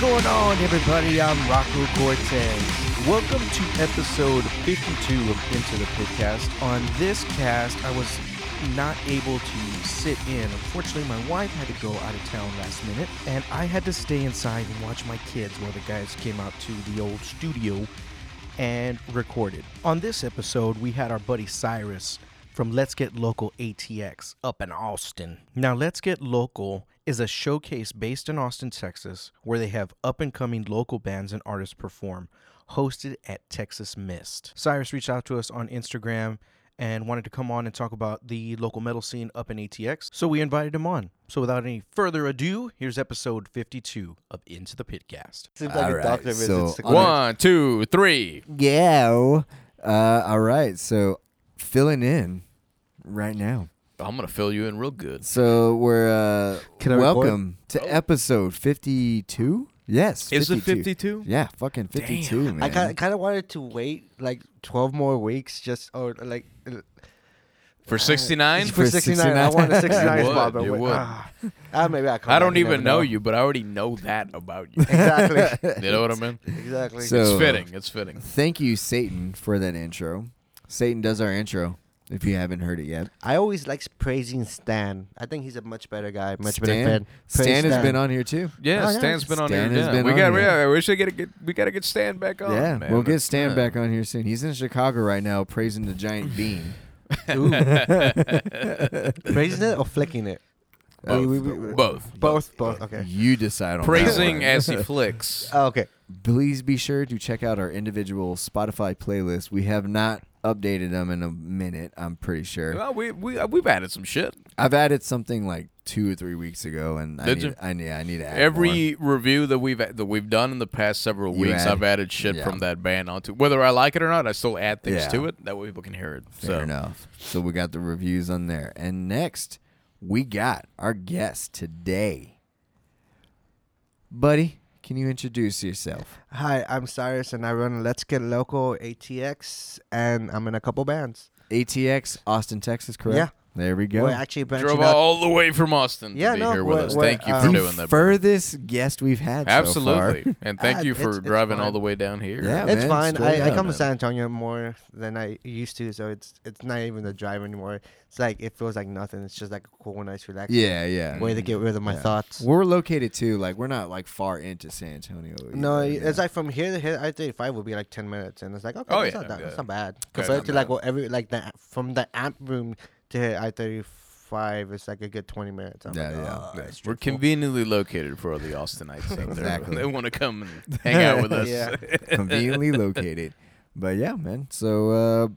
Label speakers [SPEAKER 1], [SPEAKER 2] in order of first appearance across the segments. [SPEAKER 1] going on, everybody? I'm Rocco Cortez. Welcome to episode 52 of Into the Pitcast. On this cast, I was not able to sit in. Unfortunately, my wife had to go out of town last minute, and I had to stay inside and watch my kids while the guys came out to the old studio and recorded. On this episode, we had our buddy Cyrus from Let's Get Local ATX up in Austin. Now, Let's Get Local is a showcase based in Austin, Texas, where they have up and coming local bands and artists perform, hosted at Texas Mist. Cyrus reached out to us on Instagram and wanted to come on and talk about the local metal scene up in ATX, so we invited him on. So, without any further ado, here's episode 52 of Into the Pitcast.
[SPEAKER 2] Seems like a
[SPEAKER 3] Alright,
[SPEAKER 2] doctor visit.
[SPEAKER 3] so
[SPEAKER 2] It's like-
[SPEAKER 3] on
[SPEAKER 4] One, two, three.
[SPEAKER 3] Yeah. Uh, all right. So filling in right now.
[SPEAKER 4] I'm gonna fill you in real good.
[SPEAKER 3] So we're uh,
[SPEAKER 2] Can I record?
[SPEAKER 3] welcome to episode 52. Yes.
[SPEAKER 4] Oh. Is it 52?
[SPEAKER 3] Yeah, fucking 52, man.
[SPEAKER 2] I kind kind of wanted to wait like twelve more weeks, just or like uh,
[SPEAKER 4] For 69?
[SPEAKER 2] for
[SPEAKER 3] For
[SPEAKER 2] sixty nine. I
[SPEAKER 3] 69.
[SPEAKER 2] want a sixty nine
[SPEAKER 4] You
[SPEAKER 2] spot,
[SPEAKER 4] would,
[SPEAKER 2] but
[SPEAKER 4] you
[SPEAKER 2] wait,
[SPEAKER 4] would.
[SPEAKER 2] ah. Ah, maybe I. Come
[SPEAKER 4] I
[SPEAKER 2] back,
[SPEAKER 4] don't
[SPEAKER 2] never
[SPEAKER 4] even know you, but I already know that about you.
[SPEAKER 2] Exactly.
[SPEAKER 4] you know what I mean?
[SPEAKER 2] exactly.
[SPEAKER 3] So-
[SPEAKER 4] it's fitting. It's fitting.
[SPEAKER 3] Thank you, Satan, for that intro. Satan does our intro. If you haven't heard it yet,
[SPEAKER 2] I always likes praising Stan. I think he's a much better guy, much
[SPEAKER 3] Stan,
[SPEAKER 2] better fan. Praise
[SPEAKER 3] Stan has been on here too.
[SPEAKER 4] Yeah,
[SPEAKER 2] Oh, yeah.
[SPEAKER 4] Stan's been on
[SPEAKER 3] Stan
[SPEAKER 4] here.
[SPEAKER 3] has
[SPEAKER 4] Yeah.
[SPEAKER 3] been
[SPEAKER 4] we
[SPEAKER 3] on
[SPEAKER 4] got. We,
[SPEAKER 3] here.
[SPEAKER 4] got- we should get. A, we gotta get Stan back on.
[SPEAKER 3] yeah,
[SPEAKER 4] man.
[SPEAKER 3] we'll get Stan
[SPEAKER 4] Yeah.
[SPEAKER 3] back on here soon. He's in Chicago right now, praising the giant bean.
[SPEAKER 2] praising it or flicking it.
[SPEAKER 3] Both.
[SPEAKER 2] We- we- we-
[SPEAKER 4] Both.
[SPEAKER 2] both, both. Okay.
[SPEAKER 3] You decide on that
[SPEAKER 4] Praising
[SPEAKER 3] one.
[SPEAKER 4] as he flicks.
[SPEAKER 2] Oh, okay.
[SPEAKER 3] please be sure to check out our individual Spotify playlists. We have not updated them in a minute, I'm pretty sure.
[SPEAKER 4] Well, we we we've added some shit.
[SPEAKER 3] I've added something like two or three weeks ago, and I
[SPEAKER 4] Did
[SPEAKER 3] need,
[SPEAKER 4] you?
[SPEAKER 3] I need, I need to add more.
[SPEAKER 4] Every review that we've that we've done in the past several
[SPEAKER 3] You
[SPEAKER 4] weeks,
[SPEAKER 3] add-
[SPEAKER 4] I've added shit
[SPEAKER 3] yeah.
[SPEAKER 4] from that band onto. Whether I like it or not, I still add things
[SPEAKER 3] Yeah.
[SPEAKER 4] to it. That way people can hear it.
[SPEAKER 3] Fair
[SPEAKER 4] so
[SPEAKER 3] enough. So we got the reviews on there, and next we got our guest today, buddy. Can you introduce yourself?
[SPEAKER 2] Hi, I'm Cyrus, and I run Let's Get Local ATX, and I'm in a couple bands.
[SPEAKER 3] ATX Austin, Texas, correct?
[SPEAKER 2] Yeah.
[SPEAKER 3] There we go.
[SPEAKER 2] We're actually branching
[SPEAKER 4] drove
[SPEAKER 2] out.
[SPEAKER 4] all the way from Austin to
[SPEAKER 2] Yeah,
[SPEAKER 4] be
[SPEAKER 2] no,
[SPEAKER 4] here with
[SPEAKER 2] we're-
[SPEAKER 4] us.
[SPEAKER 2] we're,
[SPEAKER 4] Thank you for
[SPEAKER 2] um,
[SPEAKER 4] doing that.
[SPEAKER 3] Furthest guest we've had. uh, so far.
[SPEAKER 4] Absolutely, and thank
[SPEAKER 2] Ah,
[SPEAKER 4] you for
[SPEAKER 2] it's- it's
[SPEAKER 4] driving all
[SPEAKER 2] fine.
[SPEAKER 4] the way down here.
[SPEAKER 3] Yeah.
[SPEAKER 2] It's
[SPEAKER 3] man,
[SPEAKER 2] fine.
[SPEAKER 3] straight
[SPEAKER 2] I, I
[SPEAKER 3] up,
[SPEAKER 2] come to
[SPEAKER 4] man.
[SPEAKER 2] San Antonio more than I used to, so it's it's not even the drive anymore. It's like it feels like nothing. It's just like a cool, nice, relaxing
[SPEAKER 3] Yeah, yeah.
[SPEAKER 2] way to get rid of my
[SPEAKER 3] Yeah.
[SPEAKER 2] thoughts.
[SPEAKER 3] We're located too. Like we're not like far into San Antonio.
[SPEAKER 2] no,
[SPEAKER 3] either,
[SPEAKER 2] it's
[SPEAKER 3] yeah.
[SPEAKER 2] like from here to here, I thirty five would be like ten minutes, and it's like okay,
[SPEAKER 4] Oh,
[SPEAKER 2] that's,
[SPEAKER 4] yeah,
[SPEAKER 2] not that, that's
[SPEAKER 4] yeah.
[SPEAKER 2] not bad
[SPEAKER 4] That's
[SPEAKER 2] compared
[SPEAKER 4] not
[SPEAKER 2] to like
[SPEAKER 4] bad.
[SPEAKER 2] what every like the from the amp room to here I thirty five. It's like a good twenty minutes. I'm
[SPEAKER 3] Yeah,
[SPEAKER 2] like,
[SPEAKER 3] yeah.
[SPEAKER 2] "Oh,
[SPEAKER 3] Yeah.
[SPEAKER 2] that's
[SPEAKER 4] We're
[SPEAKER 2] dreadful."
[SPEAKER 4] conveniently located for all the Austinites out there.
[SPEAKER 3] Exactly.
[SPEAKER 4] They want to come and hang out with us.
[SPEAKER 2] Yeah.
[SPEAKER 3] conveniently located. But yeah, man. So uh,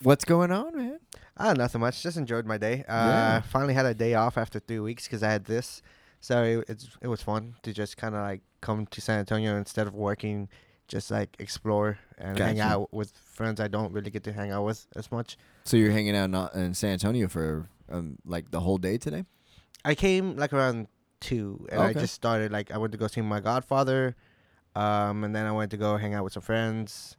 [SPEAKER 3] what's going on, man?
[SPEAKER 2] Ah, nothing much. Just enjoyed my day. Uh,
[SPEAKER 3] Yeah.
[SPEAKER 2] Finally had a day off after three weeks because I had this. So it, it's, it was fun to just kind of like come to San Antonio instead of working, just like explore and hang
[SPEAKER 3] Gotcha.
[SPEAKER 2] out with friends I don't really get to hang out with as much.
[SPEAKER 3] So you're hanging out in, uh, in San Antonio for um, like the whole day today?
[SPEAKER 2] I came like around two and I
[SPEAKER 3] Okay.
[SPEAKER 2] just started like, I went to go see my godfather. Um, and then I went to go hang out with some friends.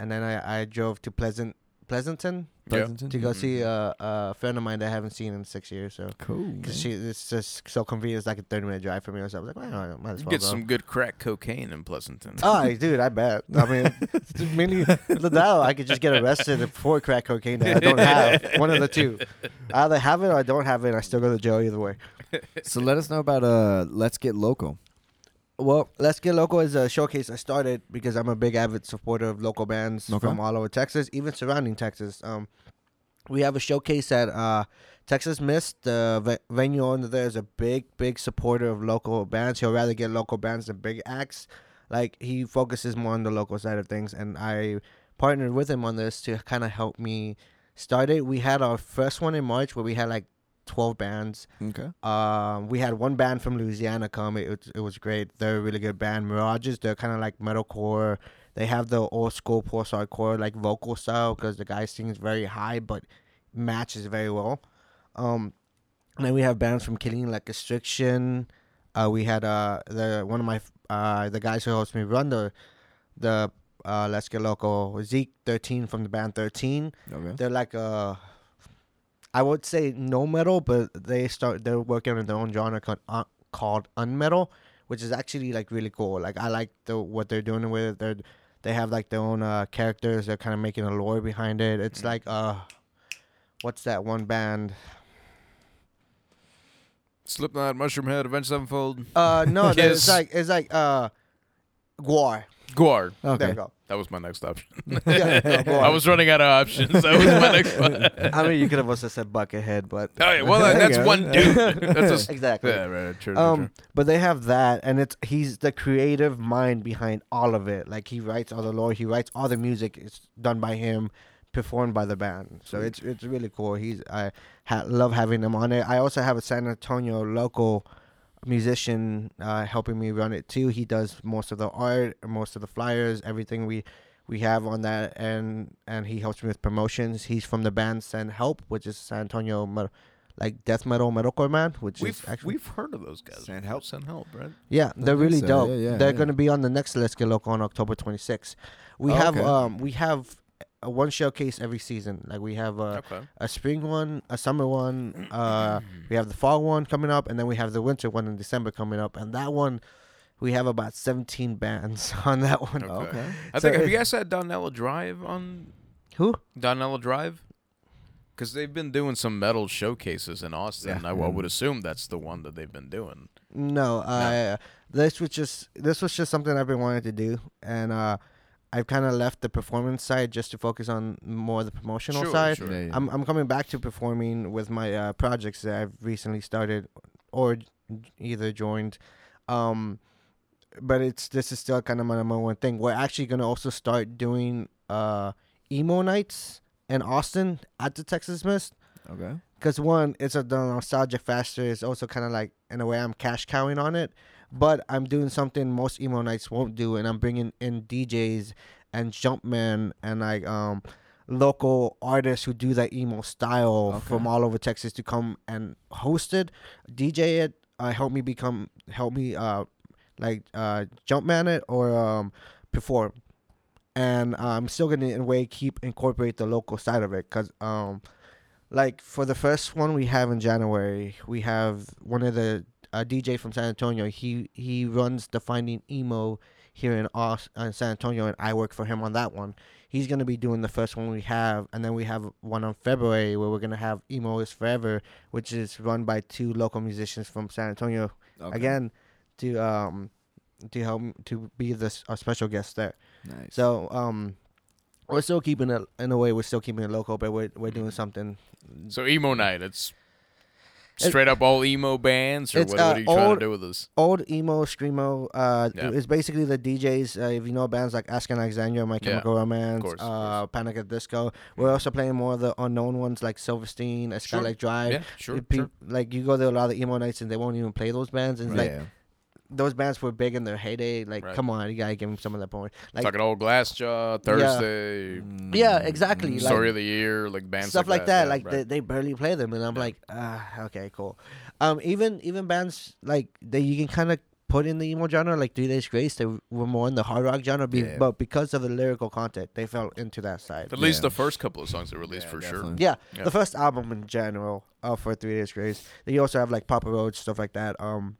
[SPEAKER 2] And then I, I drove to Pleasant Pleasanton
[SPEAKER 3] Pleasanton?
[SPEAKER 2] to go see a,
[SPEAKER 3] Mm-hmm.
[SPEAKER 2] a friend of mine that I haven't seen in six years. So
[SPEAKER 3] Cool.
[SPEAKER 2] Because
[SPEAKER 3] man.
[SPEAKER 2] she, it's just so convenient. It's like a 30 minute drive for me or something. I was like, well, I might as well
[SPEAKER 4] Get
[SPEAKER 2] go.
[SPEAKER 4] some good crack cocaine in Pleasanton.
[SPEAKER 2] Oh, I- dude, I bet. I mean, it's mainly now I could just get arrested for crack cocaine that I don't have. One of the two. I either have it or I don't have it. And I still go to jail either way.
[SPEAKER 3] So let us know about uh, let's get local.
[SPEAKER 2] Well, Let's Get Local is a showcase I started because I'm a big avid supporter of local bands
[SPEAKER 3] Okay.
[SPEAKER 2] from all over Texas, even surrounding Texas. Um, we have a showcase at uh, Texas Mist. The ve- venue owner there is a big, big supporter of local bands. He'll rather get local bands than big acts. Like he focuses more on the local side of things, and I partnered with him on this to kind of help me start it. We had our first one in March where we had like 12 bands.
[SPEAKER 3] Okay.
[SPEAKER 2] Um, we had one band from Louisiana come. It, was- it was great. They're a really good band. Mirages. They're kind of like metalcore. They have the old school post hardcore like vocal style because the guy sings very high but matches very well. Um, and then we have bands from Killing like Constriction. Uh, we had uh the one of my f- uh the guys who helps me run the the uh Let's Get Local Zeke Thirteen from the band Thirteen
[SPEAKER 3] Okay.
[SPEAKER 2] they're like uh I would say no metal, but they start they're working on their own genre called, uh, called unmetal, which is actually like really cool. Like I like the what they're doing with it. They're they have like their own uh, characters. They're kind of making a lore behind it. It's like uh, what's that one band?
[SPEAKER 4] Slipknot, Mushroom Head, Avenged Sevenfold,
[SPEAKER 2] Uh, no,
[SPEAKER 4] Kiss.
[SPEAKER 2] it's like it's like uh, Guar.
[SPEAKER 4] Guar.
[SPEAKER 2] There
[SPEAKER 3] Okay.
[SPEAKER 2] you go.
[SPEAKER 4] That was my next option.
[SPEAKER 2] Yeah, Guar.
[SPEAKER 4] I was running out of options. That was my next one.
[SPEAKER 2] I mean, you could have also said Buckethead, but
[SPEAKER 4] Oh, yeah, well,
[SPEAKER 3] There you
[SPEAKER 4] that's
[SPEAKER 3] go.
[SPEAKER 4] one dude. That's a,
[SPEAKER 2] exactly.
[SPEAKER 4] yeah, right. True, true, true.
[SPEAKER 2] Um, but they have that, and it's he's the creative mind behind all of it. Like he writes all the lore, he writes all the music. It's done by him, performed by the band. So it's it's really cool. He's I ha- love having him on it. I also have a San Antonio local musician uh, helping me run it too. He does most of the art, most of the flyers, everything we we have on that, and and he helps me with promotions. He's from the band Send Help, which is San Antonio. Mer- like death metal metalcore man, which is
[SPEAKER 4] We've
[SPEAKER 2] actually
[SPEAKER 4] we've heard of those guys.
[SPEAKER 3] Send help.
[SPEAKER 4] Send help, right?
[SPEAKER 2] yeah, they're
[SPEAKER 3] think
[SPEAKER 2] really
[SPEAKER 3] so.
[SPEAKER 2] dope.
[SPEAKER 3] Yeah, yeah,
[SPEAKER 2] they're
[SPEAKER 3] yeah.
[SPEAKER 2] going to be on the next Let's Get Local on October 26th. We
[SPEAKER 3] Oh,
[SPEAKER 2] have
[SPEAKER 3] okay.
[SPEAKER 2] um we have a one showcase every season. Like we have a
[SPEAKER 4] Okay.
[SPEAKER 2] a spring one, a summer one, uh we have the fall one coming up and then we have the winter one in December coming up and that one we have about 17 bands on that one.
[SPEAKER 4] Okay.
[SPEAKER 3] Okay.
[SPEAKER 4] I
[SPEAKER 2] So
[SPEAKER 4] think have
[SPEAKER 2] it-
[SPEAKER 4] you guys had Donella Drive on
[SPEAKER 2] Who?
[SPEAKER 4] Donella Drive? Because they've been doing some metal showcases in Austin. I, I would assume that's the one that they've been doing.
[SPEAKER 2] No, uh, this was just this was just something I've been wanting to do, and uh, I've kind of left the performance side just to focus on more the promotional
[SPEAKER 4] Sure,
[SPEAKER 2] side.
[SPEAKER 4] sure.
[SPEAKER 3] Yeah, yeah.
[SPEAKER 2] I'm I'm coming back to performing with my uh, projects that I've recently started or j- either joined. Um, but it's this is still kind of my number one thing. We're actually gonna also start doing uh emo nights in Austin at the Texas Mist.
[SPEAKER 3] Okay.
[SPEAKER 2] Because one, it's a the nostalgia factor. It's also kind of like in a way I'm cash cowing on it, but I'm doing something most emo nights won't do, and I'm bringing in DJs and Jumpman and like um local artists who do that emo style
[SPEAKER 3] Okay.
[SPEAKER 2] from all over Texas to come and host it, DJ it, uh, help me become, help me uh like uh Jumpman it or um perform. And uh, I'm still gonna in a way keep incorporate the local side of it, cause um like for the first one we have in January, we have one of the uh, DJ from San Antonio. He he runs the Finding Emo here in Aus- uh, San Antonio, and I work for him on that one. He's gonna be doing the first one we have, and then we have one on February where we're gonna have Emo is Forever, which is run by two local musicians from San Antonio
[SPEAKER 3] okay.
[SPEAKER 2] again to um to help to be this a special guest there.
[SPEAKER 3] Nice.
[SPEAKER 2] So um. We're still keeping it in a way. We're still keeping it local, but we're we're doing something
[SPEAKER 4] So emo night. It's
[SPEAKER 2] Mm-hmm. It-
[SPEAKER 4] straight up all emo bands, or
[SPEAKER 2] It's,
[SPEAKER 4] what, what
[SPEAKER 2] uh,
[SPEAKER 4] are you trying
[SPEAKER 2] old-
[SPEAKER 4] to do with this?
[SPEAKER 2] old emo screamo uh
[SPEAKER 4] Yeah.
[SPEAKER 2] it's basically the djs uh, if you know bands like ask alexandria my chemical romance
[SPEAKER 4] course, Mm-hmm. of
[SPEAKER 2] uh panic at disco we're also playing more of the unknown ones like silverstein skylight drive
[SPEAKER 4] Yeah, sure,
[SPEAKER 2] If pe-
[SPEAKER 4] sure.
[SPEAKER 2] like you go to a lot of emo nights and they won't even play those bands and it's like
[SPEAKER 3] yeah.
[SPEAKER 2] those bands were big in their heyday like
[SPEAKER 4] Right.
[SPEAKER 2] come on you gotta give them some of that point like
[SPEAKER 4] Talking old Glassjaw, Thursday,
[SPEAKER 2] yeah exactly
[SPEAKER 3] Mm.
[SPEAKER 2] like,
[SPEAKER 4] Story of the Year, like bands
[SPEAKER 2] stuff like that. Like
[SPEAKER 4] yeah,
[SPEAKER 2] they,
[SPEAKER 4] right.
[SPEAKER 2] they barely play them, and I'm like, ah, okay, cool. Um, even even bands like that you can kind of put in the emo genre, like Three Days Grace, they were more in the hard rock genre, be,
[SPEAKER 3] Yeah.
[SPEAKER 2] but because of the lyrical content, they fell into that side.
[SPEAKER 4] At least
[SPEAKER 3] Yeah.
[SPEAKER 4] the first couple of songs they released for sure.
[SPEAKER 3] definitely.
[SPEAKER 2] Yeah,
[SPEAKER 4] Yeah.
[SPEAKER 2] the first album in general uh, for Three Days Grace. They also have like Papa Roach stuff like that. Um,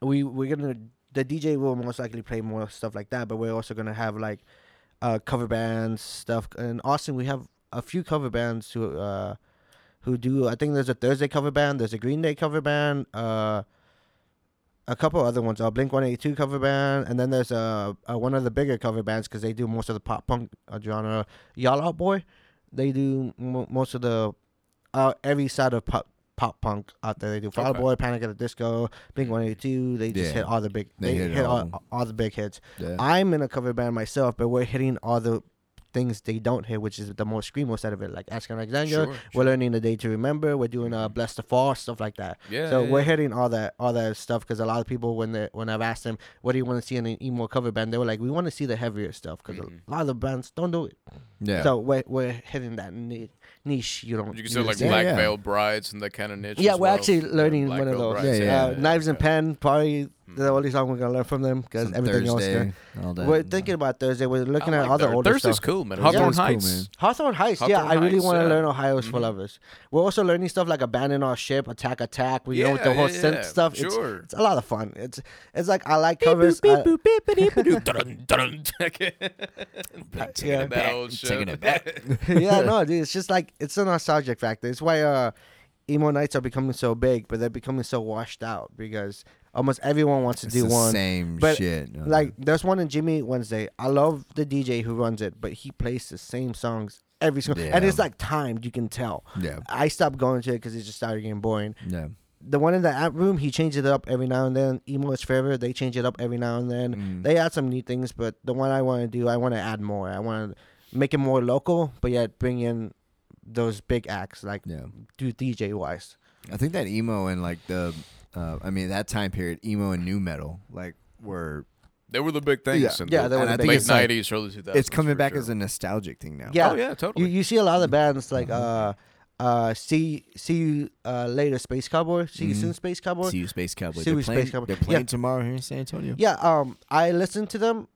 [SPEAKER 2] we we're gonna the DJ will most likely play more stuff like that, but we're also gonna have like uh, cover bands stuff. In Austin, we have a few cover bands who uh, who do. I think there's a Thursday cover band. There's a Green Day cover band. Uh, a couple other ones. Uh, Blink One Eighty Two cover band, and then there's uh, uh, one of the bigger cover bands because they do most of the pop punk uh, genre. Y'all Out Boy, they do mo most of the uh, every side of pop pop punk out there. They do Fall Out
[SPEAKER 4] Okay.
[SPEAKER 2] Boy, Panic at the Disco, Blink One Eighty Two. They just
[SPEAKER 3] Yeah.
[SPEAKER 2] hit all the big. They,
[SPEAKER 3] They hit
[SPEAKER 2] hit,
[SPEAKER 3] it
[SPEAKER 2] all,
[SPEAKER 3] all.
[SPEAKER 2] all the big hits.
[SPEAKER 3] Yeah.
[SPEAKER 2] I'm in a cover band myself, but we're hitting all the things they don't hit, which is the more screamo side of it, like Asking Alexandria.
[SPEAKER 4] Sure,
[SPEAKER 2] We're learning the day to remember. We're doing uh, bless the fall stuff like that.
[SPEAKER 4] Mm-hmm. Yeah,
[SPEAKER 2] So
[SPEAKER 4] yeah,
[SPEAKER 2] we're
[SPEAKER 4] yeah.
[SPEAKER 2] hitting all that all that stuff because a lot of people when they when I've asked them what do you want to see in an emo cover band, they were like, we want to see the heavier stuff because a
[SPEAKER 4] Mm-hmm.
[SPEAKER 2] lot of the bands don't do it.
[SPEAKER 3] Yeah.
[SPEAKER 2] So we're, we're hitting that ni- niche. You don't.
[SPEAKER 4] You can say like
[SPEAKER 2] usually see.
[SPEAKER 4] Black
[SPEAKER 3] yeah.
[SPEAKER 4] Veil Brides and that kind of niche.
[SPEAKER 2] Yeah,
[SPEAKER 4] as
[SPEAKER 2] we're
[SPEAKER 4] well.
[SPEAKER 2] actually learning
[SPEAKER 4] Black Mm-hmm.
[SPEAKER 2] one of
[SPEAKER 4] Veil
[SPEAKER 2] those.
[SPEAKER 4] Brides,
[SPEAKER 3] Yeah,
[SPEAKER 2] uh,
[SPEAKER 3] yeah,
[SPEAKER 2] Knives and Pen, probably the only song we're gonna learn from them because
[SPEAKER 3] Some
[SPEAKER 2] everything
[SPEAKER 3] Thursday,
[SPEAKER 2] else.
[SPEAKER 3] all
[SPEAKER 2] There.
[SPEAKER 3] that.
[SPEAKER 2] We're thinking about Thursday. We're looking
[SPEAKER 4] I
[SPEAKER 2] at
[SPEAKER 4] like
[SPEAKER 2] other
[SPEAKER 4] Thur-
[SPEAKER 2] older
[SPEAKER 4] Thursday's
[SPEAKER 2] stuff.
[SPEAKER 4] cool, man.
[SPEAKER 3] Thursday's
[SPEAKER 4] Hawthorne
[SPEAKER 3] cool,
[SPEAKER 4] Heights.
[SPEAKER 3] man.
[SPEAKER 2] Hawthorne Heist, yeah, I
[SPEAKER 4] Hawthorne
[SPEAKER 2] really
[SPEAKER 4] Heights,
[SPEAKER 2] want to
[SPEAKER 4] yeah. Mm-hmm.
[SPEAKER 2] learn Ohio's for lovers. We're also learning stuff like abandon our ship, attack, attack. We know with the
[SPEAKER 4] Yeah,
[SPEAKER 2] whole
[SPEAKER 4] yeah,
[SPEAKER 2] synth
[SPEAKER 4] yeah,
[SPEAKER 2] stuff. It's-
[SPEAKER 4] sure.
[SPEAKER 2] It's, a lot of fun. It's it's like I like covers. I-
[SPEAKER 4] Dun, dun, taking
[SPEAKER 2] yeah.
[SPEAKER 4] it that old Oh, shit.
[SPEAKER 3] Taking it back.
[SPEAKER 2] yeah, no, dude, it's just like it's a nostalgic factor. It's why uh, emo nights are becoming so big, but they're becoming so washed out because almost everyone wants to
[SPEAKER 3] It's
[SPEAKER 2] do
[SPEAKER 3] the
[SPEAKER 2] one.
[SPEAKER 3] same
[SPEAKER 2] but
[SPEAKER 3] shit. uh,
[SPEAKER 2] Like there's one in Jimmy Eat Wednesday. I love the DJ who runs it, but he plays the same songs every single, and
[SPEAKER 3] Yeah.
[SPEAKER 2] it's like timed. You can tell.
[SPEAKER 3] Yeah.
[SPEAKER 2] I stopped going to it because it just started getting boring.
[SPEAKER 3] yeah.
[SPEAKER 2] The one in the app room, he changes it up every now and then. Emo is forever. They change it up every now and then.
[SPEAKER 3] Mm.
[SPEAKER 2] They add some neat things, but the one I want to do, I want to add more. I want to make it more local, but yet bring in those big acts like
[SPEAKER 3] Yeah.
[SPEAKER 2] do DJ wise.
[SPEAKER 3] I think that emo and like the, uh, I mean that time period, emo and new metal, like were
[SPEAKER 4] They were the big things.
[SPEAKER 3] Yeah.
[SPEAKER 4] in
[SPEAKER 2] Yeah,
[SPEAKER 4] the
[SPEAKER 2] they were the
[SPEAKER 4] late
[SPEAKER 2] big
[SPEAKER 3] things. Like,
[SPEAKER 4] '90s, early 2000s.
[SPEAKER 3] it's coming
[SPEAKER 4] for
[SPEAKER 3] back
[SPEAKER 4] sure.
[SPEAKER 3] as a nostalgic thing now.
[SPEAKER 2] Yeah.
[SPEAKER 4] Oh yeah,
[SPEAKER 2] You,
[SPEAKER 4] totally.
[SPEAKER 2] you see a lot of bands like
[SPEAKER 3] Mm-hmm.
[SPEAKER 2] uh uh see see you uh later Space Cowboy, see you soon
[SPEAKER 3] Mhm.
[SPEAKER 2] Space Cowboy.
[SPEAKER 3] See you, Space Cowboy.
[SPEAKER 2] See you,
[SPEAKER 3] they're playing,
[SPEAKER 2] Space Cowboy.
[SPEAKER 3] They're
[SPEAKER 2] Yeah.
[SPEAKER 3] playing tomorrow here in San Antonio.
[SPEAKER 2] Yeah, um I listened to them.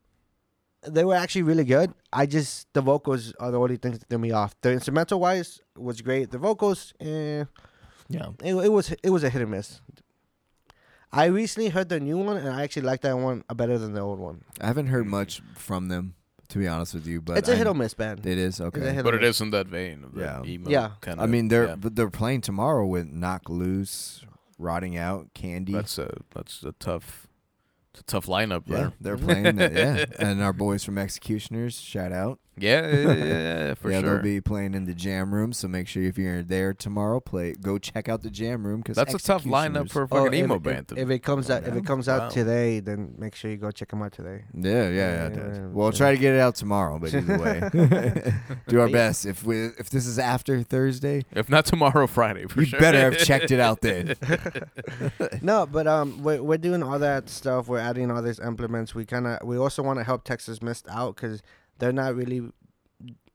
[SPEAKER 2] They were actually really good. I just the vocals are the only things that threw me off. The instrumental wise was great. The vocals, eh,
[SPEAKER 3] Yeah.
[SPEAKER 2] it, it was it was a hit or miss. I recently heard the new one, and I actually like that one better than the old one.
[SPEAKER 3] I haven't heard much from them, to be honest with you. But
[SPEAKER 2] it's a hit
[SPEAKER 3] I-
[SPEAKER 2] or miss band.
[SPEAKER 3] It is okay.
[SPEAKER 2] It's a hit
[SPEAKER 4] but
[SPEAKER 2] or
[SPEAKER 4] it
[SPEAKER 2] miss.
[SPEAKER 4] is in that vein. Of
[SPEAKER 3] Yeah.
[SPEAKER 4] yeah, emo
[SPEAKER 2] Yeah.
[SPEAKER 4] Kind
[SPEAKER 3] I mean, they're but they're playing tomorrow with Knock Loose, Rotting Out, Candy.
[SPEAKER 4] that's a that's a tough, it's a tough lineup
[SPEAKER 3] yeah,
[SPEAKER 4] there.
[SPEAKER 3] they're playing that. Yeah, and our boys from Executioners, shout out.
[SPEAKER 4] Yeah, yeah, yeah, yeah, for
[SPEAKER 3] yeah,
[SPEAKER 4] sure.
[SPEAKER 3] they'll be playing in the jam room. So make sure if you're there tomorw, play go check out the jam room because
[SPEAKER 4] that's a tough lineup for a fucking
[SPEAKER 2] Oh, if-
[SPEAKER 4] emo
[SPEAKER 2] if,
[SPEAKER 4] band. to-
[SPEAKER 2] If, it comes out, if it comes out
[SPEAKER 4] Wow.
[SPEAKER 2] today, then make sure you go check them out today.
[SPEAKER 3] Yeah, yeah, yeah.
[SPEAKER 2] Yeah,
[SPEAKER 3] yeah.
[SPEAKER 2] yeah,
[SPEAKER 3] Well,
[SPEAKER 2] yeah.
[SPEAKER 3] try to get it out tomorrow, but either way, do our best. If we if this is after Thursday,
[SPEAKER 4] if not tomorrow, Friday for
[SPEAKER 3] you
[SPEAKER 4] sure.
[SPEAKER 3] better have checked it out then.
[SPEAKER 2] No, but um, we're, we're doing all that stuff. We're adding all these implements. We kind of we also want to help Texas Mist out because they're not really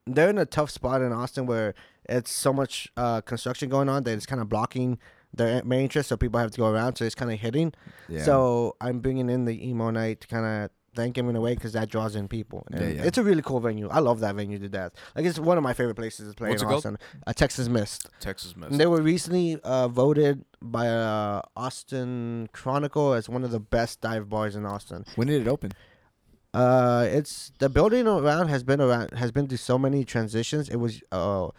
[SPEAKER 2] they're in a tough spot in Austin where it's so much uh, construction going on that it's kind of blocking their main interest. So people have to go around. So it's kind of hitting.
[SPEAKER 3] Yeah.
[SPEAKER 2] So I'm bringing in the emo night to kind of thank him in a way because that draws in people. And
[SPEAKER 3] Yeah, yeah.
[SPEAKER 2] It's a really cool venue. I love that venue to death. Like it's one of my favorite places to play
[SPEAKER 4] What's
[SPEAKER 2] in
[SPEAKER 4] it called?
[SPEAKER 2] Austin. Uh, Texas Mist.
[SPEAKER 4] Texas mess.
[SPEAKER 2] And They were recently uh, voted by uh, Austin Chronicle as one of the best dive bars in Austin.
[SPEAKER 3] when did it open?
[SPEAKER 2] Uh, it's the building around has been around has been through so many transitions. It was uh,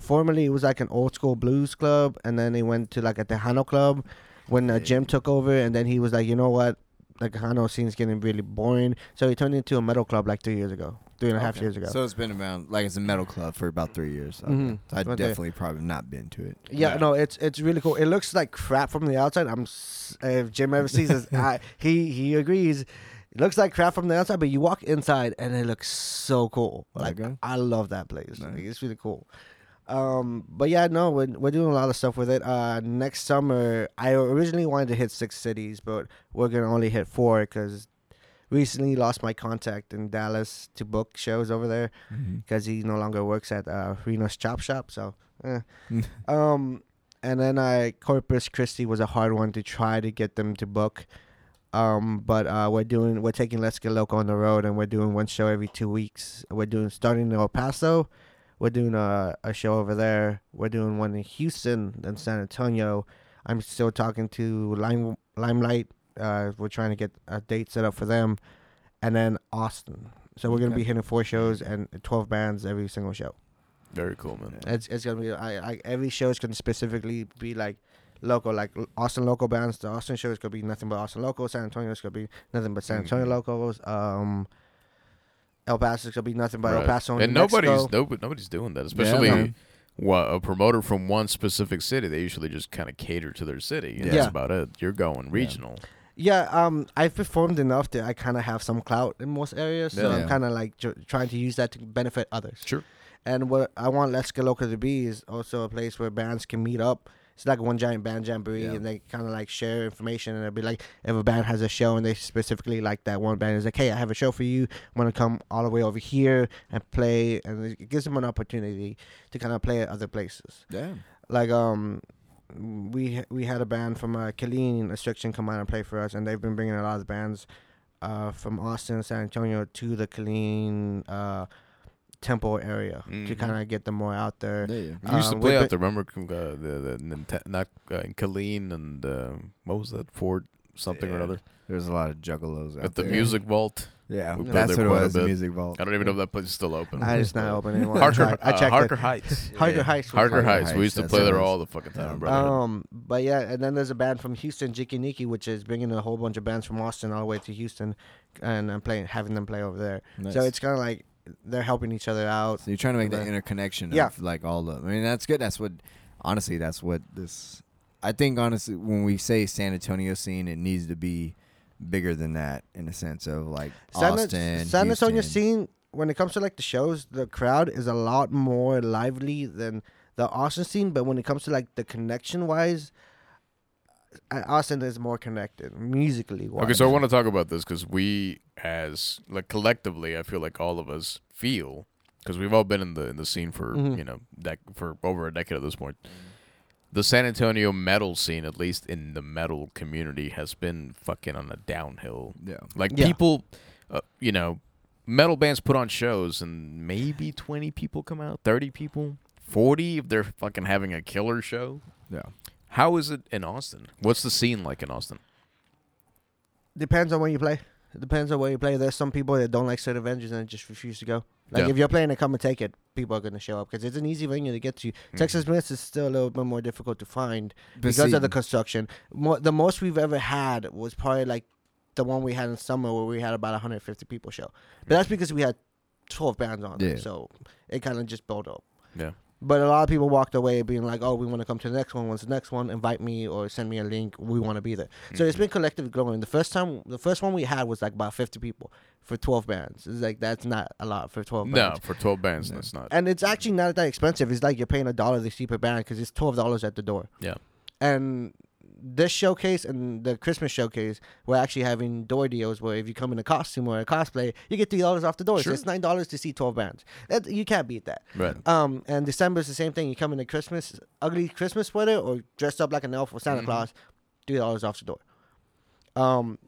[SPEAKER 2] formerly it was like an old school blues club, and then they went to like a Tejano club when uh, Jim took over, and then he was like, you know what, the Tejano scene's getting really boring, so he turned it into a metal club like three years ago, three and a half
[SPEAKER 3] Okay.
[SPEAKER 2] years ago.
[SPEAKER 3] So it's been around like it's a metal club for about three years. Okay.
[SPEAKER 2] Mhm.
[SPEAKER 3] So I
[SPEAKER 2] Right there.
[SPEAKER 3] definitely probably not been to it.
[SPEAKER 2] Yeah,
[SPEAKER 4] Yeah.
[SPEAKER 2] no, it's it's really cool. It looks like crap from the outside. I'm s- if Jim ever sees this, I, he he agrees. It looks like crap from the outside, but you walk inside and it looks so cool. Like
[SPEAKER 3] Okay.
[SPEAKER 2] I love that place. Like,
[SPEAKER 3] Nice.
[SPEAKER 2] it's really cool. Um, but yeah, no, we're, we're doing a lot of stuff with it. Uh, next summer, I originally wanted to hit six cities, but we're gonna only hit four because recently lost my contact in Dallas to book shows over there because he no longer works at uh, Reno's Chop Shop. So, eh. um, and then I Corpus Christi was a hard one to try to get them to book. Um, but uh, we're doing we're taking Let's Get Loco on the road, and we're doing one show every two weeks. We're doing starting in El Paso. We're doing a, a show over there. We're doing one in Houston, then San Antonio. I'm still talking to Lime, Limelight. Uh, we're trying to get a date set up for them, and then Austin. So we're gonna
[SPEAKER 3] Okay.
[SPEAKER 2] be hitting four shows and twelve bands every single show.
[SPEAKER 4] Very cool, man.
[SPEAKER 2] It's it's gonna be I, I every show is gonna specifically be like local, like l- Austin local bands. The Austin show is gonna be nothing but Austin local. San Antonio is gonna be nothing but San
[SPEAKER 4] Mm-hmm.
[SPEAKER 2] Antonio locals. Um, El Paso is gonna be nothing but El
[SPEAKER 4] Right.
[SPEAKER 2] Paso and,
[SPEAKER 4] and
[SPEAKER 2] New Mexico.
[SPEAKER 4] nobody's nobody, nobody's doing that, especially
[SPEAKER 3] man.
[SPEAKER 4] what a promoter from one specific city. They usually just kind of cater to their city. And
[SPEAKER 2] Yeah.
[SPEAKER 4] That's about it. You're going regional.
[SPEAKER 2] Yeah, um, I've performed enough that I kind of have some clout in most areas, so
[SPEAKER 4] Yeah.
[SPEAKER 2] I'm kind of like tr- trying to use that to benefit others.
[SPEAKER 4] Sure.
[SPEAKER 2] And what I want Let's Get Local to be is also a place where bands can meet up. It's like one giant band jamboree,
[SPEAKER 3] Yeah.
[SPEAKER 2] and they kind of like share information. And it'll be like, if a band has a show and they specifically like that one band, it's like, hey, I have a show for you. I'm gonna come all the way over here and play, and it gives them an opportunity to kind of play at other places
[SPEAKER 3] Yeah.
[SPEAKER 2] like um we we had a band from uh, Killeen, Restriction, come out and play for us, and they've been bringing a lot of the bands uh, from Austin, San Antonio to the Killeen uh, Temple area to
[SPEAKER 4] Mhm.
[SPEAKER 2] kind of get them more out there.
[SPEAKER 3] There you
[SPEAKER 4] We used
[SPEAKER 2] Uh,
[SPEAKER 4] to
[SPEAKER 2] we've
[SPEAKER 4] play out
[SPEAKER 2] been-
[SPEAKER 4] there. Remember uh, the the Ninte- not uh, in Killeen and uh, what was that Ford something or
[SPEAKER 1] Yeah.
[SPEAKER 4] other
[SPEAKER 3] There's a lot of juggalos out
[SPEAKER 4] at the
[SPEAKER 3] there.
[SPEAKER 4] Music Vault.
[SPEAKER 3] Yeah,
[SPEAKER 4] We played
[SPEAKER 3] that's what
[SPEAKER 4] there
[SPEAKER 3] it
[SPEAKER 4] quite a
[SPEAKER 3] was. The
[SPEAKER 4] bit.
[SPEAKER 3] music vault.
[SPEAKER 4] I don't even know if that place is still open.
[SPEAKER 2] I just not open anymore. I
[SPEAKER 4] Harker,
[SPEAKER 2] checked, I
[SPEAKER 4] uh,
[SPEAKER 2] checked
[SPEAKER 4] Harker
[SPEAKER 2] it.
[SPEAKER 4] Heights.
[SPEAKER 2] Harker Heights. was
[SPEAKER 4] Harker
[SPEAKER 2] fun.
[SPEAKER 4] Heights. We
[SPEAKER 3] Heights,
[SPEAKER 4] used to
[SPEAKER 3] that's
[SPEAKER 4] play
[SPEAKER 3] what it
[SPEAKER 4] there
[SPEAKER 3] was.
[SPEAKER 4] all the fucking time, brother.
[SPEAKER 2] Um, but yeah, and then there's a band from Houston, Jiki Niki, which is bringing a whole bunch of bands from Austin all the way to Houston, and I'm playing, having them play over there.
[SPEAKER 3] Nice.
[SPEAKER 2] So it's kind of like they're helping each other out.
[SPEAKER 3] So you're trying to make that
[SPEAKER 2] Right.
[SPEAKER 3] interconnection
[SPEAKER 2] Yeah.
[SPEAKER 3] of like all the. I mean, that's good. That's what, honestly, that's what this. I think honestly, when we say San Antonio scene, it needs to be bigger than that in a sense of like
[SPEAKER 2] San,
[SPEAKER 3] Austin,
[SPEAKER 2] San Antonio
[SPEAKER 3] Houston.
[SPEAKER 2] scene, when it comes to like the shows, the crowd is a lot more lively than the Austin scene. But when it comes to like the connection wise, uh, Austin is more connected musically. Wise.
[SPEAKER 4] Okay, so I want to talk about this because we, as like collectively, I feel like all of us feel because we've all been in the in the scene for
[SPEAKER 2] Mhm.
[SPEAKER 4] you know dec- for over a decade at this point. The San Antonio metal scene, at least in the metal community, has been fucking on a downhill.
[SPEAKER 3] Yeah.
[SPEAKER 4] Like
[SPEAKER 2] Yeah.
[SPEAKER 4] people, uh, you know, metal bands put on shows and maybe twenty people come out, thirty people, forty if they're fucking having a killer show.
[SPEAKER 3] Yeah.
[SPEAKER 4] How is it in Austin? What's the scene like in Austin?
[SPEAKER 2] depends on where you play. It depends on where you play. There's some people that don't like certain venues and just refuse to go. Like
[SPEAKER 4] Yeah.
[SPEAKER 2] if you're playing a come and take it, people are gonna show up because it's an easy venue to get to.
[SPEAKER 4] Mm-hmm.
[SPEAKER 2] Texas Blitz is still a little bit more difficult to find because of the construction. Mo the most we've ever had was probably like the one we had in summer where we had about 150 people show, but that's because we had 12 bands on,
[SPEAKER 3] Yeah.
[SPEAKER 2] it, so it kind of just built up.
[SPEAKER 4] Yeah.
[SPEAKER 2] But a lot of people walked away being like, "Oh, we want to come to the next one. When's the next one? Invite me or send me a link. We want to be there." So
[SPEAKER 4] Mm-hmm.
[SPEAKER 2] it's been collectively growing. The first time, the first one we had was like about fifty people for twelve bands. It's like that's not a lot for twelve.
[SPEAKER 4] No,
[SPEAKER 2] bands.
[SPEAKER 4] for twelve bands, that's not.
[SPEAKER 2] and it's actually not that expensive. It's like you're paying a dollar to see per band because it's twelve dollars at the door.
[SPEAKER 4] Yeah.
[SPEAKER 2] And this showcase and the Christmas showcase, we're actually having door deals where if you come in a costume or a cosplay, you get three dollars off the door.
[SPEAKER 4] Sure.
[SPEAKER 2] So it's nine dollars to see twelve bands. That, you can't beat that.
[SPEAKER 4] Right.
[SPEAKER 2] Um, and December is the same thing. You come in a Christmas ugly Christmas sweater or dressed up like an elf or
[SPEAKER 4] Mm-hmm.
[SPEAKER 2] Santa Claus, three dollars off the door. Um,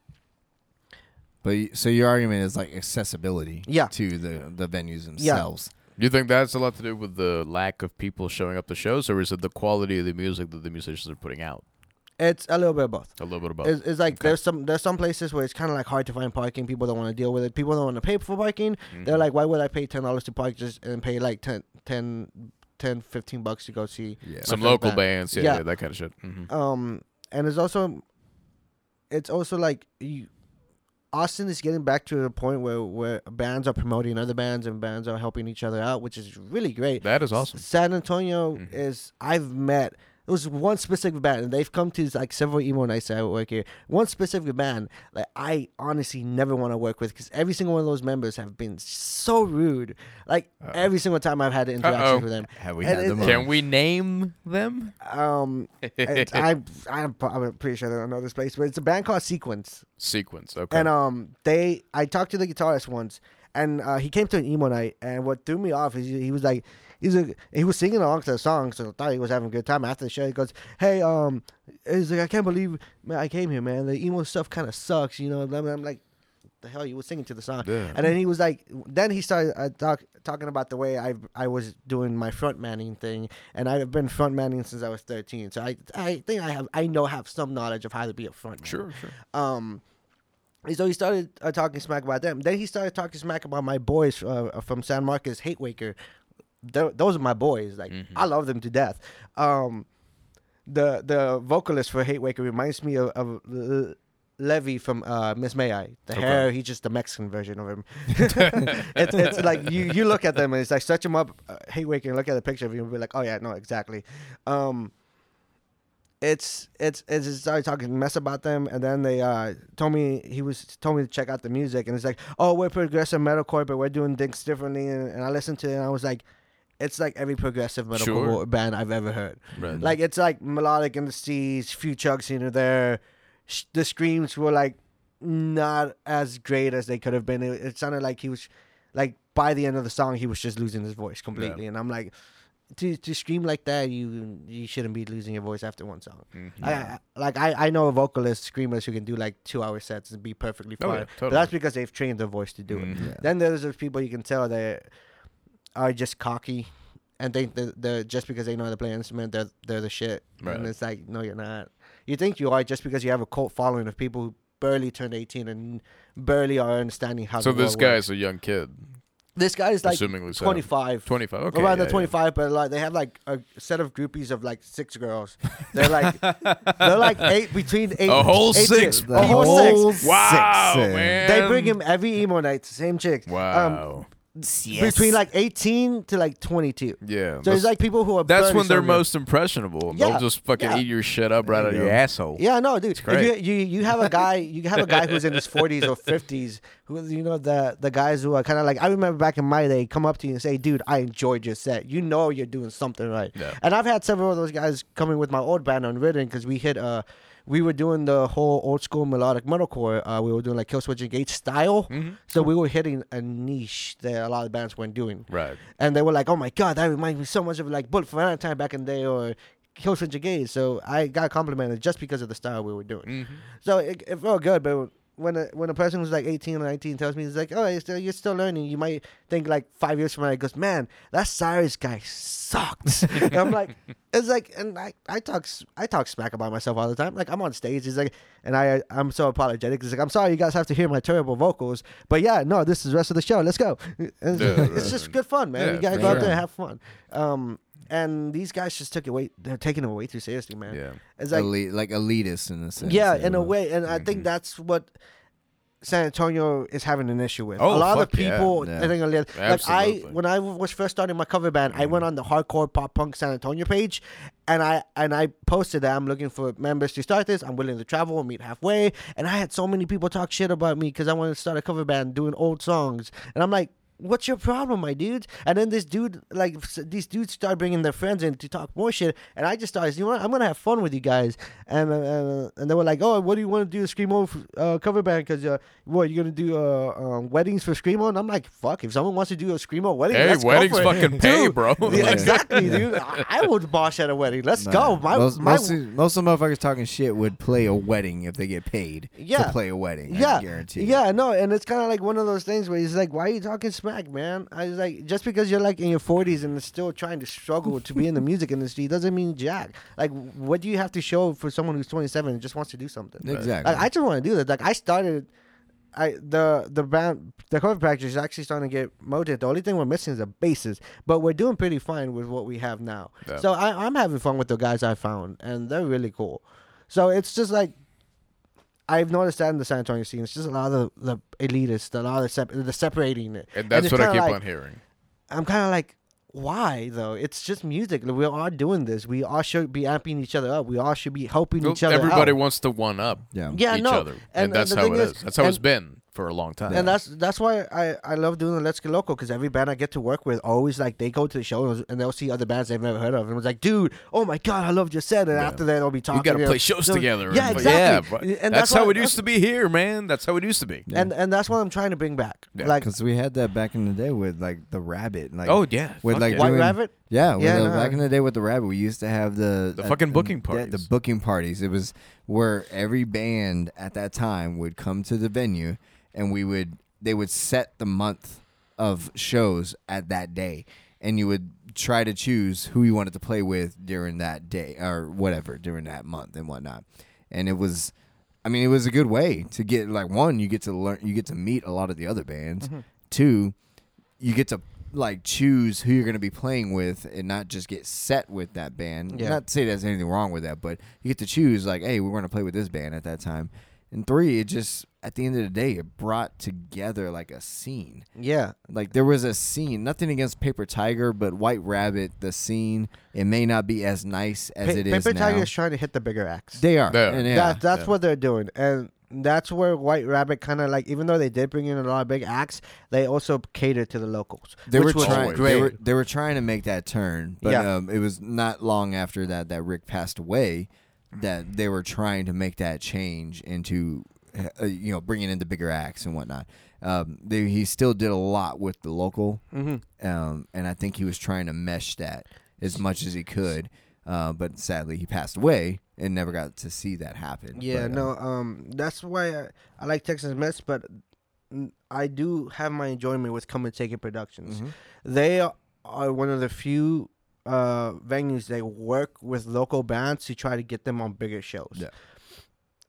[SPEAKER 3] But y- so your argument is like accessibility.
[SPEAKER 2] Yeah.
[SPEAKER 3] To the the venues themselves.
[SPEAKER 4] Do you think that's a lot to do with the lack of people showing up to shows, or is it the quality of the music that the musicians are putting out?
[SPEAKER 2] it's a little bit of both.
[SPEAKER 4] A little bit of both.
[SPEAKER 2] It's, it's like
[SPEAKER 4] Okay.
[SPEAKER 2] there's some there's some places where it's kind of like hard to find parking. People don't want to deal with it. People don't want to pay for parking.
[SPEAKER 4] Mm-hmm.
[SPEAKER 2] They're like, why would I pay ten dollars to park just and pay like 10, 10, 10 15 bucks to go see?
[SPEAKER 3] Yeah.
[SPEAKER 4] Some
[SPEAKER 2] my friend's
[SPEAKER 4] local
[SPEAKER 2] band.
[SPEAKER 4] bands, yeah,
[SPEAKER 2] Yeah.
[SPEAKER 4] yeah, that kind of shit. hmm
[SPEAKER 2] Um, and it's also, it's also like you, Austin is getting back to the point where where bands are promoting other bands and bands are helping each other out, which is really great.
[SPEAKER 4] That is awesome.
[SPEAKER 2] San Antonio
[SPEAKER 3] Mm-hmm.
[SPEAKER 2] is I've met it was one specific band and they've come to like several emo nights that I work here. One specific band that I honestly never want to work with because every single one of those members have been so rude. Like every single time I've had interactions
[SPEAKER 4] Uh-oh.
[SPEAKER 2] with them.
[SPEAKER 3] Have we
[SPEAKER 2] And
[SPEAKER 3] had
[SPEAKER 2] it-
[SPEAKER 3] them?
[SPEAKER 4] Can
[SPEAKER 3] on?
[SPEAKER 4] we name them?
[SPEAKER 2] Um, it's- I I'm, pro- I'm pretty sure that I know this place, but it's a band called Sequence.
[SPEAKER 4] Sequence. Okay.
[SPEAKER 2] And um, they I talked to the guitarist once, and uh, he came to an emo night, and what threw me off is he, he was like, he's a, he was singing along to the song, so I thought he was having a good time. After the show, he goes, "Hey, um, he's like, I can't believe man, I came here, man. The emo stuff kind of sucks, you know." And I'm I'm like. The hell you were singing to the song,
[SPEAKER 4] Yeah.
[SPEAKER 2] and then he was like, then he started uh, talk, talking about the way I I was doing my front manning thing, and I've been front manning since I was thirteen, so I I think I have I know have some knowledge of how to be a front. man.
[SPEAKER 4] sure, sure.
[SPEAKER 2] Um, and so he started uh, talking smack about them. Then he started talking smack about my boys uh, from San Marcos, Hate Waker. Th- those are my boys. Like I love them to death. Um, the the vocalist for Hate Waker reminds me of, of L- Levy from uh, Miss May I. The hair, he's just the Mexican version of him. it's, it's like you you look at them and it's like search him up, uh, Hate Waker, and look at the picture of you and be like, oh yeah, no, exactly. Um, it's it's it's just started talking mess about them and then they uh told me he was told me to check out the music and it's like oh we're progressive metalcore but we're doing things differently and, and I listened to it and I was like it's like every progressive metalcore
[SPEAKER 4] Sure.
[SPEAKER 2] band I've ever heard
[SPEAKER 4] Right.
[SPEAKER 2] like it's like melodic industries few chugs here and there Sh- the screams were like not as great as they could have been it, it sounded like he was like by the end of the song he was just losing his voice completely and I'm like to to scream like that, you you shouldn't be losing your voice after one song.
[SPEAKER 4] Mhm.
[SPEAKER 2] I, I, like I, I know vocalists, screamers who can do like two hour sets and be perfectly
[SPEAKER 4] Oh,
[SPEAKER 2] fine.
[SPEAKER 4] yeah,
[SPEAKER 2] But
[SPEAKER 4] totally.
[SPEAKER 2] that's because they've trained their voice to do it.
[SPEAKER 4] Mhm.
[SPEAKER 3] Mm-hmm. Yeah.
[SPEAKER 2] Then there's those people you can tell that are just cocky and think that they're just because they know how to play an instrument, they're they're the shit.
[SPEAKER 4] Right.
[SPEAKER 2] And it's like, no, you're not. You think you are just because you have a cult following of people who barely turned 18 and barely are understanding how.
[SPEAKER 4] So
[SPEAKER 2] the
[SPEAKER 4] this
[SPEAKER 2] world works.
[SPEAKER 4] guy's a young kid,
[SPEAKER 2] this guy is like
[SPEAKER 4] assumingly so.
[SPEAKER 2] 25.
[SPEAKER 4] 25. Okay.
[SPEAKER 2] around
[SPEAKER 4] yeah,
[SPEAKER 2] the 25, but like they have like a set of groupies of like six girls. They're like they're like eight between eight.
[SPEAKER 4] Yeah. A whole
[SPEAKER 2] eight
[SPEAKER 4] six.
[SPEAKER 2] chicks.
[SPEAKER 4] people.
[SPEAKER 2] A whole six.
[SPEAKER 4] Wow,
[SPEAKER 3] six, uh,
[SPEAKER 4] man.
[SPEAKER 2] They bring him every emo night, same chicks. Um,
[SPEAKER 4] Wow.
[SPEAKER 2] Between like 18 to like 22.
[SPEAKER 4] yeah.
[SPEAKER 2] So
[SPEAKER 4] that's-
[SPEAKER 2] it's like people who are.
[SPEAKER 4] That's
[SPEAKER 2] barely
[SPEAKER 4] when they're
[SPEAKER 2] sober.
[SPEAKER 4] most impressionable.
[SPEAKER 2] Yeah,
[SPEAKER 4] They'll just fucking
[SPEAKER 2] yeah.
[SPEAKER 4] eat your shit up right out of
[SPEAKER 3] you
[SPEAKER 4] your
[SPEAKER 3] go.
[SPEAKER 4] asshole.
[SPEAKER 2] Yeah, no, dude. If
[SPEAKER 4] great.
[SPEAKER 2] You, you you have a guy you have a guy who's in his 40s or 50s who you know the the guys who are kind of like I remember back in my day come up to you and say, "Dude, I enjoyed your set. You know you're doing something right."
[SPEAKER 4] Yeah.
[SPEAKER 2] And I've had several of those guys coming with my old band on Ridden because we hit uh we were doing the whole old school melodic metalcore. Uh, we were doing like Killswitch Engage style,
[SPEAKER 4] Mm-hmm.
[SPEAKER 2] so we were hitting a niche that a lot of bands weren't doing.
[SPEAKER 4] Right.
[SPEAKER 2] And they were like, "Oh my god, that reminds me so much of like Bullet for Valentine back in the day, or Killswitch Engage." So I got complimented just because of the style we were doing. So it, it felt good, but when a, when a person who's like 18 or 19 tells me, he's like, oh, you're still, you're still learning. You might think like five years from now, he goes, man, that Cyrus guy sucked. and I'm like, it's like, and I, I talk s- I talk smack about myself all the time. Like I'm on stage, he's like, and I I'm so apologetic. He's like, I'm sorry you guys have to hear my terrible vocals, but yeah, no, this is the rest of the show. Let's go. And it's,
[SPEAKER 4] Yeah, right.
[SPEAKER 2] just good fun, man.
[SPEAKER 4] Yeah,
[SPEAKER 2] you gotta
[SPEAKER 4] for
[SPEAKER 2] go out
[SPEAKER 4] sure.
[SPEAKER 2] there and have fun. Um, and these guys just took it way they're taking it way too seriously, man.
[SPEAKER 4] Yeah.
[SPEAKER 2] It's like
[SPEAKER 3] like, Elite, like elitist in a sense.
[SPEAKER 2] yeah,
[SPEAKER 3] you
[SPEAKER 2] in a
[SPEAKER 3] know.
[SPEAKER 2] way, and I
[SPEAKER 4] Mhm.
[SPEAKER 2] think that's what San Antonio is having an issue with. a
[SPEAKER 4] Oh,
[SPEAKER 2] lot of
[SPEAKER 4] fuck yeah,
[SPEAKER 2] people,
[SPEAKER 3] yeah.
[SPEAKER 2] I think, are li- like I
[SPEAKER 4] Absolutely.
[SPEAKER 2] when I was first starting my cover band, I went on the hardcore pop punk San Antonio page, and I and I posted that I'm looking for members to start this. I'm willing to travel and meet halfway, and I had so many people talk shit about me because I wanted to start a cover band doing old songs, and I'm like. What's your problem, my dude? And then this dude, like s- these dudes, start bringing their friends in to talk more shit, and I just started. You know what? I'm gonna have fun with you guys, and uh, and, uh, and they were like, "Oh, what do you want to do? Screamo f- uh, cover band? Because uh, what you gonna do? Uh, um, weddings for screamo?" And I'm like, "Fuck! If someone wants to do a screamo wedding,
[SPEAKER 4] Hey,
[SPEAKER 2] let's go
[SPEAKER 4] weddings
[SPEAKER 2] for it."
[SPEAKER 4] fucking pay,
[SPEAKER 2] Dude,
[SPEAKER 4] bro.
[SPEAKER 2] yeah,
[SPEAKER 4] Like,
[SPEAKER 2] exactly, dude. I, I would bosh at a wedding. Let's
[SPEAKER 3] Nah.
[SPEAKER 2] go. My,
[SPEAKER 3] most,
[SPEAKER 2] my,
[SPEAKER 3] most, of- most of the motherfuckers talking shit would play a wedding if they get paid
[SPEAKER 2] Yeah.
[SPEAKER 3] to play a wedding.
[SPEAKER 2] yeah,
[SPEAKER 3] I guarantee.
[SPEAKER 2] yeah, no, and it's kind of like one of those things where he's like, "Why are you talking smack, man?" I was like, "Just because you're like in your 40s and still trying to struggle to be in the music industry doesn't mean jack. Like, what do you have to show for someone who's 27 and just wants to do something?
[SPEAKER 3] exactly.
[SPEAKER 2] Like, I just want to do that. Like I started, I the the band the cover package is actually starting to get motivated. The only thing we're missing is a bassist, but we're doing pretty fine with what we have now.
[SPEAKER 4] Yeah.
[SPEAKER 2] So I, I'm having fun with the guys I found, and they're really cool. So it's just like. I've noticed that in the San Antonio scene, it's just a lot of the, the elitists, a lot of the, sep- the separating it.
[SPEAKER 4] And that's
[SPEAKER 2] it's
[SPEAKER 4] what I
[SPEAKER 2] kinda
[SPEAKER 4] keep
[SPEAKER 2] like-
[SPEAKER 4] on hearing.
[SPEAKER 2] I'm kind of like, why though? It's just music. We are doing this. We all should be amping each other up. We all should be helping each other. out.
[SPEAKER 4] Everybody wants to one up
[SPEAKER 3] yeah.
[SPEAKER 2] Yeah,
[SPEAKER 4] each
[SPEAKER 2] no.
[SPEAKER 4] other. And,
[SPEAKER 2] and
[SPEAKER 4] that's
[SPEAKER 2] the
[SPEAKER 4] how
[SPEAKER 2] thing
[SPEAKER 4] it
[SPEAKER 2] is-
[SPEAKER 4] is. That's how it's
[SPEAKER 2] and-
[SPEAKER 4] been for a long time.
[SPEAKER 2] And that's that's why I, I love doing the Let's Get Local because every band I get to work with always like they go to the shows and they'll see other bands they've never heard of and was like, dude, oh my god, I loved your set. And
[SPEAKER 4] Yeah.
[SPEAKER 2] after that, they'll be talking.
[SPEAKER 4] we got to
[SPEAKER 2] you know,
[SPEAKER 4] play shows
[SPEAKER 2] so-
[SPEAKER 4] together.
[SPEAKER 2] Yeah,
[SPEAKER 4] and-
[SPEAKER 2] exactly.
[SPEAKER 4] Yeah, but
[SPEAKER 2] and
[SPEAKER 4] that's,
[SPEAKER 2] that's
[SPEAKER 4] how
[SPEAKER 2] why-
[SPEAKER 4] it used to be here, man. That's how it used to be.
[SPEAKER 2] And and that's what I'm trying to bring back.
[SPEAKER 4] Yeah,
[SPEAKER 2] like
[SPEAKER 3] Because we had that back in the day with like the rabbit. Like
[SPEAKER 4] Oh, yeah.
[SPEAKER 3] with
[SPEAKER 4] Fuck
[SPEAKER 3] like
[SPEAKER 4] yeah.
[SPEAKER 2] White
[SPEAKER 3] doing-
[SPEAKER 2] Rabbit?
[SPEAKER 3] Yeah, with
[SPEAKER 2] Yeah, no.
[SPEAKER 3] the- back in the day with the rabbit, we used to have the
[SPEAKER 4] The fucking booking
[SPEAKER 3] yeah, the
[SPEAKER 4] parties.
[SPEAKER 3] booking parties. It was where every band at that time would come to the venue, and we would they would set the month of shows at that day, and you would try to choose who you wanted to play with during that day or whatever during that month and whatnot. And it was I mean, it was a good way to get like one, you get to learn, you get to meet a lot of the other bands.
[SPEAKER 2] Mm-hmm.
[SPEAKER 3] Two, you get to like choose who you're going to be playing with and not just get set with that band.
[SPEAKER 2] Yeah.
[SPEAKER 3] Not to say there's anything wrong with that, but you get to choose like, hey, we're going to play with this band at that time. And three, it just at the end of the day, it brought together like a scene.
[SPEAKER 2] yeah,
[SPEAKER 3] Like there was a scene, nothing against Paper Tiger, but White Rabbit, the scene, it may not be as nice as
[SPEAKER 2] Pa-
[SPEAKER 3] it is
[SPEAKER 2] Paper
[SPEAKER 3] now.
[SPEAKER 2] Tiger is trying to hit the bigger acts.
[SPEAKER 3] they are.
[SPEAKER 4] They are.
[SPEAKER 3] And, yeah.
[SPEAKER 2] that, that's
[SPEAKER 4] yeah.
[SPEAKER 2] what they're doing and that's where white rabbit kind of like even though they did bring in a lot of big acts they also catered to the locals
[SPEAKER 3] They
[SPEAKER 2] which
[SPEAKER 3] were
[SPEAKER 2] was
[SPEAKER 3] trying.
[SPEAKER 2] great
[SPEAKER 3] They were, they were trying to make that turn, but
[SPEAKER 2] Yeah.
[SPEAKER 3] um, it was not long after that that Rick passed away that they were trying to make that change into, uh, you know, bringing in the bigger acts and whatnot. Um, they,
[SPEAKER 2] Mm-hmm.
[SPEAKER 3] he still did a lot with the local, um, and I think he was trying to mesh that as much as he could. Uh, but sadly, he passed away and never got to see that happen.
[SPEAKER 2] Yeah,
[SPEAKER 3] But, uh,
[SPEAKER 2] no, um, that's why I, I like Texas Mets, but n- I do have my enjoyment with Come and Take It Productions.
[SPEAKER 3] Mhm.
[SPEAKER 2] They a- are one of the few uh, venues that work with local bands to try to get them on bigger shows.
[SPEAKER 3] Yeah.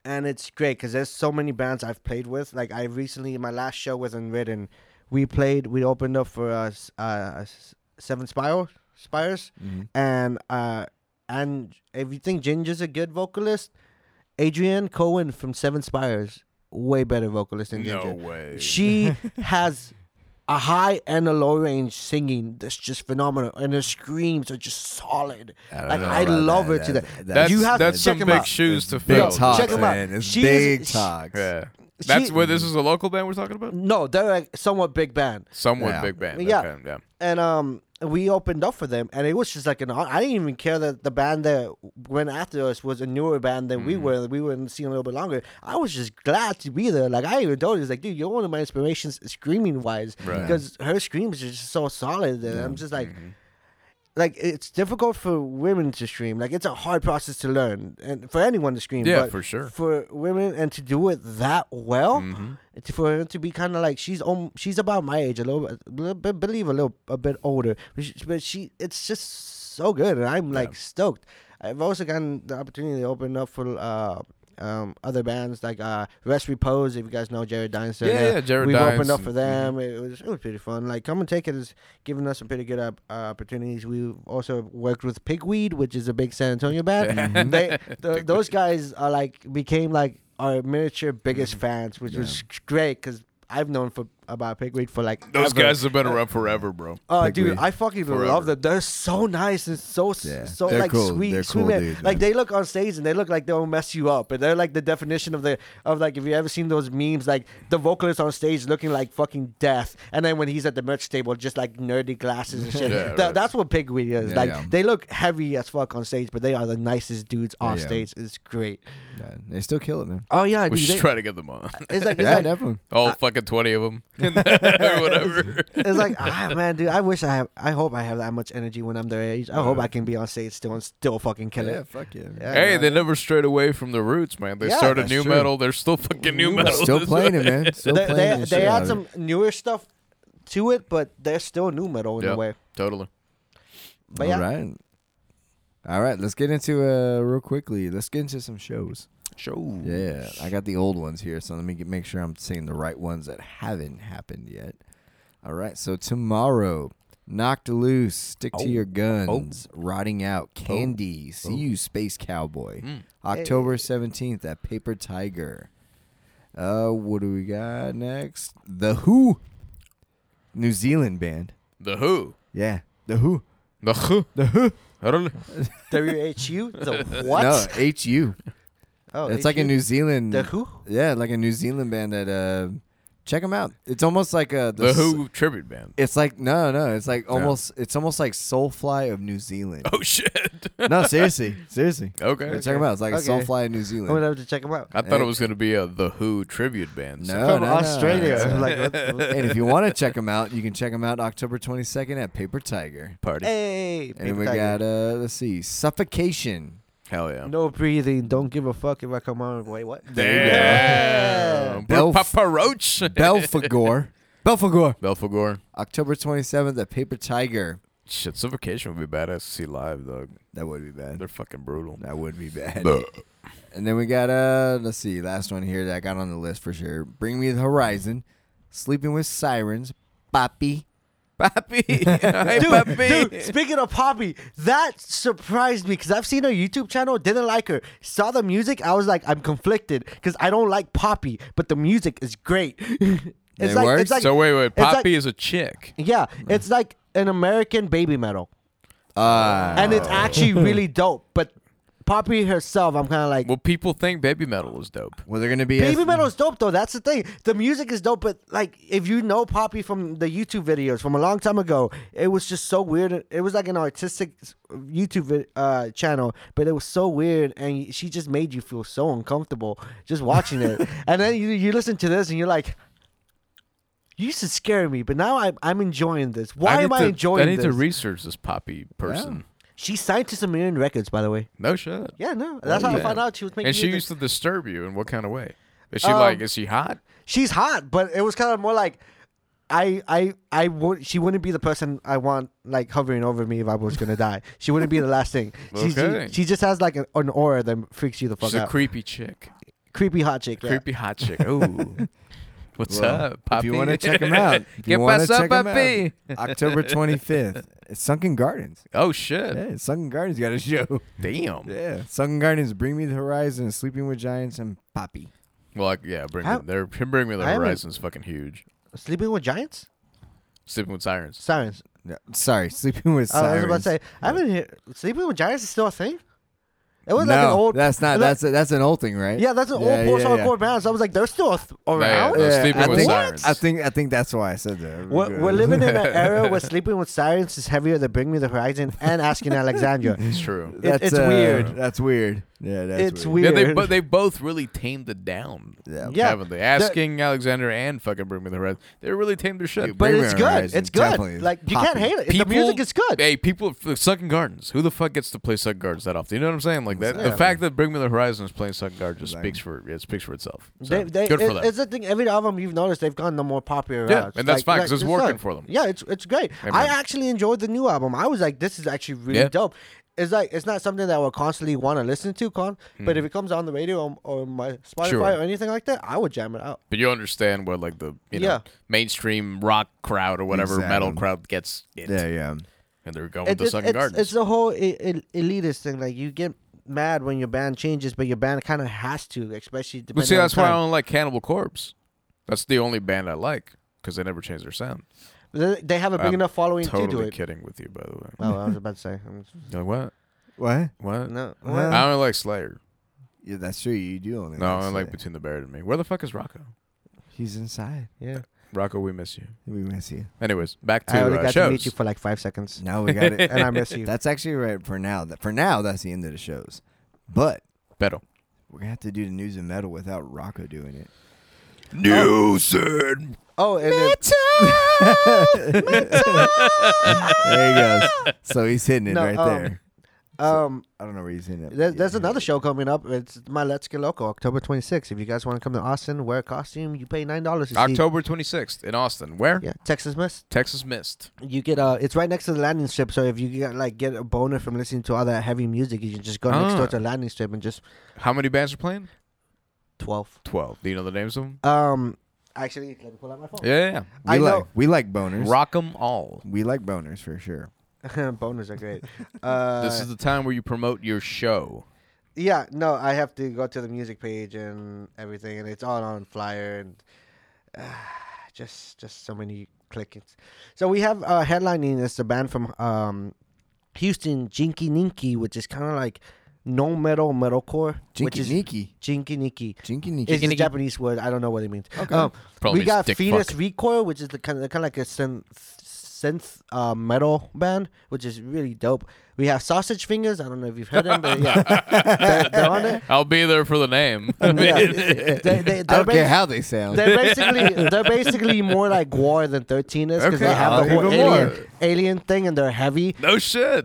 [SPEAKER 2] And it's great because there's so many bands I've played with. Like I recently, my last show was in Ridden. We played. We opened up for uh, s- uh, s- Seven Spiral Spires
[SPEAKER 3] mhm.
[SPEAKER 2] and uh and if you think Ginger's a good vocalist, Adrienne Cohen from Seven Spires way better vocalist than
[SPEAKER 4] No
[SPEAKER 2] Ginger.
[SPEAKER 4] way.
[SPEAKER 2] She has a high and a low range singing that's just phenomenal, and her screams are just solid.
[SPEAKER 3] I don't
[SPEAKER 2] like
[SPEAKER 3] know
[SPEAKER 2] I
[SPEAKER 3] about
[SPEAKER 2] love
[SPEAKER 3] that.
[SPEAKER 2] her to
[SPEAKER 3] That-
[SPEAKER 2] that.
[SPEAKER 4] that's
[SPEAKER 2] you have to
[SPEAKER 4] that's
[SPEAKER 2] check
[SPEAKER 4] some
[SPEAKER 2] 'em
[SPEAKER 4] big
[SPEAKER 2] out.
[SPEAKER 4] shoes to
[SPEAKER 3] Big
[SPEAKER 4] fill.
[SPEAKER 3] talks,
[SPEAKER 2] Check 'em out.
[SPEAKER 3] man. It's
[SPEAKER 2] She is-
[SPEAKER 3] big
[SPEAKER 2] she-
[SPEAKER 3] talks.
[SPEAKER 4] Yeah. That's
[SPEAKER 2] She-
[SPEAKER 4] where this is a local band we're talking about?
[SPEAKER 2] No, they're like somewhat big band,
[SPEAKER 4] Someone
[SPEAKER 3] Yeah.
[SPEAKER 4] big band.
[SPEAKER 2] Yeah.
[SPEAKER 4] Okay, yeah.
[SPEAKER 2] and um. We opened up for them, and it was just like an. hon- I didn't even care that the band that went after us was a newer band than we were. We were in the scene a little bit longer. I was just glad to be there. Like I even told you, it's like, dude, you're one of my inspirations, screaming wise,
[SPEAKER 4] Right.
[SPEAKER 2] because her screams are just so solid. And I'm just like, like it's difficult for women to scream. Like it's a hard process to learn, and for anyone to scream.
[SPEAKER 4] Yeah,
[SPEAKER 2] but
[SPEAKER 4] for sure. Mm-hmm.
[SPEAKER 2] For women and to do it that well, it's for her to be kind of like she's om- she's about my age, a little, bit- little bit, believe a little, a bit older. But she, but she it's just so good, and I'm like stoked. I've also gotten the opportunity to open up for. Uh, um, other bands like uh, Rest Repose, if you guys know Jared Dines. they're
[SPEAKER 4] Yeah,
[SPEAKER 2] there.
[SPEAKER 4] yeah, Jared
[SPEAKER 2] We've
[SPEAKER 4] Dines
[SPEAKER 2] opened up
[SPEAKER 4] and-
[SPEAKER 2] for them. It
[SPEAKER 4] Mm-hmm.
[SPEAKER 2] was it was pretty fun. Like Come and Take It has given us some pretty good op- uh, opportunities. We've also worked with Pigweed, which is a big San Antonio band. they, th those guys are like became like our miniature biggest
[SPEAKER 4] Mm-hmm.
[SPEAKER 2] fans, which was great because I've known for about Pigweed for like
[SPEAKER 4] Those
[SPEAKER 2] ever.
[SPEAKER 4] guys have been around forever, bro.
[SPEAKER 2] Oh, dude,
[SPEAKER 3] Pigweed.
[SPEAKER 2] I fucking
[SPEAKER 4] Forever.
[SPEAKER 2] love them. They're so nice and so s
[SPEAKER 3] Yeah,
[SPEAKER 2] so
[SPEAKER 3] they're
[SPEAKER 2] like
[SPEAKER 3] cool.
[SPEAKER 2] sweet,
[SPEAKER 3] They're
[SPEAKER 2] sweet
[SPEAKER 3] cool
[SPEAKER 2] man.
[SPEAKER 3] dudes,
[SPEAKER 2] like
[SPEAKER 3] man.
[SPEAKER 2] they look on stage and they look like they'll mess you up, and they're like the definition of the of like if you ever seen those memes, like the vocalist on stage looking like fucking death, and then when he's at the merch table, just like nerdy glasses and shit.
[SPEAKER 4] Yeah,
[SPEAKER 2] Th-
[SPEAKER 4] right.
[SPEAKER 2] That's what Pigweed is.
[SPEAKER 3] Yeah,
[SPEAKER 2] like
[SPEAKER 3] yeah.
[SPEAKER 2] they look heavy as fuck on stage, but they are the nicest dudes on
[SPEAKER 3] Yeah.
[SPEAKER 2] stage. It's great.
[SPEAKER 3] Yeah, They still kill it, man.
[SPEAKER 2] Oh yeah,
[SPEAKER 4] We
[SPEAKER 2] dude,
[SPEAKER 4] should
[SPEAKER 2] they-
[SPEAKER 4] try to get them on.
[SPEAKER 2] it's like it's
[SPEAKER 3] Yeah,
[SPEAKER 2] like
[SPEAKER 3] definitely.
[SPEAKER 4] All fucking 20 of them. or whatever.
[SPEAKER 2] it's like ah man, dude. I wish I have. I hope I have that much energy when I'm their age. I hope I can be on stage still and still fucking kill
[SPEAKER 3] Yeah,
[SPEAKER 2] it.
[SPEAKER 3] fuck yeah.
[SPEAKER 2] Yeah,
[SPEAKER 4] Hey,
[SPEAKER 2] man.
[SPEAKER 4] they never strayed away from the roots, man. They
[SPEAKER 2] Yeah,
[SPEAKER 4] started
[SPEAKER 3] that's
[SPEAKER 4] new
[SPEAKER 3] true.
[SPEAKER 4] metal. They're still fucking new, metal.
[SPEAKER 3] Still playing it, man. Still
[SPEAKER 2] they,
[SPEAKER 3] playing
[SPEAKER 2] they,
[SPEAKER 3] it. and
[SPEAKER 2] they
[SPEAKER 3] shit.
[SPEAKER 2] add some newer stuff to it, but they're still new metal in
[SPEAKER 4] Yeah,
[SPEAKER 2] a way.
[SPEAKER 4] totally.
[SPEAKER 2] But yeah,
[SPEAKER 3] All right. All right, let's get into uh real quickly. Let's get into some shows.
[SPEAKER 4] Show.
[SPEAKER 3] Yeah, I got the old ones here, so let me get, make sure I'm saying the right ones that haven't happened yet. All right, so tomorrow, knocked loose, stick to your guns, rotting out, candy, see you, space cowboy.
[SPEAKER 4] Mm.
[SPEAKER 3] October seventeenth at Paper Tiger. Uh, what do we got next? The Who, New Zealand band.
[SPEAKER 4] The Who.
[SPEAKER 3] Yeah, the Who.
[SPEAKER 4] The Who.
[SPEAKER 3] The Who.
[SPEAKER 4] Totally.
[SPEAKER 2] WHU, the what?
[SPEAKER 3] No, H U.
[SPEAKER 2] oh,
[SPEAKER 3] It's like a
[SPEAKER 2] HU?
[SPEAKER 3] New Zealand.
[SPEAKER 2] The who?
[SPEAKER 3] Yeah, like a New Zealand band that uh check them out. It's almost like uh
[SPEAKER 4] The
[SPEAKER 3] s-
[SPEAKER 4] Who tribute band.
[SPEAKER 3] It's like no, no, it's like almost it's almost like Soulfly of New Zealand.
[SPEAKER 4] Oh, shit.
[SPEAKER 3] no, seriously. Seriously.
[SPEAKER 4] Okay.
[SPEAKER 3] Yeah, Check them out. It's like
[SPEAKER 2] Okay.
[SPEAKER 3] a Soulfly of New
[SPEAKER 2] I'm gonna
[SPEAKER 3] Zealand.
[SPEAKER 2] have to check them out.
[SPEAKER 4] I thought it was going to be a The Who tribute
[SPEAKER 3] No,
[SPEAKER 4] band. so-
[SPEAKER 3] no,
[SPEAKER 2] From
[SPEAKER 3] Oh, no.
[SPEAKER 2] Australia,
[SPEAKER 3] It's-
[SPEAKER 2] like what- what-
[SPEAKER 3] and if you want to check them out, you can check them out October 22nd at Paper Tiger.
[SPEAKER 4] Party.
[SPEAKER 2] hey,
[SPEAKER 3] And we
[SPEAKER 2] Big Tiger.
[SPEAKER 3] got uh let's see, Suffocation.
[SPEAKER 4] Hell yeah.
[SPEAKER 2] no breathing. Don't give a fuck if I come on. Wait, what?
[SPEAKER 3] you go.
[SPEAKER 4] Damn.
[SPEAKER 3] Belf-
[SPEAKER 4] Bro, Papa Roach.
[SPEAKER 3] Belfagor. Belfagor.
[SPEAKER 4] Belfagor.
[SPEAKER 3] October 27th at Paper Tiger.
[SPEAKER 4] Shit, Suffocation would be badass to see live, dog.
[SPEAKER 3] That would be bad.
[SPEAKER 4] They're fucking brutal.
[SPEAKER 3] That would be bad. And then we got uh let's see, last one here that I got on the list for sure. Bring me the horizon, sleeping with sirens, Poppy.
[SPEAKER 4] Papi. hey,
[SPEAKER 2] Dude,
[SPEAKER 4] Papi.
[SPEAKER 2] dude, speaking of Poppy, that surprised me because I've seen her YouTube channel, didn't like her. Saw the music, I was like, I'm conflicted because I don't like Poppy, but the music is great. it's
[SPEAKER 3] It
[SPEAKER 2] like,
[SPEAKER 3] works?
[SPEAKER 2] It's like,
[SPEAKER 4] so wait, wait.
[SPEAKER 2] it's like-
[SPEAKER 4] Poppy is a chick.
[SPEAKER 2] yeah, it's like an American baby metal,
[SPEAKER 3] Uh
[SPEAKER 2] and it's actually really dope. But Poppy herself, I'm kind of like.
[SPEAKER 4] Well, people think baby metal is dope.
[SPEAKER 3] well they're gonna be
[SPEAKER 2] Baby metal is dope though. That's the thing. The music is dope, but like if you know Poppy from the YouTube videos from a long time ago, it was just so weird. It was like an artistic s- YouTube vid- uh, channel, but it was so weird, and she just made you feel so uncomfortable just watching it. and then you, you listen to this, and you're like. You used to scare me, but now I, I'm enjoying this. Why
[SPEAKER 4] I
[SPEAKER 2] am
[SPEAKER 4] need
[SPEAKER 2] I
[SPEAKER 4] to-
[SPEAKER 2] enjoying
[SPEAKER 4] I need
[SPEAKER 2] this?
[SPEAKER 4] to research this Poppy person.
[SPEAKER 2] She signed to Sumerian Records, by the way.
[SPEAKER 4] No shit.
[SPEAKER 2] Yeah, no, that's how I
[SPEAKER 4] Oh, yeah.
[SPEAKER 2] found out she was making.
[SPEAKER 4] And she
[SPEAKER 2] music.
[SPEAKER 4] used to disturb you in what kind of way? Is she
[SPEAKER 2] Um,
[SPEAKER 4] like? Is she hot?
[SPEAKER 2] she's hot, but it was kind of more like I I I would she wouldn't be the person I want like hovering over me if I was gonna die. She wouldn't be the last thing. She's,
[SPEAKER 4] Okay.
[SPEAKER 2] she, she just has like an, an aura that freaks you the fuck
[SPEAKER 4] She's a
[SPEAKER 2] out.
[SPEAKER 4] creepy chick.
[SPEAKER 2] creepy hot chick. yeah.
[SPEAKER 4] Creepy hot chick. Ooh. What's
[SPEAKER 3] Well,
[SPEAKER 4] up, Poppy?
[SPEAKER 3] If you want to check them out, if you
[SPEAKER 4] Get
[SPEAKER 3] wanna
[SPEAKER 4] us up,
[SPEAKER 3] check 'em out,
[SPEAKER 4] Poppy.
[SPEAKER 3] October 25th, it's Sunken Gardens.
[SPEAKER 4] Oh shit!
[SPEAKER 3] Yeah, Sunken Gardens got a show.
[SPEAKER 4] Damn.
[SPEAKER 3] Yeah, Sunken Gardens, Bring Me the Horizon, Sleeping with Giants, and Poppy.
[SPEAKER 4] Well, like, yeah. Bring
[SPEAKER 2] How-
[SPEAKER 4] me, they're, bring me the
[SPEAKER 2] I haven't-
[SPEAKER 4] horizon's fucking huge.
[SPEAKER 2] Sleeping with giants,
[SPEAKER 4] Sleeping with sirens.
[SPEAKER 2] sirens.
[SPEAKER 3] No, sorry, Sleeping with
[SPEAKER 2] Oh, I was
[SPEAKER 3] Sirens.
[SPEAKER 2] about to say I haven't heard, sleeping with giants is still a thing. It was
[SPEAKER 3] no,
[SPEAKER 2] like an old.
[SPEAKER 3] that's not.
[SPEAKER 2] like-
[SPEAKER 3] That's a, that's an old thing, right?
[SPEAKER 2] yeah, that's an
[SPEAKER 3] Yeah,
[SPEAKER 2] old post
[SPEAKER 3] yeah, yeah.
[SPEAKER 2] hardcore band. So I was like, they're still a th- around.
[SPEAKER 4] yeah. Uh, Sleeping
[SPEAKER 3] I
[SPEAKER 2] with
[SPEAKER 3] think,
[SPEAKER 4] Sirens.
[SPEAKER 3] I think I think that's why I said that.
[SPEAKER 2] We're, we're living in an era where sleeping with sirens is heavier than Bring Me the Horizon and Asking Alexandra.
[SPEAKER 4] It's true.
[SPEAKER 3] That's,
[SPEAKER 2] it's
[SPEAKER 3] uh,
[SPEAKER 2] weird.
[SPEAKER 3] That's weird. Yeah, that's
[SPEAKER 2] It's
[SPEAKER 3] weird.
[SPEAKER 4] Yeah, they
[SPEAKER 2] Weird.
[SPEAKER 4] but they both really tamed it down.
[SPEAKER 3] Yeah.
[SPEAKER 2] Yeah.
[SPEAKER 4] haven't they? Asking Alexander and fucking bring me the horizon. They really tamed their shit.
[SPEAKER 2] But
[SPEAKER 3] Bring Me
[SPEAKER 2] it's
[SPEAKER 3] the
[SPEAKER 2] good.
[SPEAKER 3] Horizon,
[SPEAKER 2] it's good.
[SPEAKER 3] definitely.
[SPEAKER 2] Like you can't
[SPEAKER 3] Poppy.
[SPEAKER 2] hate it. the music is good.
[SPEAKER 4] Hey, people, f- Sunken Gardens. Who the fuck gets to play Sunken Gardens that often? You know what I'm saying? Like that. The
[SPEAKER 3] Exactly.
[SPEAKER 4] fact that Bring Me the Horizon is playing Sunken Gardens just
[SPEAKER 3] Exactly.
[SPEAKER 4] speaks for it speaks for itself. So,
[SPEAKER 2] They, they,
[SPEAKER 4] good
[SPEAKER 2] it-
[SPEAKER 4] for them.
[SPEAKER 2] It's the thing. Every album you've noticed, they've gone the more popular.
[SPEAKER 4] Yeah,
[SPEAKER 2] routes.
[SPEAKER 4] and that's fine, 'cause it's working
[SPEAKER 2] good.
[SPEAKER 4] for them.
[SPEAKER 2] Yeah, it's it's great.
[SPEAKER 4] Amen.
[SPEAKER 2] I actually enjoyed the new album. I was like, this is actually really
[SPEAKER 4] Yeah.
[SPEAKER 2] dope. It's like it's not something that I will constantly want to listen to, con. But if it comes on the radio or, or my Spotify
[SPEAKER 4] Hmm. Sure.
[SPEAKER 2] or anything like that, I would jam it out.
[SPEAKER 4] But you understand what like the you know
[SPEAKER 2] Yeah.
[SPEAKER 4] mainstream rock crowd or whatever
[SPEAKER 3] Exactly.
[SPEAKER 4] metal crowd gets it,
[SPEAKER 3] Yeah, yeah.
[SPEAKER 4] and they're going
[SPEAKER 2] It-
[SPEAKER 4] to
[SPEAKER 2] it's-
[SPEAKER 4] Sunken
[SPEAKER 2] it's,
[SPEAKER 4] Gardens.
[SPEAKER 2] it's the whole e- e- elitist thing. Like you get mad when your band changes, but your band kind of has to, especially.
[SPEAKER 4] but
[SPEAKER 2] depending
[SPEAKER 4] see,
[SPEAKER 2] on
[SPEAKER 4] that's why I
[SPEAKER 2] time.
[SPEAKER 4] don't like Cannibal Corpse. That's the only band I like because they never change their sound.
[SPEAKER 2] They- They have a big
[SPEAKER 4] I'm
[SPEAKER 2] enough following to do
[SPEAKER 4] Totally
[SPEAKER 2] it.
[SPEAKER 4] kidding with you, by the way.
[SPEAKER 2] Oh, I was about to say. I'm just-
[SPEAKER 4] Like, what?
[SPEAKER 3] What?
[SPEAKER 4] What?
[SPEAKER 2] No.
[SPEAKER 3] Well,
[SPEAKER 4] I only like Slayer.
[SPEAKER 3] Yeah, that's true. You do only.
[SPEAKER 4] No, I only
[SPEAKER 3] say
[SPEAKER 4] like
[SPEAKER 3] it.
[SPEAKER 4] Between the Buried and Me. Where the fuck is Rocco?
[SPEAKER 3] he's inside.
[SPEAKER 2] yeah.
[SPEAKER 4] Rocco, we miss you.
[SPEAKER 3] We miss you.
[SPEAKER 4] Anyways, back to
[SPEAKER 2] I only
[SPEAKER 4] uh,
[SPEAKER 2] got
[SPEAKER 4] shows.
[SPEAKER 2] to meet you for like five seconds,
[SPEAKER 3] Now we got it.
[SPEAKER 2] and I miss you.
[SPEAKER 3] That's actually right for now. That for now, that's the end of the shows. But
[SPEAKER 4] Beto.
[SPEAKER 3] we're gonna have to do the news and metal without Rocco doing it.
[SPEAKER 4] News and
[SPEAKER 2] oh, and then,
[SPEAKER 3] There he goes. So he's hitting it
[SPEAKER 2] No,
[SPEAKER 3] right
[SPEAKER 2] um,
[SPEAKER 3] there.
[SPEAKER 2] um,
[SPEAKER 3] I don't know where he's hitting it. but
[SPEAKER 2] there,
[SPEAKER 3] yeah,
[SPEAKER 2] there's
[SPEAKER 3] he
[SPEAKER 2] another
[SPEAKER 3] hit
[SPEAKER 2] show coming up. It's my Let's Get Local, October 26th. If you guys want to come to Austin, wear a costume. You pay nine dollars.
[SPEAKER 4] October 26th in Austin. Where?
[SPEAKER 2] Yeah, Texas Miss.
[SPEAKER 4] Texas Mist.
[SPEAKER 2] You get uh, it's right next to the landing strip. So if you get like get a boner from listening to all that heavy music, you can just go next door
[SPEAKER 4] Ah.
[SPEAKER 2] to the landing strip and just
[SPEAKER 4] How many bands are playing?
[SPEAKER 2] twelve.
[SPEAKER 4] 12. Do you know the names of them?
[SPEAKER 2] Um, actually, let me pull out my phone.
[SPEAKER 4] Yeah.
[SPEAKER 3] it.
[SPEAKER 2] I
[SPEAKER 3] We
[SPEAKER 2] know-
[SPEAKER 3] like we like boners.
[SPEAKER 4] Rock 'em all.
[SPEAKER 3] We like boners for sure.
[SPEAKER 2] Boners are great. Uh,
[SPEAKER 4] This is the time where you promote your show.
[SPEAKER 2] Yeah, no, I have to go to the music page and everything, and it's all on flyer and uh, just just so many clickings. So we have uh, headlining is the band from um, Houston, Jinky Ninky, which is kind of like no metal metalcore, which
[SPEAKER 3] Jinky
[SPEAKER 2] is
[SPEAKER 3] Nikki.
[SPEAKER 2] Jinky Ninky.
[SPEAKER 3] Jinky Nikki.
[SPEAKER 2] It's a Japanese word. I don't know what it means. Okay.
[SPEAKER 4] Probably
[SPEAKER 2] we
[SPEAKER 4] means
[SPEAKER 2] got
[SPEAKER 4] dick
[SPEAKER 2] Fetus
[SPEAKER 4] fuck.
[SPEAKER 2] Recoil, which is the kind of kind of like a synth synth uh, metal band, which is really dope. We have Sausage Fingers. I don't know if you've heard them, but yeah, they're, they're on it.
[SPEAKER 4] I'll be there for the name. I mean,
[SPEAKER 2] Yeah. they, they,
[SPEAKER 3] I
[SPEAKER 2] they're,
[SPEAKER 3] don't care
[SPEAKER 2] bas-
[SPEAKER 3] how they sound.
[SPEAKER 2] they're basically they're basically more like War than Thirteen is because
[SPEAKER 4] Okay,
[SPEAKER 2] they have
[SPEAKER 4] I'll
[SPEAKER 2] the whole
[SPEAKER 4] give 'em more.
[SPEAKER 2] alien, alien thing and they're heavy.
[SPEAKER 4] no shit.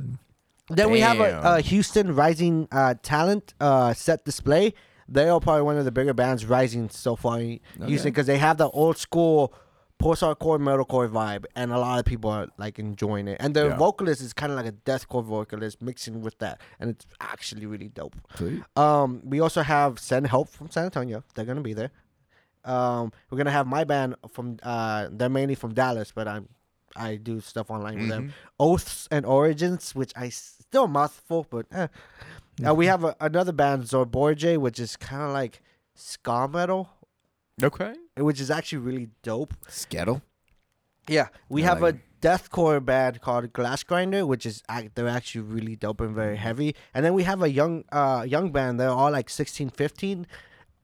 [SPEAKER 2] Then we have a,
[SPEAKER 4] Damn.
[SPEAKER 2] a Houston Rising uh, talent uh, set display. They are probably one of the bigger bands rising so far in Houston because they have the old school post-hardcore metalcore vibe, and a lot of people are like enjoying it. And their
[SPEAKER 4] Yeah.
[SPEAKER 2] vocalist is kind of like a deathcore vocalist mixing with that, and it's actually really dope.
[SPEAKER 3] Sweet.
[SPEAKER 2] Um, we also have Send Help from San Antonio. They're gonna be there. Um, we're gonna have my band from. Uh, they're mainly from Dallas, but I'm. I do stuff online with them. Oaths and Origins, which I s- still a mouthful, but eh. Uh, we have a, another band Zorborje, which is kind of like ska metal,
[SPEAKER 4] Okay.
[SPEAKER 2] which is actually really dope.
[SPEAKER 3] Skettle.
[SPEAKER 2] Yeah, we
[SPEAKER 3] I
[SPEAKER 2] have
[SPEAKER 3] like
[SPEAKER 2] a deathcore band called Glass Grinder, which is ac- they're actually really dope and very heavy. And then we have a young uh young band. They're all like 16, 15,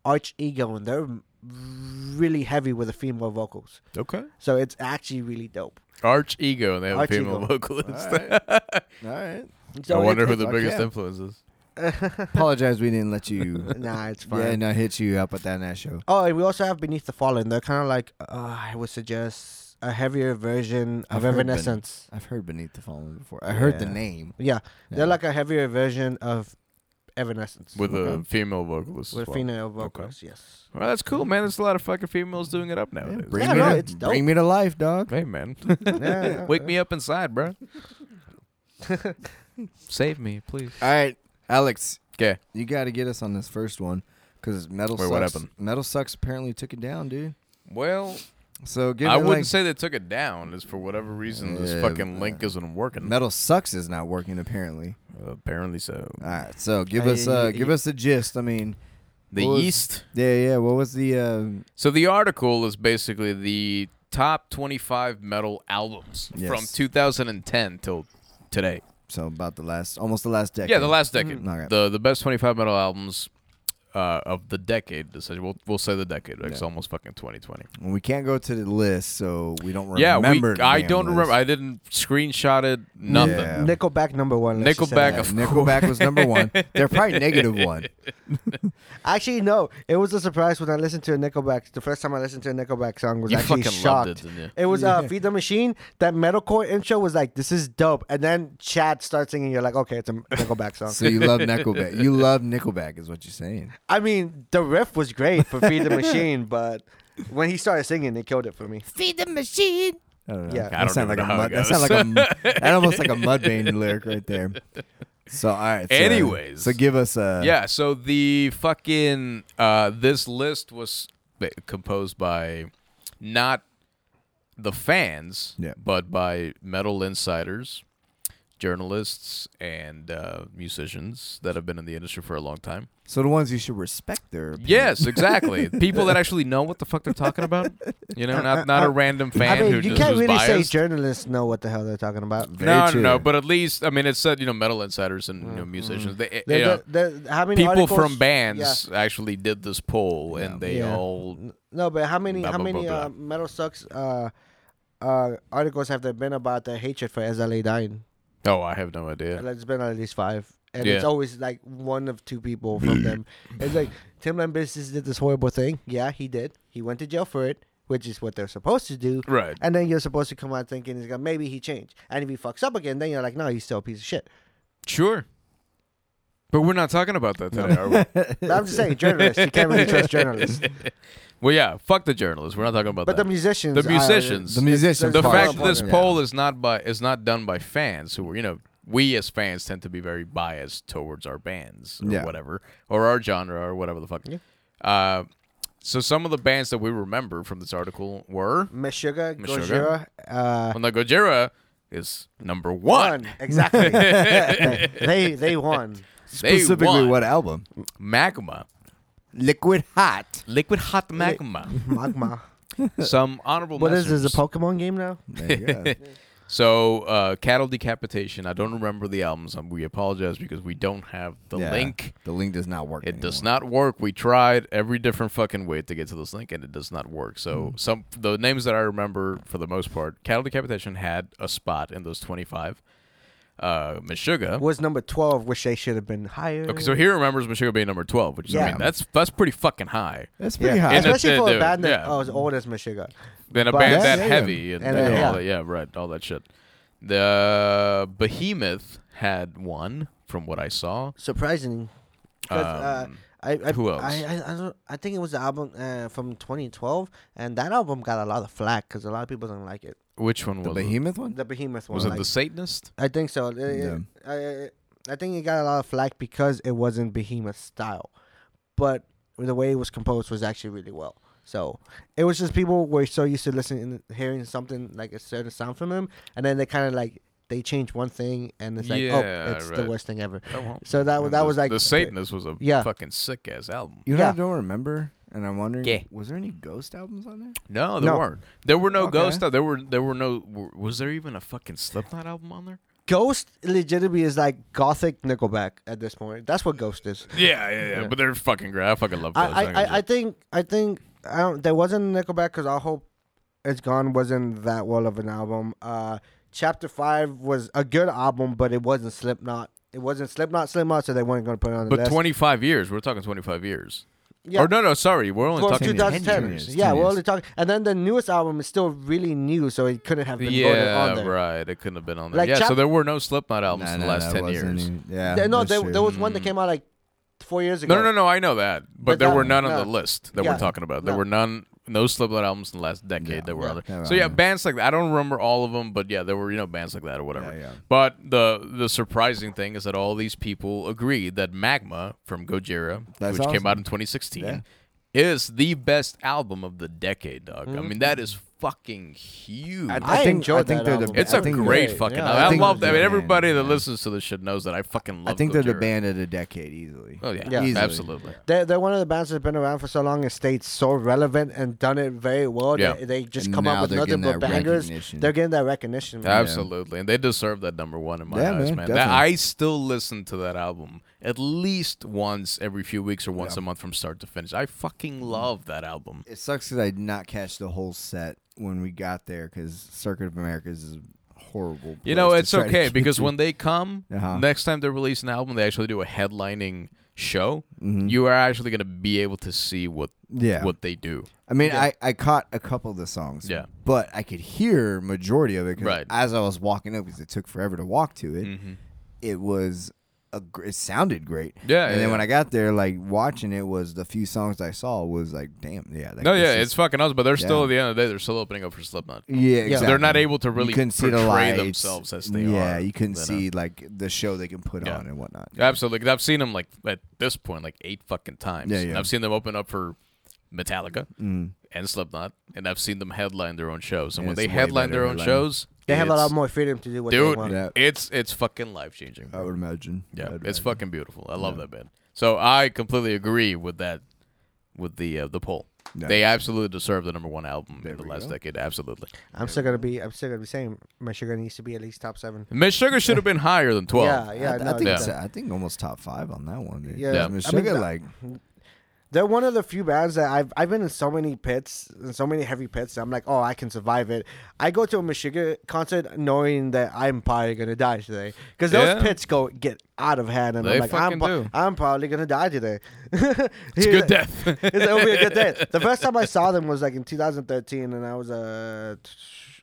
[SPEAKER 2] Arch Ego, and they're really heavy with the female vocals.
[SPEAKER 4] Okay.
[SPEAKER 2] So it's actually really dope.
[SPEAKER 4] Arch Ego, and they have
[SPEAKER 2] Arch
[SPEAKER 4] a female
[SPEAKER 2] Ego.
[SPEAKER 4] vocalist.
[SPEAKER 3] All right.
[SPEAKER 2] So
[SPEAKER 4] I wonder
[SPEAKER 2] it's-
[SPEAKER 4] who the
[SPEAKER 3] Fuck
[SPEAKER 4] biggest
[SPEAKER 3] yeah.
[SPEAKER 4] influence is.
[SPEAKER 3] Apologize we didn't let you
[SPEAKER 2] Nah, it's fine.
[SPEAKER 3] Yeah, no, hit you up with that in that show.
[SPEAKER 2] Oh, and we also have Beneath the Fallen. They're kind of like uh, I would suggest a heavier version
[SPEAKER 3] I've
[SPEAKER 2] of
[SPEAKER 3] heard
[SPEAKER 2] Evanescence.
[SPEAKER 3] I've heard Beneath the Fallen before. I heard the
[SPEAKER 2] Yeah.
[SPEAKER 3] name.
[SPEAKER 2] Yeah,
[SPEAKER 3] Yeah.
[SPEAKER 2] they're like a heavier version of Evanescence
[SPEAKER 4] with a
[SPEAKER 2] Okay.
[SPEAKER 4] female vocalist.
[SPEAKER 2] with
[SPEAKER 4] as well.
[SPEAKER 2] female vocals. Yes.
[SPEAKER 4] Well, that's cool, man. There's a lot of fucking females doing it up nowadays.
[SPEAKER 3] bring,
[SPEAKER 2] Yeah,
[SPEAKER 3] me
[SPEAKER 2] no,
[SPEAKER 3] to,
[SPEAKER 2] it's dope.
[SPEAKER 3] bring me to life, dog.
[SPEAKER 4] Hey, man.
[SPEAKER 2] Yeah,
[SPEAKER 4] Wake me up inside, bro. Save me, please.
[SPEAKER 3] All right, Alex,
[SPEAKER 4] Okay.
[SPEAKER 3] you got to get us on this first one because metal
[SPEAKER 4] Wait,
[SPEAKER 3] sucks.
[SPEAKER 4] what happened?
[SPEAKER 3] Metal sucks. Apparently took it down, dude.
[SPEAKER 4] Well,
[SPEAKER 3] So give
[SPEAKER 4] I
[SPEAKER 3] me,
[SPEAKER 4] wouldn't
[SPEAKER 3] like,
[SPEAKER 4] say they took it down. It's for whatever reason this
[SPEAKER 3] Yeah,
[SPEAKER 4] fucking
[SPEAKER 3] uh,
[SPEAKER 4] link isn't working.
[SPEAKER 3] metal sucks is not working apparently.
[SPEAKER 4] Apparently so.
[SPEAKER 3] All right, so give
[SPEAKER 2] Uh,
[SPEAKER 3] us
[SPEAKER 2] yeah,
[SPEAKER 3] uh,
[SPEAKER 2] yeah,
[SPEAKER 3] give
[SPEAKER 2] yeah.
[SPEAKER 3] us the gist. I mean,
[SPEAKER 4] The
[SPEAKER 3] Well, it's-
[SPEAKER 4] yeast.
[SPEAKER 3] yeah, yeah. What was the? Uh,
[SPEAKER 4] So the article is basically the top 25 metal albums
[SPEAKER 3] Yes.
[SPEAKER 4] from 2010 till today.
[SPEAKER 3] so about the last, almost the last decade.
[SPEAKER 4] Yeah, the last decade.
[SPEAKER 3] Mhm. Okay.
[SPEAKER 4] The the best 25 metal albums uh, of the decade. essentially. We'll, we'll say the decade. It's
[SPEAKER 3] Yeah.
[SPEAKER 4] almost fucking 2020.
[SPEAKER 3] And we can't go to the list, so we don't remember.
[SPEAKER 4] yeah, we,
[SPEAKER 3] the
[SPEAKER 4] I
[SPEAKER 3] damn
[SPEAKER 4] don't
[SPEAKER 3] list.
[SPEAKER 4] remember. I didn't screenshot it. Nothing.
[SPEAKER 3] Yeah.
[SPEAKER 2] Nickelback number one. let's just say
[SPEAKER 4] Um, Nickelback
[SPEAKER 2] that.
[SPEAKER 3] Yeah,
[SPEAKER 4] of
[SPEAKER 3] Nickelback was number one. They're probably negative one.
[SPEAKER 2] Actually, no. It was a surprise when I listened to a Nickelback. The first time I listened to a Nickelback song was
[SPEAKER 4] You
[SPEAKER 2] actually
[SPEAKER 4] fucking
[SPEAKER 2] shocked.
[SPEAKER 4] loved it, didn't you?
[SPEAKER 2] It was uh,
[SPEAKER 3] Yeah.
[SPEAKER 2] Feed the Machine. That metalcore intro was like, "This is dope," and then Chad starts singing. You're like, "Okay, it's a Nickelback song."
[SPEAKER 3] So you love Nickelback. You love Nickelback, is what you're saying.
[SPEAKER 2] I mean, the riff was great for Feed the Machine, but when he started singing, it killed it for me.
[SPEAKER 3] Feed the machine. I don't know.
[SPEAKER 2] Yeah. I
[SPEAKER 3] that
[SPEAKER 4] don't
[SPEAKER 3] sounds like a
[SPEAKER 4] remember
[SPEAKER 3] mud.
[SPEAKER 4] how
[SPEAKER 3] That
[SPEAKER 4] it
[SPEAKER 3] sounds like a. That almost like a Mudvayne lyric right there. So all right. So, uh,
[SPEAKER 4] Anyways.
[SPEAKER 3] so give us a.
[SPEAKER 4] yeah so the fucking uh this list was ba- composed by not the fans
[SPEAKER 3] Yeah.
[SPEAKER 4] but by metal insiders journalists and uh, musicians that have been in the industry for a long time
[SPEAKER 3] So the ones you should respect their. Opinion.
[SPEAKER 4] yes exactly people that actually know what the fuck they're talking about you know not not a random fan
[SPEAKER 2] I mean,
[SPEAKER 4] who
[SPEAKER 2] you
[SPEAKER 4] just
[SPEAKER 2] can't
[SPEAKER 4] was
[SPEAKER 2] really
[SPEAKER 4] biased
[SPEAKER 2] say journalists know what the hell they're talking about.
[SPEAKER 3] Very
[SPEAKER 4] no, no,
[SPEAKER 3] true.
[SPEAKER 4] no, but at least I mean, it said you know metal insiders and
[SPEAKER 2] Mm-hmm.
[SPEAKER 4] you know musicians. They,
[SPEAKER 2] They're-
[SPEAKER 4] you know,
[SPEAKER 2] they're- they're- how many
[SPEAKER 4] people
[SPEAKER 2] articles-
[SPEAKER 4] from
[SPEAKER 2] Yeah.
[SPEAKER 4] bands actually did this poll and they
[SPEAKER 2] Yeah.
[SPEAKER 4] all
[SPEAKER 2] No, but how many
[SPEAKER 4] Blah,
[SPEAKER 2] how
[SPEAKER 4] blah, blah,
[SPEAKER 2] many
[SPEAKER 4] blah.
[SPEAKER 2] Uh, metal sucks uh, uh, articles have there been about the hatred for SLA dying?
[SPEAKER 4] oh i have no idea
[SPEAKER 2] There's been at least five, and it's
[SPEAKER 4] Yeah.
[SPEAKER 2] always like one of two people from them. It's like Tim Lambesis did this horrible thing. Yeah, he did. He went to jail for it, which is what they're supposed to do.
[SPEAKER 4] right
[SPEAKER 2] And then you're supposed to come out thinking he's gonna maybe he changed, and if he fucks up again, then you're like, no, he's still a piece of shit.
[SPEAKER 4] sure but we're not talking about that today are we
[SPEAKER 2] But I'm just saying, journalists, you can't really trust journalists.
[SPEAKER 4] well yeah fuck the journalists we're not talking about
[SPEAKER 2] But the
[SPEAKER 4] that
[SPEAKER 2] musicians,
[SPEAKER 4] The musicians.
[SPEAKER 3] The musicians.
[SPEAKER 4] the
[SPEAKER 2] it's
[SPEAKER 4] fact that
[SPEAKER 2] horrible.
[SPEAKER 4] this
[SPEAKER 2] Yeah.
[SPEAKER 4] poll is not by is not done by fans who are you know we as fans tend to be very biased towards our bands or
[SPEAKER 3] Yeah.
[SPEAKER 4] whatever or our genre or whatever the fuck uh, so some of the bands that we remember from this article were
[SPEAKER 2] Meshuggah,
[SPEAKER 4] Meshuggah.
[SPEAKER 2] Gojira, uh,
[SPEAKER 4] well, no, Gojira is number one.
[SPEAKER 2] won exactly. they, they they won.
[SPEAKER 4] They
[SPEAKER 3] Specifically,
[SPEAKER 4] won.
[SPEAKER 3] what album?
[SPEAKER 4] Magma.
[SPEAKER 3] Liquid Hot.
[SPEAKER 4] Liquid Hot Magma.
[SPEAKER 2] Magma.
[SPEAKER 4] Some honorable
[SPEAKER 2] What is this? A
[SPEAKER 4] mentions.
[SPEAKER 2] Pokemon game now?
[SPEAKER 3] There you go.
[SPEAKER 4] So, uh, Cattle Decapitation. I don't remember the albums. Um, We apologize because we don't have the
[SPEAKER 3] Yeah.
[SPEAKER 4] link.
[SPEAKER 3] The link does not work.
[SPEAKER 4] It does not work. We tried every different fucking way to get to this link, and it does not work. So, some the names that I remember for the most part, Cattle Decapitation had a spot in those twenty-five. Uh, Meshuggah.
[SPEAKER 2] Was number twelve, which they should have been higher.
[SPEAKER 4] Okay, so here remembers Meshuggah being number twelve, which is I
[SPEAKER 2] Yeah.
[SPEAKER 4] mean that's that's pretty fucking high.
[SPEAKER 3] That's pretty
[SPEAKER 2] yeah,
[SPEAKER 3] high.
[SPEAKER 4] And
[SPEAKER 2] especially
[SPEAKER 4] that's it,
[SPEAKER 2] for a
[SPEAKER 4] dude.
[SPEAKER 2] band that
[SPEAKER 4] Yeah.
[SPEAKER 2] oh, as old as Meshuggah.
[SPEAKER 4] Then a
[SPEAKER 2] But-
[SPEAKER 4] band
[SPEAKER 2] Yeah,
[SPEAKER 4] that
[SPEAKER 3] yeah, yeah.
[SPEAKER 4] heavy and,
[SPEAKER 2] And,
[SPEAKER 4] and
[SPEAKER 2] uh,
[SPEAKER 4] all
[SPEAKER 2] yeah.
[SPEAKER 4] that, yeah, right, all that shit. The Behemoth had one, from what I saw.
[SPEAKER 2] Surprising. 'Cause, uh,
[SPEAKER 4] Um,
[SPEAKER 2] I, I,
[SPEAKER 4] who else?
[SPEAKER 2] I, I, I, don't, I think it was the album uh, from 2012, and that album got a lot of flack because a lot of people don't like it.
[SPEAKER 4] Which one
[SPEAKER 3] The
[SPEAKER 4] was it?
[SPEAKER 3] Behemoth one.
[SPEAKER 2] The Behemoth one.
[SPEAKER 4] Was it
[SPEAKER 2] like-
[SPEAKER 4] the Satanist?
[SPEAKER 2] I think so. It- it- I, I think it got a lot of flack because it wasn't Behemoth style, but the way it was composed was actually really well. So it was just people were so used to listening, hearing something like a certain sound from them, and then they kind of like they change one thing, and it's like,
[SPEAKER 4] Yeah,
[SPEAKER 2] oh, it's the
[SPEAKER 4] right.
[SPEAKER 2] worst thing ever.
[SPEAKER 4] Oh, well.
[SPEAKER 2] So that wa- that
[SPEAKER 4] The-
[SPEAKER 2] was like
[SPEAKER 4] the Satanist was a
[SPEAKER 2] Yeah.
[SPEAKER 4] fucking sick ass album.
[SPEAKER 3] You know, I
[SPEAKER 2] Yeah.
[SPEAKER 3] don't remember, and I'm wondering,
[SPEAKER 4] Yeah.
[SPEAKER 3] was there any Ghost albums on there?
[SPEAKER 4] No, there
[SPEAKER 2] No.
[SPEAKER 4] weren't. There were no
[SPEAKER 3] Okay.
[SPEAKER 4] Ghost. al- There were there were no. w- Was there even a fucking Slipknot album on there?
[SPEAKER 2] Ghost. Legitimately is like gothic Nickelback at this point. That's what Ghost is.
[SPEAKER 4] Yeah, yeah, yeah. But they're fucking great. I fucking love Ghost.
[SPEAKER 2] I, I, I, I think I think I don't, there wasn't a Nickelback because I hope it's gone wasn't that well of an album. Uh, Chapter Five was a good album, but it wasn't Slipknot. It wasn't Slipknot, Slipknot, so they weren't going to put it on the
[SPEAKER 4] but
[SPEAKER 2] list.
[SPEAKER 4] twenty five years. We're talking twenty five years.
[SPEAKER 2] Yeah.
[SPEAKER 4] Or no, no, sorry, we're only
[SPEAKER 2] Well,
[SPEAKER 4] talking
[SPEAKER 2] 2010.
[SPEAKER 4] 10 years.
[SPEAKER 2] yeah,
[SPEAKER 3] 10
[SPEAKER 2] we're
[SPEAKER 3] years.
[SPEAKER 2] only talking. And then the newest album is still really new, so it couldn't have been voted on
[SPEAKER 4] Yeah,
[SPEAKER 2] there.
[SPEAKER 4] right. It couldn't have been on there.
[SPEAKER 2] Like
[SPEAKER 4] yeah, so
[SPEAKER 2] Chap-
[SPEAKER 4] there were no Slipknot albums
[SPEAKER 3] Nah,
[SPEAKER 4] in the
[SPEAKER 3] nah,
[SPEAKER 4] last
[SPEAKER 3] that
[SPEAKER 4] ten
[SPEAKER 3] wasn't
[SPEAKER 4] years.
[SPEAKER 3] even- yeah.
[SPEAKER 2] There- no,
[SPEAKER 3] that's
[SPEAKER 2] there,
[SPEAKER 3] true.
[SPEAKER 2] there was one that came out like four years ago.
[SPEAKER 4] Hmm. No, no, no, I know that, but,
[SPEAKER 2] But
[SPEAKER 4] there
[SPEAKER 2] that-
[SPEAKER 4] were none on the
[SPEAKER 2] no.
[SPEAKER 4] list that
[SPEAKER 2] Yeah.
[SPEAKER 4] we're talking about. There
[SPEAKER 2] No.
[SPEAKER 4] were none, no Slipknot albums in the last decade that were
[SPEAKER 2] Yeah.
[SPEAKER 4] on there.
[SPEAKER 3] Yeah,
[SPEAKER 4] So yeah,
[SPEAKER 3] right.
[SPEAKER 4] bands like that. I don't remember all of them, but yeah, there were you know bands like that or whatever.
[SPEAKER 3] yeah.
[SPEAKER 4] But the the surprising thing is that all these people agreed that Magma from Gojira,
[SPEAKER 3] That's
[SPEAKER 4] which came out
[SPEAKER 3] awesome.
[SPEAKER 4] in 2016,
[SPEAKER 3] Yeah.
[SPEAKER 4] is the best album of the decade, dog. I mean, that is fucking huge.
[SPEAKER 2] I enjoyed
[SPEAKER 3] Mm-hmm. I
[SPEAKER 2] that
[SPEAKER 3] think they're the
[SPEAKER 2] album.
[SPEAKER 4] It's
[SPEAKER 3] I
[SPEAKER 4] a
[SPEAKER 3] think they're-
[SPEAKER 4] great
[SPEAKER 2] great.
[SPEAKER 4] fucking.
[SPEAKER 2] Yeah.
[SPEAKER 4] album.
[SPEAKER 2] I
[SPEAKER 4] I,
[SPEAKER 3] think
[SPEAKER 4] love
[SPEAKER 3] they're
[SPEAKER 4] that. I mean,
[SPEAKER 3] the band,
[SPEAKER 4] everybody that
[SPEAKER 3] yeah.
[SPEAKER 4] listens to this shit knows that I fucking
[SPEAKER 3] I
[SPEAKER 4] love.
[SPEAKER 3] think they're the
[SPEAKER 4] Gojira.
[SPEAKER 3] band of the decade easily.
[SPEAKER 4] Oh yeah,
[SPEAKER 2] Yeah.
[SPEAKER 3] Easily.
[SPEAKER 4] absolutely.
[SPEAKER 2] They're, they're one of the bands that's been around for so long and stayed so relevant and done it very well.
[SPEAKER 4] Yeah.
[SPEAKER 2] They, they just
[SPEAKER 3] And
[SPEAKER 2] come
[SPEAKER 3] now
[SPEAKER 2] up with
[SPEAKER 3] they're
[SPEAKER 2] nothing
[SPEAKER 3] getting
[SPEAKER 2] but
[SPEAKER 3] that
[SPEAKER 2] bangers.
[SPEAKER 3] recognition.
[SPEAKER 2] They're getting that recognition. man.
[SPEAKER 4] Absolutely, and they deserve that number one in my
[SPEAKER 3] Yeah,
[SPEAKER 4] eyes,
[SPEAKER 3] man,
[SPEAKER 4] man. That,
[SPEAKER 3] definitely.
[SPEAKER 4] I still listen to that album at least once every few weeks or once a month from start to finish. I fucking love that album.
[SPEAKER 3] It sucks that I did not catch the whole set when we got there because Circuit of Americas is a horrible.
[SPEAKER 4] You know,
[SPEAKER 3] place to
[SPEAKER 4] it's
[SPEAKER 3] try to
[SPEAKER 4] okay
[SPEAKER 3] get
[SPEAKER 4] because
[SPEAKER 3] to.
[SPEAKER 4] when they come
[SPEAKER 3] Uh-huh.
[SPEAKER 4] next time they release an album, they actually do a headlining show. You are actually going to be able to see what
[SPEAKER 3] Mm-hmm. Yeah.
[SPEAKER 4] what they do.
[SPEAKER 3] I mean, I, I caught a couple of the songs.
[SPEAKER 4] Yeah.
[SPEAKER 3] But I could hear majority of it 'cause
[SPEAKER 4] Right. Mm-hmm.
[SPEAKER 3] as I was walking up because it took forever to walk to it.
[SPEAKER 2] Mm-hmm.
[SPEAKER 3] It was a gr- it sounded great.
[SPEAKER 4] Yeah,
[SPEAKER 3] And
[SPEAKER 4] yeah,
[SPEAKER 3] then when
[SPEAKER 4] yeah.
[SPEAKER 3] I got there, like watching it was the few songs I saw was like, damn, yeah. Like,
[SPEAKER 4] No,
[SPEAKER 3] this
[SPEAKER 4] yeah,
[SPEAKER 3] is-
[SPEAKER 4] it's fucking awesome, but they're still
[SPEAKER 3] yeah.
[SPEAKER 4] at the end of the day, they're still opening up for Slipknot.
[SPEAKER 3] yeah.
[SPEAKER 4] So
[SPEAKER 3] Exactly.
[SPEAKER 4] they're not able to
[SPEAKER 3] You
[SPEAKER 4] really
[SPEAKER 3] couldn't see the
[SPEAKER 4] portray
[SPEAKER 3] lights.
[SPEAKER 4] themselves as they
[SPEAKER 3] Yeah,
[SPEAKER 4] are,
[SPEAKER 3] you couldn't
[SPEAKER 4] you know?
[SPEAKER 3] see like the show they can put
[SPEAKER 4] Yeah.
[SPEAKER 3] on and whatnot.
[SPEAKER 4] Absolutely, 'cause I've seen them like at this point like eight fucking times.
[SPEAKER 3] Yeah, yeah.
[SPEAKER 4] I've seen them open up for Metallica
[SPEAKER 3] Mm.
[SPEAKER 4] and Slipknot, and I've seen them headline their own shows. And
[SPEAKER 3] Yeah,
[SPEAKER 4] when they
[SPEAKER 3] it's way
[SPEAKER 4] headline their
[SPEAKER 3] better
[SPEAKER 4] own
[SPEAKER 3] headlining.
[SPEAKER 4] shows,
[SPEAKER 2] They have a
[SPEAKER 4] it's-
[SPEAKER 2] lot more freedom to do what
[SPEAKER 4] Dude,
[SPEAKER 2] they want.
[SPEAKER 3] Yeah.
[SPEAKER 4] it's it's fucking life changing.
[SPEAKER 3] I would imagine. I'd
[SPEAKER 4] Yeah, it's
[SPEAKER 3] imagine.
[SPEAKER 4] fucking beautiful. I love that band. So I completely agree with that, with the uh, the poll.
[SPEAKER 3] Yeah.
[SPEAKER 4] They absolutely deserve the number one album in the
[SPEAKER 3] we
[SPEAKER 4] last
[SPEAKER 3] go.
[SPEAKER 4] decade. Absolutely.
[SPEAKER 2] I'm still gonna be. I'm still gonna be saying my sugar needs to be at least top seven.
[SPEAKER 4] Miss Sugar should have been higher than twelve.
[SPEAKER 2] yeah, yeah.
[SPEAKER 3] I,
[SPEAKER 2] no,
[SPEAKER 3] I think
[SPEAKER 4] yeah.
[SPEAKER 3] it's- I think almost top five on that one. Dude.
[SPEAKER 2] Yeah.
[SPEAKER 4] Yeah.
[SPEAKER 3] I mean,
[SPEAKER 2] I mean,
[SPEAKER 3] Sugar,
[SPEAKER 2] uh,
[SPEAKER 3] like
[SPEAKER 2] They're one of the few bands that I've I've been in so many pits and so many heavy pits. I'm like, oh, I can survive it. I go to a Meshuggah concert knowing that I'm probably gonna die today because those
[SPEAKER 4] Yeah.
[SPEAKER 2] pits go get out of hand, and
[SPEAKER 4] They
[SPEAKER 2] I'm like, I'm,
[SPEAKER 4] fucking
[SPEAKER 2] pro-
[SPEAKER 4] do.
[SPEAKER 2] I'm probably gonna die today.
[SPEAKER 4] it's a good death.
[SPEAKER 2] It's- it'll be a good day. The first time I saw them was like in 2013, and I was uh,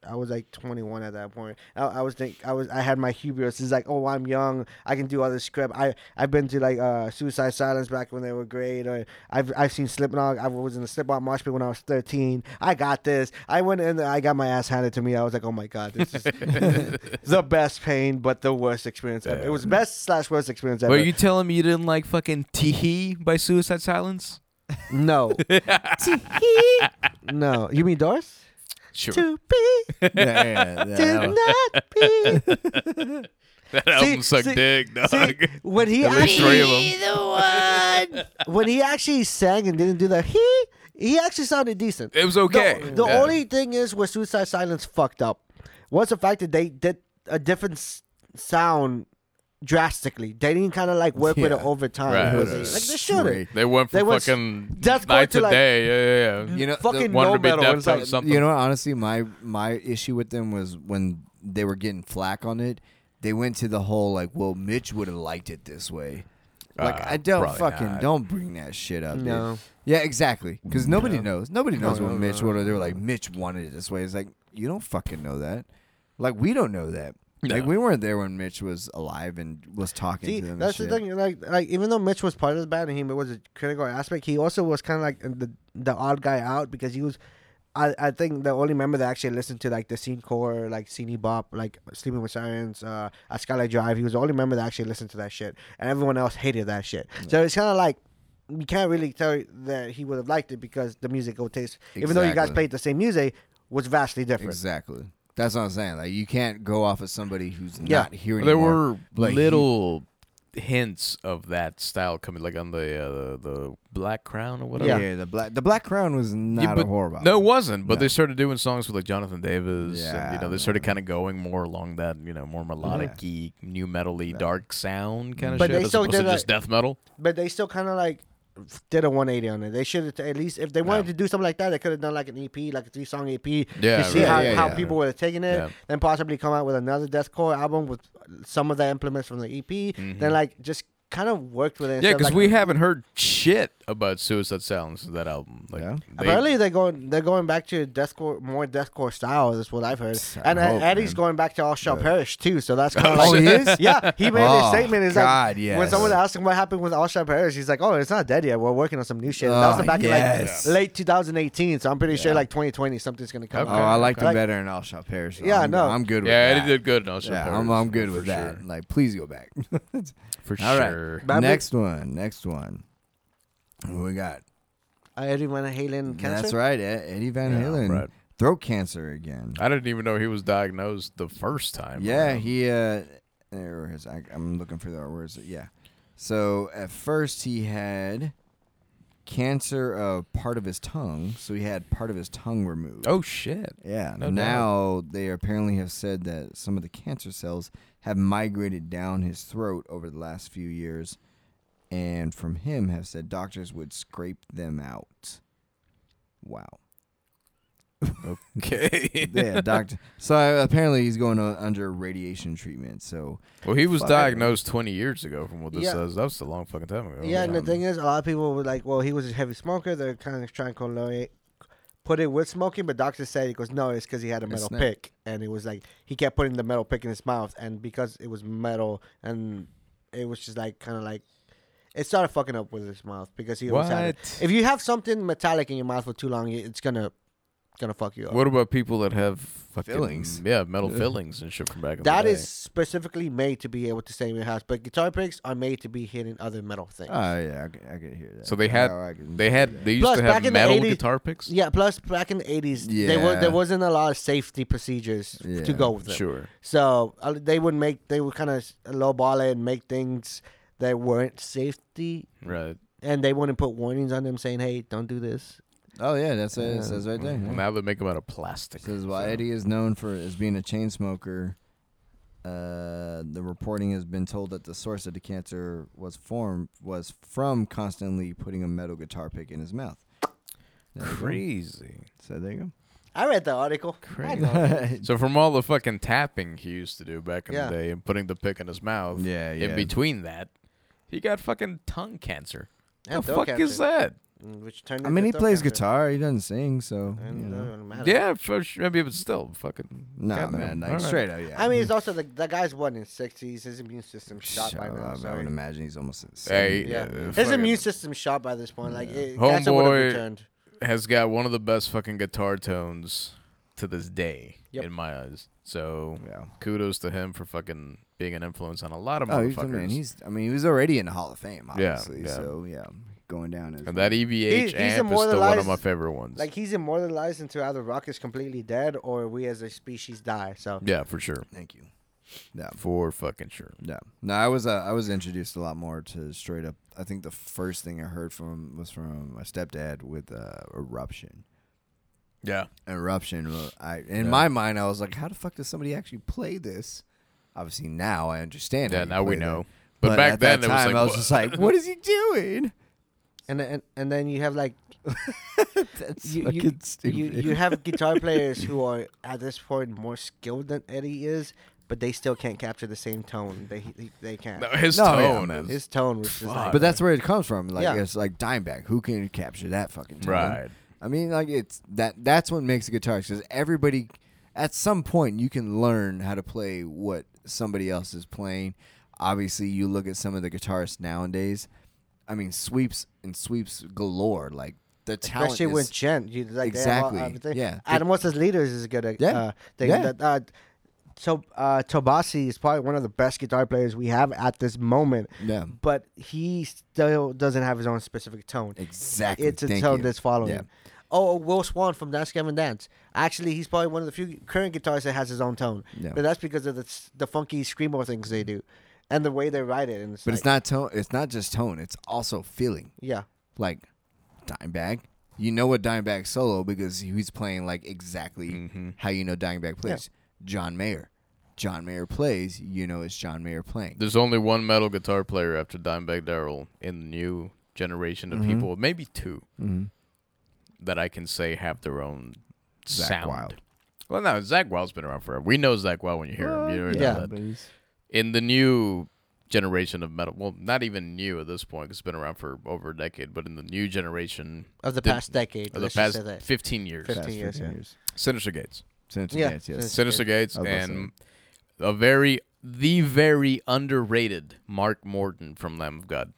[SPEAKER 2] I was like 21 at that point. I, I was think I was I had my hubris. It's like, oh, I'm young. I can do all this crap. I I've been to like uh, Suicide Silence back when they were great, or I've I've seen Slipknot. I was in the Slipknot mosh pit when I was 13. I got this. I went in. there, I got my ass handed to me. I was like, oh my god, this is the best pain, but the worst experience ever. It was best slash worst experience ever.
[SPEAKER 4] Were you telling me you didn't like fucking Teehee by Suicide Silence?
[SPEAKER 2] no, no. You mean Doris?
[SPEAKER 4] Sure.
[SPEAKER 2] To be
[SPEAKER 3] yeah, yeah, yeah, yeah, that
[SPEAKER 2] did
[SPEAKER 3] one.
[SPEAKER 2] not be.
[SPEAKER 4] That album sucked
[SPEAKER 2] see-
[SPEAKER 4] dick, dog.
[SPEAKER 2] See, when he
[SPEAKER 4] At least three of
[SPEAKER 2] actually,
[SPEAKER 4] them.
[SPEAKER 2] when he actually sang and didn't do that, he he actually sounded decent.
[SPEAKER 4] It was okay.
[SPEAKER 2] The, the
[SPEAKER 4] Yeah.
[SPEAKER 2] only thing is where Suicide Silence fucked up was the fact that they did a different s- sound drastically. They didn't kind of like work with it
[SPEAKER 3] Yeah.
[SPEAKER 2] over time.
[SPEAKER 4] Right,
[SPEAKER 2] It was
[SPEAKER 4] right,
[SPEAKER 2] like
[SPEAKER 4] right.
[SPEAKER 2] they should have.
[SPEAKER 3] Straight.
[SPEAKER 4] They went
[SPEAKER 2] They
[SPEAKER 4] from
[SPEAKER 2] went
[SPEAKER 4] fucking
[SPEAKER 2] death
[SPEAKER 4] night
[SPEAKER 2] court
[SPEAKER 4] to,
[SPEAKER 2] to, like,
[SPEAKER 4] day. Yeah, yeah, yeah.
[SPEAKER 3] You know, the
[SPEAKER 2] fucking
[SPEAKER 4] Wanted
[SPEAKER 2] no
[SPEAKER 4] to be
[SPEAKER 2] metal.
[SPEAKER 4] Def
[SPEAKER 2] It's like-
[SPEAKER 4] Punk something.
[SPEAKER 3] You know, what, honestly, my my issue with them was when they were getting flack on it. They went to the whole like, well, Mitch would have liked it this way. Like,
[SPEAKER 4] Uh,
[SPEAKER 3] I don't
[SPEAKER 4] probably
[SPEAKER 3] fucking
[SPEAKER 4] not.
[SPEAKER 3] don't bring that shit up. dude.
[SPEAKER 2] No.
[SPEAKER 3] Yeah, exactly. Because nobody knows. Nobody knows
[SPEAKER 2] no,
[SPEAKER 3] what
[SPEAKER 2] no,
[SPEAKER 3] Mitch
[SPEAKER 2] no.
[SPEAKER 3] would have. They were like, Mitch wanted it this way. It's like you don't fucking know that. Like we don't know that. Like
[SPEAKER 4] No.
[SPEAKER 3] we weren't there when Mitch was alive and was talking
[SPEAKER 2] See,
[SPEAKER 3] to them. and
[SPEAKER 2] that's the
[SPEAKER 3] shit.
[SPEAKER 2] thing. Like, like even though Mitch was part of the band and he was a critical aspect, he also was kind of like the the odd guy out because he was. I, I think the only member that actually listened to like the scene core, like Cine Bop, like Sleeping with Sirens, uh, at Skylight Drive, he was the only member that actually listened to that shit, and everyone else hated that shit. So it's kind of like you can't really tell that he would have liked it because the musical taste, even though you guys
[SPEAKER 3] Exactly.
[SPEAKER 2] played the same music, was vastly different.
[SPEAKER 3] Exactly. That's what I'm saying. Like you can't go off of somebody who's
[SPEAKER 2] Yeah.
[SPEAKER 3] not here
[SPEAKER 4] there
[SPEAKER 3] anymore.
[SPEAKER 4] were
[SPEAKER 3] Like, he-
[SPEAKER 4] little hints of that style coming, like on the uh, the Black Crown or whatever.
[SPEAKER 3] yeah. the black the black crown was not
[SPEAKER 4] Yeah,
[SPEAKER 3] a
[SPEAKER 4] but-
[SPEAKER 3] horror album.
[SPEAKER 4] No, it wasn't. But
[SPEAKER 3] No.
[SPEAKER 4] they started doing songs with like Jonathan Davis. and, you
[SPEAKER 3] Yeah.
[SPEAKER 4] know, they started kind of going more along that you know more melodic, y new metally, dark sound
[SPEAKER 3] Mm.
[SPEAKER 4] kind of
[SPEAKER 2] But
[SPEAKER 4] shit.
[SPEAKER 2] they
[SPEAKER 4] as
[SPEAKER 2] still
[SPEAKER 4] opposed to
[SPEAKER 2] did, like-
[SPEAKER 4] just death metal.
[SPEAKER 2] but they still kind of like did a 180 on it. They should have at least if they wanted to do something like that, they could have done like an EP, like a three song EP,
[SPEAKER 4] Yeah,
[SPEAKER 2] to see
[SPEAKER 4] right.
[SPEAKER 2] how,
[SPEAKER 3] Yeah,
[SPEAKER 2] how
[SPEAKER 3] yeah.
[SPEAKER 2] people would have taken it,
[SPEAKER 4] Yeah.
[SPEAKER 2] E
[SPEAKER 3] Mm-hmm.
[SPEAKER 2] then possibly come out with another deathcore album with some of the implements from the EP, then like just kind of worked with it.
[SPEAKER 4] Yeah,
[SPEAKER 2] instead of,
[SPEAKER 4] because
[SPEAKER 2] like-
[SPEAKER 4] we haven't heard shit about Suicide Silence that album. Like,
[SPEAKER 3] Yeah.
[SPEAKER 4] they-
[SPEAKER 2] Apparently they're going they're going back to deathcore more deathcore style. That's what I've heard.
[SPEAKER 3] I
[SPEAKER 2] And uh,
[SPEAKER 3] hope,
[SPEAKER 2] Eddie's
[SPEAKER 3] man.
[SPEAKER 2] going back to All Shall Perish too. So that's kind of
[SPEAKER 3] Oh,
[SPEAKER 2] like
[SPEAKER 3] he is?
[SPEAKER 2] yeah. He made
[SPEAKER 3] Oh,
[SPEAKER 2] a statement. It's
[SPEAKER 3] God,
[SPEAKER 2] like when
[SPEAKER 3] yes.
[SPEAKER 2] someone asked him what happened with All Shall Perish, he's like, "Oh, it's not dead yet. We're working on some new shit." And that
[SPEAKER 3] Oh,
[SPEAKER 2] was back
[SPEAKER 3] yes.
[SPEAKER 2] in like late 2018. So I'm pretty sure like 2020 something's gonna come.
[SPEAKER 4] Okay.
[SPEAKER 3] Oh,
[SPEAKER 2] out.
[SPEAKER 3] I liked him
[SPEAKER 2] Like-
[SPEAKER 3] better in All Shall Perish. though.
[SPEAKER 2] Yeah,
[SPEAKER 3] I'm,
[SPEAKER 2] no.
[SPEAKER 3] I'm good with
[SPEAKER 4] yeah,
[SPEAKER 3] that.
[SPEAKER 4] Eddie did good. in All Shall
[SPEAKER 3] Yeah,
[SPEAKER 4] Perish,
[SPEAKER 3] I'm, I'm good with
[SPEAKER 4] for
[SPEAKER 3] that.
[SPEAKER 4] sure.
[SPEAKER 3] Like, please go back.
[SPEAKER 4] For
[SPEAKER 3] All right.
[SPEAKER 4] sure.
[SPEAKER 2] Bad
[SPEAKER 3] next one. Next one. Who we got?
[SPEAKER 2] Uh, Eddie Van Halen cancer.
[SPEAKER 3] That's right, Ed- Eddie Van
[SPEAKER 4] Yeah,
[SPEAKER 3] Halen.
[SPEAKER 4] right.
[SPEAKER 3] Throat cancer again.
[SPEAKER 4] I didn't even know he was diagnosed the first time.
[SPEAKER 3] Yeah,
[SPEAKER 4] around.
[SPEAKER 3] he. Uh, there it is. I, I'm looking for the words. Yeah. So at first he had cancer of part of his tongue, so he had part of his tongue removed.
[SPEAKER 4] Oh shit.
[SPEAKER 3] Yeah.
[SPEAKER 4] No doubt.
[SPEAKER 3] now they apparently have said that some of the cancer cells have migrated down his throat over the last few years, and from him have said doctors would scrape them out. Wow.
[SPEAKER 4] Okay.
[SPEAKER 3] Yeah, doctor. So uh, apparently he's going uh, under radiation treatment. So
[SPEAKER 4] well, he was
[SPEAKER 3] Fuck.
[SPEAKER 4] diagnosed 20 years ago, from what this
[SPEAKER 2] Yeah.
[SPEAKER 4] says. That was a long fucking time ago.
[SPEAKER 2] Yeah, and the thing is, a lot of people were like, "Well, he was a heavy smoker." They're kind of trying to correlate, put it with smoking, but doctor said he goes, "No, it's because he had a metal
[SPEAKER 3] not-
[SPEAKER 2] pick," and it was like he kept putting the metal pick in his mouth, and because it was metal, and it was just like kind of like it started fucking up with his mouth because he always had it.
[SPEAKER 4] What?
[SPEAKER 2] If you have something metallic in your mouth for too long, it- it's gonna gonna fuck you up.
[SPEAKER 4] What about people that have fucking,
[SPEAKER 3] Fillings.
[SPEAKER 4] Yeah, metal fillings and shit from back in
[SPEAKER 2] that
[SPEAKER 4] the day.
[SPEAKER 2] is specifically made to be able to stay in your house, but guitar picks are made to be hitting other metal things.
[SPEAKER 3] Oh yeah, I could, I could hear that.
[SPEAKER 4] So they
[SPEAKER 3] Yeah,
[SPEAKER 4] had-
[SPEAKER 3] I could-
[SPEAKER 4] They had they used
[SPEAKER 2] Plus,
[SPEAKER 4] to
[SPEAKER 2] back
[SPEAKER 4] have
[SPEAKER 2] in the
[SPEAKER 4] metal
[SPEAKER 2] 80s
[SPEAKER 4] guitar picks.
[SPEAKER 2] Yeah, plus back in the eighties, they were,
[SPEAKER 3] Yeah.
[SPEAKER 2] there wasn't a lot of safety procedures
[SPEAKER 3] Yeah,
[SPEAKER 2] to go with them.
[SPEAKER 4] sure.
[SPEAKER 2] So uh, they would make they would kind of lowball it and make things that weren't safety,
[SPEAKER 4] Right.
[SPEAKER 2] and they wouldn't put warnings on them saying, "Hey, don't do this."
[SPEAKER 3] Oh yeah, that's what
[SPEAKER 2] Yeah.
[SPEAKER 3] it says right there.
[SPEAKER 4] Well,
[SPEAKER 3] Yeah.
[SPEAKER 4] Mm-hmm. Now they make them out of plastic.
[SPEAKER 3] Says while Eddie is known for as being a chain smoker, uh, the reporting has been told that the source of the cancer was formed was from constantly putting a metal guitar pick in his mouth. There you go.
[SPEAKER 4] Crazy.
[SPEAKER 3] So there you
[SPEAKER 2] I read the article. I
[SPEAKER 4] Crazy.
[SPEAKER 2] know.
[SPEAKER 3] go.
[SPEAKER 4] So from all the fucking tapping he used to do back in
[SPEAKER 2] Yeah.
[SPEAKER 4] the day and putting the pick in his mouth,
[SPEAKER 3] yeah, yeah.
[SPEAKER 4] in between that, he got fucking tongue cancer.
[SPEAKER 2] And
[SPEAKER 4] the
[SPEAKER 2] throat
[SPEAKER 4] fuck is
[SPEAKER 2] cancer,
[SPEAKER 4] that?
[SPEAKER 2] Which turned
[SPEAKER 3] I mean, he
[SPEAKER 2] into throat
[SPEAKER 3] plays
[SPEAKER 2] cancer.
[SPEAKER 3] guitar. He doesn't sing, so you
[SPEAKER 2] And, uh,
[SPEAKER 3] know.
[SPEAKER 2] it matters.
[SPEAKER 4] Yeah, for sure. Maybe, but still, fucking.
[SPEAKER 3] Nah,
[SPEAKER 4] goddamn.
[SPEAKER 3] man, like
[SPEAKER 4] All right.
[SPEAKER 3] straight up. Yeah.
[SPEAKER 2] I mean, it's also the, the guy's what in his sixties. His immune system shot by
[SPEAKER 3] Mm. Shut
[SPEAKER 2] now.
[SPEAKER 3] up, I
[SPEAKER 2] sorry.
[SPEAKER 3] would imagine he's almost. at 70.
[SPEAKER 4] Hey,
[SPEAKER 2] Yeah,
[SPEAKER 4] uh,
[SPEAKER 2] his
[SPEAKER 4] fucking
[SPEAKER 2] immune system shot by this point. Like, it, cancer would
[SPEAKER 4] Homeboy-
[SPEAKER 2] have returned.
[SPEAKER 4] has got one of the best fucking guitar tones to this day
[SPEAKER 2] Yep.
[SPEAKER 4] in my eyes. So
[SPEAKER 3] Yeah.
[SPEAKER 4] kudos to him for fucking being an influence on a lot of
[SPEAKER 3] Oh, he's,
[SPEAKER 4] motherfuckers.
[SPEAKER 3] I mean, he's. I mean, he was already in the Hall of Fame,
[SPEAKER 4] Yeah,
[SPEAKER 3] obviously.
[SPEAKER 4] yeah.
[SPEAKER 3] So yeah, going down as
[SPEAKER 4] and that EVH
[SPEAKER 2] he's
[SPEAKER 4] amp is still one of
[SPEAKER 2] immortalized-
[SPEAKER 4] my favorite ones.
[SPEAKER 2] Like he's immortalized until either rock is completely dead or we as a species die. So
[SPEAKER 4] yeah, for sure,
[SPEAKER 3] Thank you. Yeah,
[SPEAKER 4] for fucking sure.
[SPEAKER 3] yeah. No, I was uh, I was introduced a lot more to straight up. I think the first thing I heard from him was from my stepdad with uh, eruption.
[SPEAKER 4] Yeah,
[SPEAKER 3] Eruption. well, I in
[SPEAKER 4] Yeah.
[SPEAKER 3] my mind, I was like, how the fuck does somebody actually play this? Obviously, now I understand.
[SPEAKER 4] yeah.
[SPEAKER 3] how you
[SPEAKER 4] Now
[SPEAKER 3] play
[SPEAKER 4] we
[SPEAKER 3] that.
[SPEAKER 4] know, but, back
[SPEAKER 3] at
[SPEAKER 4] then
[SPEAKER 3] that
[SPEAKER 4] it was
[SPEAKER 3] time,
[SPEAKER 4] like,
[SPEAKER 3] I was
[SPEAKER 4] "Wha-
[SPEAKER 3] just like, what is he doing?
[SPEAKER 2] and and and then you have like
[SPEAKER 3] That's
[SPEAKER 2] You- you-
[SPEAKER 3] fucking stupid.
[SPEAKER 2] you, you have guitar players who are at this point more skilled than Eddie is, but they still can't capture the same tone. They he, they can't.
[SPEAKER 4] No, his
[SPEAKER 3] No, yeah,
[SPEAKER 4] tone
[SPEAKER 3] man.
[SPEAKER 4] is
[SPEAKER 2] His tone was just like,
[SPEAKER 3] But that's where it comes from. Like
[SPEAKER 2] Uh, Yeah.
[SPEAKER 3] it's like Dimebag. Who can capture that fucking tone?
[SPEAKER 4] Right.
[SPEAKER 3] I mean, like it's that. That's what makes a guitarist because everybody, at some point, you can learn how to play what somebody else is playing. Obviously, you look at some of the guitarists nowadays. I mean, sweeps and sweeps galore. Like the talent.
[SPEAKER 2] especially with
[SPEAKER 3] is,
[SPEAKER 2] Jen. You like they have all-
[SPEAKER 3] Exactly,
[SPEAKER 2] everything.
[SPEAKER 3] yeah.
[SPEAKER 2] Adam West as leaders is a good. Uh,
[SPEAKER 3] Yeah,
[SPEAKER 2] thing.
[SPEAKER 3] yeah.
[SPEAKER 2] That, uh, so uh, Tobasi is probably one of the best guitar players we have at this moment.
[SPEAKER 3] Yeah.
[SPEAKER 2] But he still doesn't have his own specific tone.
[SPEAKER 3] exactly.
[SPEAKER 2] it's a
[SPEAKER 3] Thank
[SPEAKER 2] tone
[SPEAKER 3] you.
[SPEAKER 2] that's following.
[SPEAKER 3] Yeah.
[SPEAKER 2] Oh, Will Swan from Dance Gavin Dance. Actually, he's probably one of the few current guitarists that has his own tone.
[SPEAKER 3] Yeah.
[SPEAKER 2] But that's because of the s- the funky screamo things they do, and the way they write it. And it's
[SPEAKER 3] But
[SPEAKER 2] like-
[SPEAKER 3] it's not tone. It's not just tone. It's also feeling.
[SPEAKER 2] Yeah.
[SPEAKER 3] like Dimebag. You know a Dimebag solo because he's playing like exactly
[SPEAKER 4] Mm-hmm.
[SPEAKER 3] how you know Dimebag plays. John Mayer. John Mayer plays, you know it's John Mayer playing.
[SPEAKER 4] There's only one metal guitar player after Dimebag Darrell in the new generation
[SPEAKER 3] Mm-hmm.
[SPEAKER 4] of people, maybe 2
[SPEAKER 2] Mm-hmm.
[SPEAKER 4] that I can say have their own
[SPEAKER 3] Zakk
[SPEAKER 4] sound.
[SPEAKER 3] Wylde.
[SPEAKER 4] Well, no, Zach Wild's been around forever. We know Zach Wild when you hear him. You know
[SPEAKER 2] yeah.
[SPEAKER 4] that. In the new generation of metal. Well, not even new at this point. it it's been around for over a decade. But in the new generation
[SPEAKER 2] of the
[SPEAKER 4] Did-
[SPEAKER 2] past decade.
[SPEAKER 4] of the
[SPEAKER 2] let's just
[SPEAKER 4] past
[SPEAKER 2] say that.
[SPEAKER 4] fifteen years,
[SPEAKER 2] Fif-
[SPEAKER 3] Past
[SPEAKER 2] 15 years, yeah.
[SPEAKER 4] Sinister Gates,
[SPEAKER 3] Sinister
[SPEAKER 2] Yeah,
[SPEAKER 3] Gates, yes.
[SPEAKER 2] Sinister-
[SPEAKER 4] Sinister Gates,
[SPEAKER 3] I was
[SPEAKER 4] and a very the very underrated Mark Morton from Lamb of God.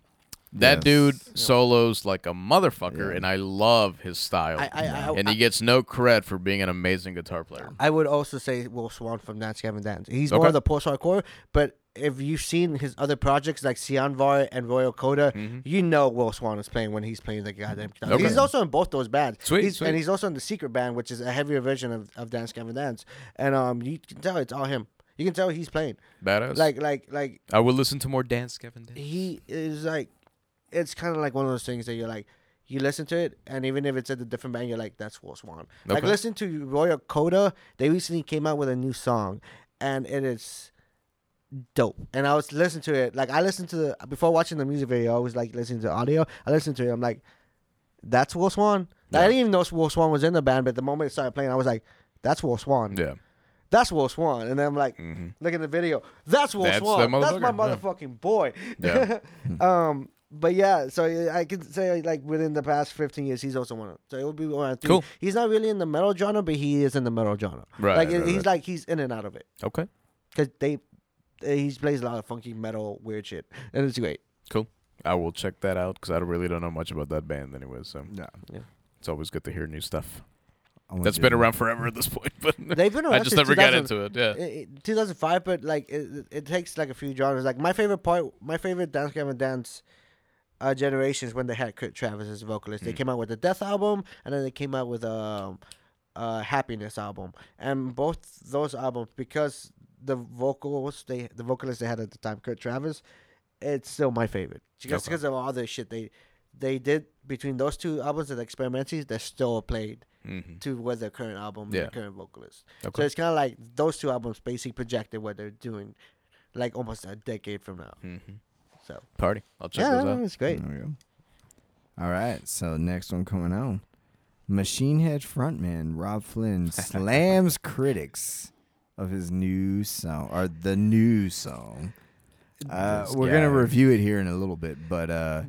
[SPEAKER 3] Yes.
[SPEAKER 4] That dude solos like a motherfucker,
[SPEAKER 3] Yeah.
[SPEAKER 4] and I love his style.
[SPEAKER 2] I, I, Oh, I,
[SPEAKER 4] and he gets no cred for being an amazing guitar player.
[SPEAKER 2] I would also say Will Swan from Dance Gavin Dance. He's
[SPEAKER 4] Okay.
[SPEAKER 2] more of the post hardcore, but if you've seen his other projects like Sianvar and Royal Coda, you know Will Swan is playing when he's playing the goddamn guitar.
[SPEAKER 4] Mm-hmm. Okay.
[SPEAKER 2] He's also in both those bands.
[SPEAKER 4] Sweet,
[SPEAKER 2] He's-
[SPEAKER 4] sweet.
[SPEAKER 2] And he's also in the Secret Band, which is a heavier version of, of Dance Gavin Dance. And um, you can tell it's all him. You can tell he's playing.
[SPEAKER 4] Badass.
[SPEAKER 2] Like, like, like
[SPEAKER 4] I would listen to more dance, Kevin. Dance.
[SPEAKER 2] he is like it's kind of like one of those things that you're like you listen to it and even if it's at a different band you're like that's Will Swan like
[SPEAKER 4] Okay.
[SPEAKER 2] listen to Royal Coda they recently came out with a new song and it is dope and I was listening to it like I listened to the before watching the music video I was like listening to audio I listened to it I'm like that's Will Swan Like, I didn't even know Will Swan was in the band but the moment it started playing I was like that's Will Swan
[SPEAKER 4] Yeah.
[SPEAKER 2] that's Will Swan. And then I'm like,
[SPEAKER 4] Mm-hmm.
[SPEAKER 2] look at the video. That's Will
[SPEAKER 4] That's
[SPEAKER 2] Swan.
[SPEAKER 4] that
[SPEAKER 2] That's my
[SPEAKER 4] motherfucker,
[SPEAKER 2] motherfucking boy.
[SPEAKER 4] Yeah.
[SPEAKER 2] um, but yeah, so yeah, I could say like within the past 15 years, he's also one of. So it would be one of three.
[SPEAKER 4] Cool.
[SPEAKER 2] He's not really in the metal genre, but he is in the metal genre.
[SPEAKER 4] Right,
[SPEAKER 2] Like it-
[SPEAKER 4] right,
[SPEAKER 2] he's
[SPEAKER 4] right.
[SPEAKER 2] like he's in and out of it
[SPEAKER 4] Okay.
[SPEAKER 2] because they. He plays a lot of funky metal, weird shit, and it's great.
[SPEAKER 4] Cool. I will check that out because I really don't know much about that band anyway. So
[SPEAKER 3] Yeah.
[SPEAKER 4] it's always good to hear new stuff.
[SPEAKER 3] I wanna
[SPEAKER 4] That's
[SPEAKER 3] do
[SPEAKER 4] been
[SPEAKER 3] that.
[SPEAKER 4] around forever at this point, but
[SPEAKER 2] They've been
[SPEAKER 4] I
[SPEAKER 2] around
[SPEAKER 4] just
[SPEAKER 2] since
[SPEAKER 4] never got
[SPEAKER 2] 2000
[SPEAKER 4] into it. Yeah.
[SPEAKER 2] it- it- 2005, but like it, it takes like a few genres. Like my favorite part, my favorite Dance Gavin Dance uh, generation is when they had Kurt Travis as a vocalist.
[SPEAKER 4] Mm.
[SPEAKER 2] They came out with the Death album, and then they came out with um, a Happiness album, and both those albums because the vocals they the vocalist they had at the time, Kurt Travis, it's still my favorite just
[SPEAKER 4] Okay.
[SPEAKER 2] because of all the shit they they did between those two albums and experimenties. They're still played
[SPEAKER 4] Mhm.
[SPEAKER 2] to where their current album,
[SPEAKER 4] Yeah.
[SPEAKER 2] their current vocalist.
[SPEAKER 4] Okay.
[SPEAKER 2] So it's kind of like those two albums basically projected what they're doing, like almost a decade from now.
[SPEAKER 4] Mhm.
[SPEAKER 2] So
[SPEAKER 4] Party. I'll check
[SPEAKER 2] yeah,
[SPEAKER 4] those
[SPEAKER 2] no, no,
[SPEAKER 4] out. Hmm.
[SPEAKER 2] it's great.
[SPEAKER 3] There we go. All right. So next one coming out. Machine Head frontman Rob Flynn slams critics of his new song or the new song. Uh,
[SPEAKER 4] This
[SPEAKER 3] we're gonna
[SPEAKER 4] guy.
[SPEAKER 3] review it here in a little bit, but uh,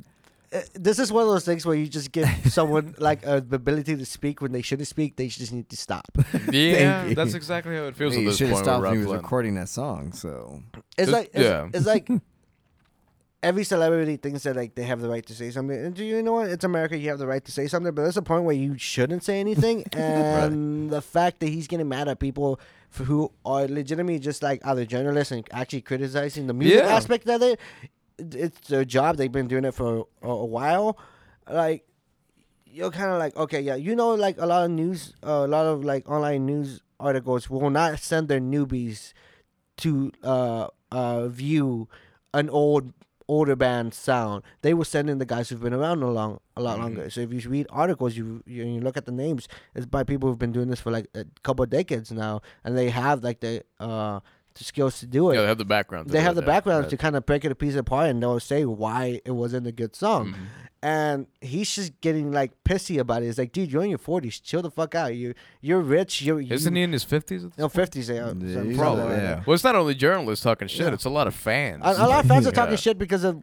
[SPEAKER 2] Uh, this is one of those things where you just give someone like a the ability to speak when they shouldn't speak. They just need to stop.
[SPEAKER 4] Yeah,
[SPEAKER 3] you.
[SPEAKER 4] that's exactly how it feels
[SPEAKER 3] he
[SPEAKER 4] at this
[SPEAKER 3] should have
[SPEAKER 4] point.
[SPEAKER 3] stopped
[SPEAKER 4] with
[SPEAKER 3] when he was
[SPEAKER 4] Rob Flynn.
[SPEAKER 3] recording that song. So
[SPEAKER 2] It's
[SPEAKER 4] Just-
[SPEAKER 2] like it's,
[SPEAKER 4] yeah.
[SPEAKER 2] it's like every celebrity thinks that like they have the right to say something. And do you know what? It's America. You have the right to say something, but there's a point where you shouldn't say anything. And the fact that he's getting mad at people for who are legitimately just like other journalists and actually criticizing the music
[SPEAKER 4] Yeah.
[SPEAKER 2] aspect of it. It's their job. They've been doing it for a, a while. Like you're kind of like okay yeah you know like a lot of news uh, a lot of like online news articles will not send their newbies to uh uh view an old older band sound they will send in the guys who've been around a long a lot longer so if you read articles you you, you look at the names it's by people who've been doing this for like a couple of decades now and they have like the uh the skills to do it
[SPEAKER 4] Yeah, they have the background. to
[SPEAKER 2] they
[SPEAKER 4] do
[SPEAKER 2] have
[SPEAKER 4] it,
[SPEAKER 2] the
[SPEAKER 4] yeah.
[SPEAKER 2] background
[SPEAKER 4] Right.
[SPEAKER 2] to kind of break it a piece apart and they'll say why it wasn't a good song.
[SPEAKER 4] Mm-hmm.
[SPEAKER 2] And he's just getting like pissy about it. It's like, dude, you're in your forties. Chill the fuck out. You you're rich. You're
[SPEAKER 4] Isn't
[SPEAKER 2] you,
[SPEAKER 4] he in his fifties?
[SPEAKER 2] No, fifties. eh, Yeah,
[SPEAKER 3] Yeah, he's all- yeah.
[SPEAKER 4] Well, it's not only journalists talking shit; it's a lot of fans.
[SPEAKER 2] A, a lot of fans are talking
[SPEAKER 4] Yeah.
[SPEAKER 2] shit because of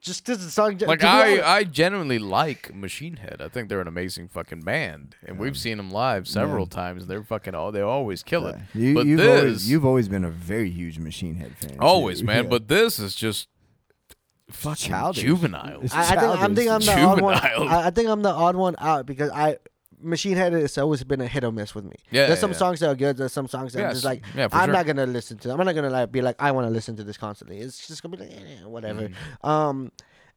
[SPEAKER 2] just because the song.
[SPEAKER 4] Like
[SPEAKER 2] to be
[SPEAKER 4] I,
[SPEAKER 2] honest-
[SPEAKER 4] I genuinely like Machine Head. I think they're an amazing fucking band, and we've seen them live several times. They're fucking all they always kill it.
[SPEAKER 3] you,
[SPEAKER 4] but
[SPEAKER 3] have
[SPEAKER 4] this,
[SPEAKER 3] always, you've always been a very huge Machine Head fan. too.
[SPEAKER 4] always, man.
[SPEAKER 3] Yeah.
[SPEAKER 4] But this is just fucking
[SPEAKER 3] childish.
[SPEAKER 4] juvenile.
[SPEAKER 3] It's-
[SPEAKER 2] I, I think I'm, think I'm
[SPEAKER 3] childish.
[SPEAKER 2] the odd one.
[SPEAKER 4] Juvenile.
[SPEAKER 2] I, I think I'm the odd one out because I Machine Head has always been a hit or miss with me.
[SPEAKER 4] Yeah,
[SPEAKER 2] there's
[SPEAKER 4] yeah,
[SPEAKER 2] some
[SPEAKER 4] yeah.
[SPEAKER 2] songs that are good. There's some songs that
[SPEAKER 4] Yes.
[SPEAKER 2] I'm just like
[SPEAKER 4] Yeah, for
[SPEAKER 2] I'm
[SPEAKER 4] sure.
[SPEAKER 2] not gonna listen to. Them. I'm not gonna like be like I want to listen to this constantly. It's just gonna be like eh, whatever.
[SPEAKER 4] Mm-hmm.
[SPEAKER 2] Um,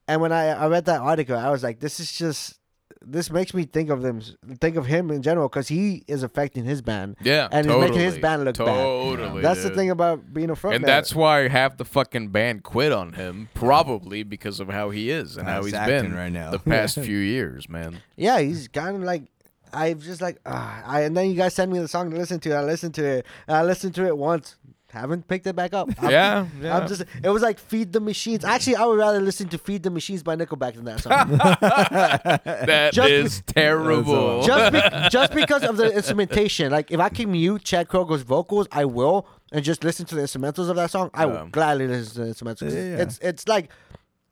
[SPEAKER 2] and when I I read that article, I was like, this is just. This makes me think of them, think of him in general, because he is affecting his band.
[SPEAKER 4] yeah,
[SPEAKER 2] and he's
[SPEAKER 4] totally.
[SPEAKER 2] making his band look
[SPEAKER 4] totally,
[SPEAKER 2] bad. That's the
[SPEAKER 4] dude.
[SPEAKER 2] thing about being a front
[SPEAKER 4] Oh, and
[SPEAKER 2] man.
[SPEAKER 4] that's why half the fucking band quit on him, probably because of how he is and
[SPEAKER 3] How
[SPEAKER 4] how
[SPEAKER 3] he's
[SPEAKER 4] he's
[SPEAKER 3] acting
[SPEAKER 4] been
[SPEAKER 3] right now.
[SPEAKER 4] the past few years, man.
[SPEAKER 2] Yeah, he's kind of like I've just like ah, I and then you guys send me the song to listen to. I listened to it. And I listened to it once. Haven't picked it back up. I'm-
[SPEAKER 4] yeah, yeah.
[SPEAKER 2] I'm just. It was like "Feed the Machines." Actually, I would rather listen to "Feed the Machines" by Nickelback than that song.
[SPEAKER 4] That
[SPEAKER 2] just-
[SPEAKER 4] is terrible.
[SPEAKER 2] just, be, just because of the instrumentation. Like, if I can mute Chad Kroger's vocals, I will, and just listen to the instrumentals of that song. I will
[SPEAKER 4] Um,
[SPEAKER 2] gladly listen to the instrumentals. 'cause
[SPEAKER 3] Yeah, yeah, yeah.
[SPEAKER 2] It's it's like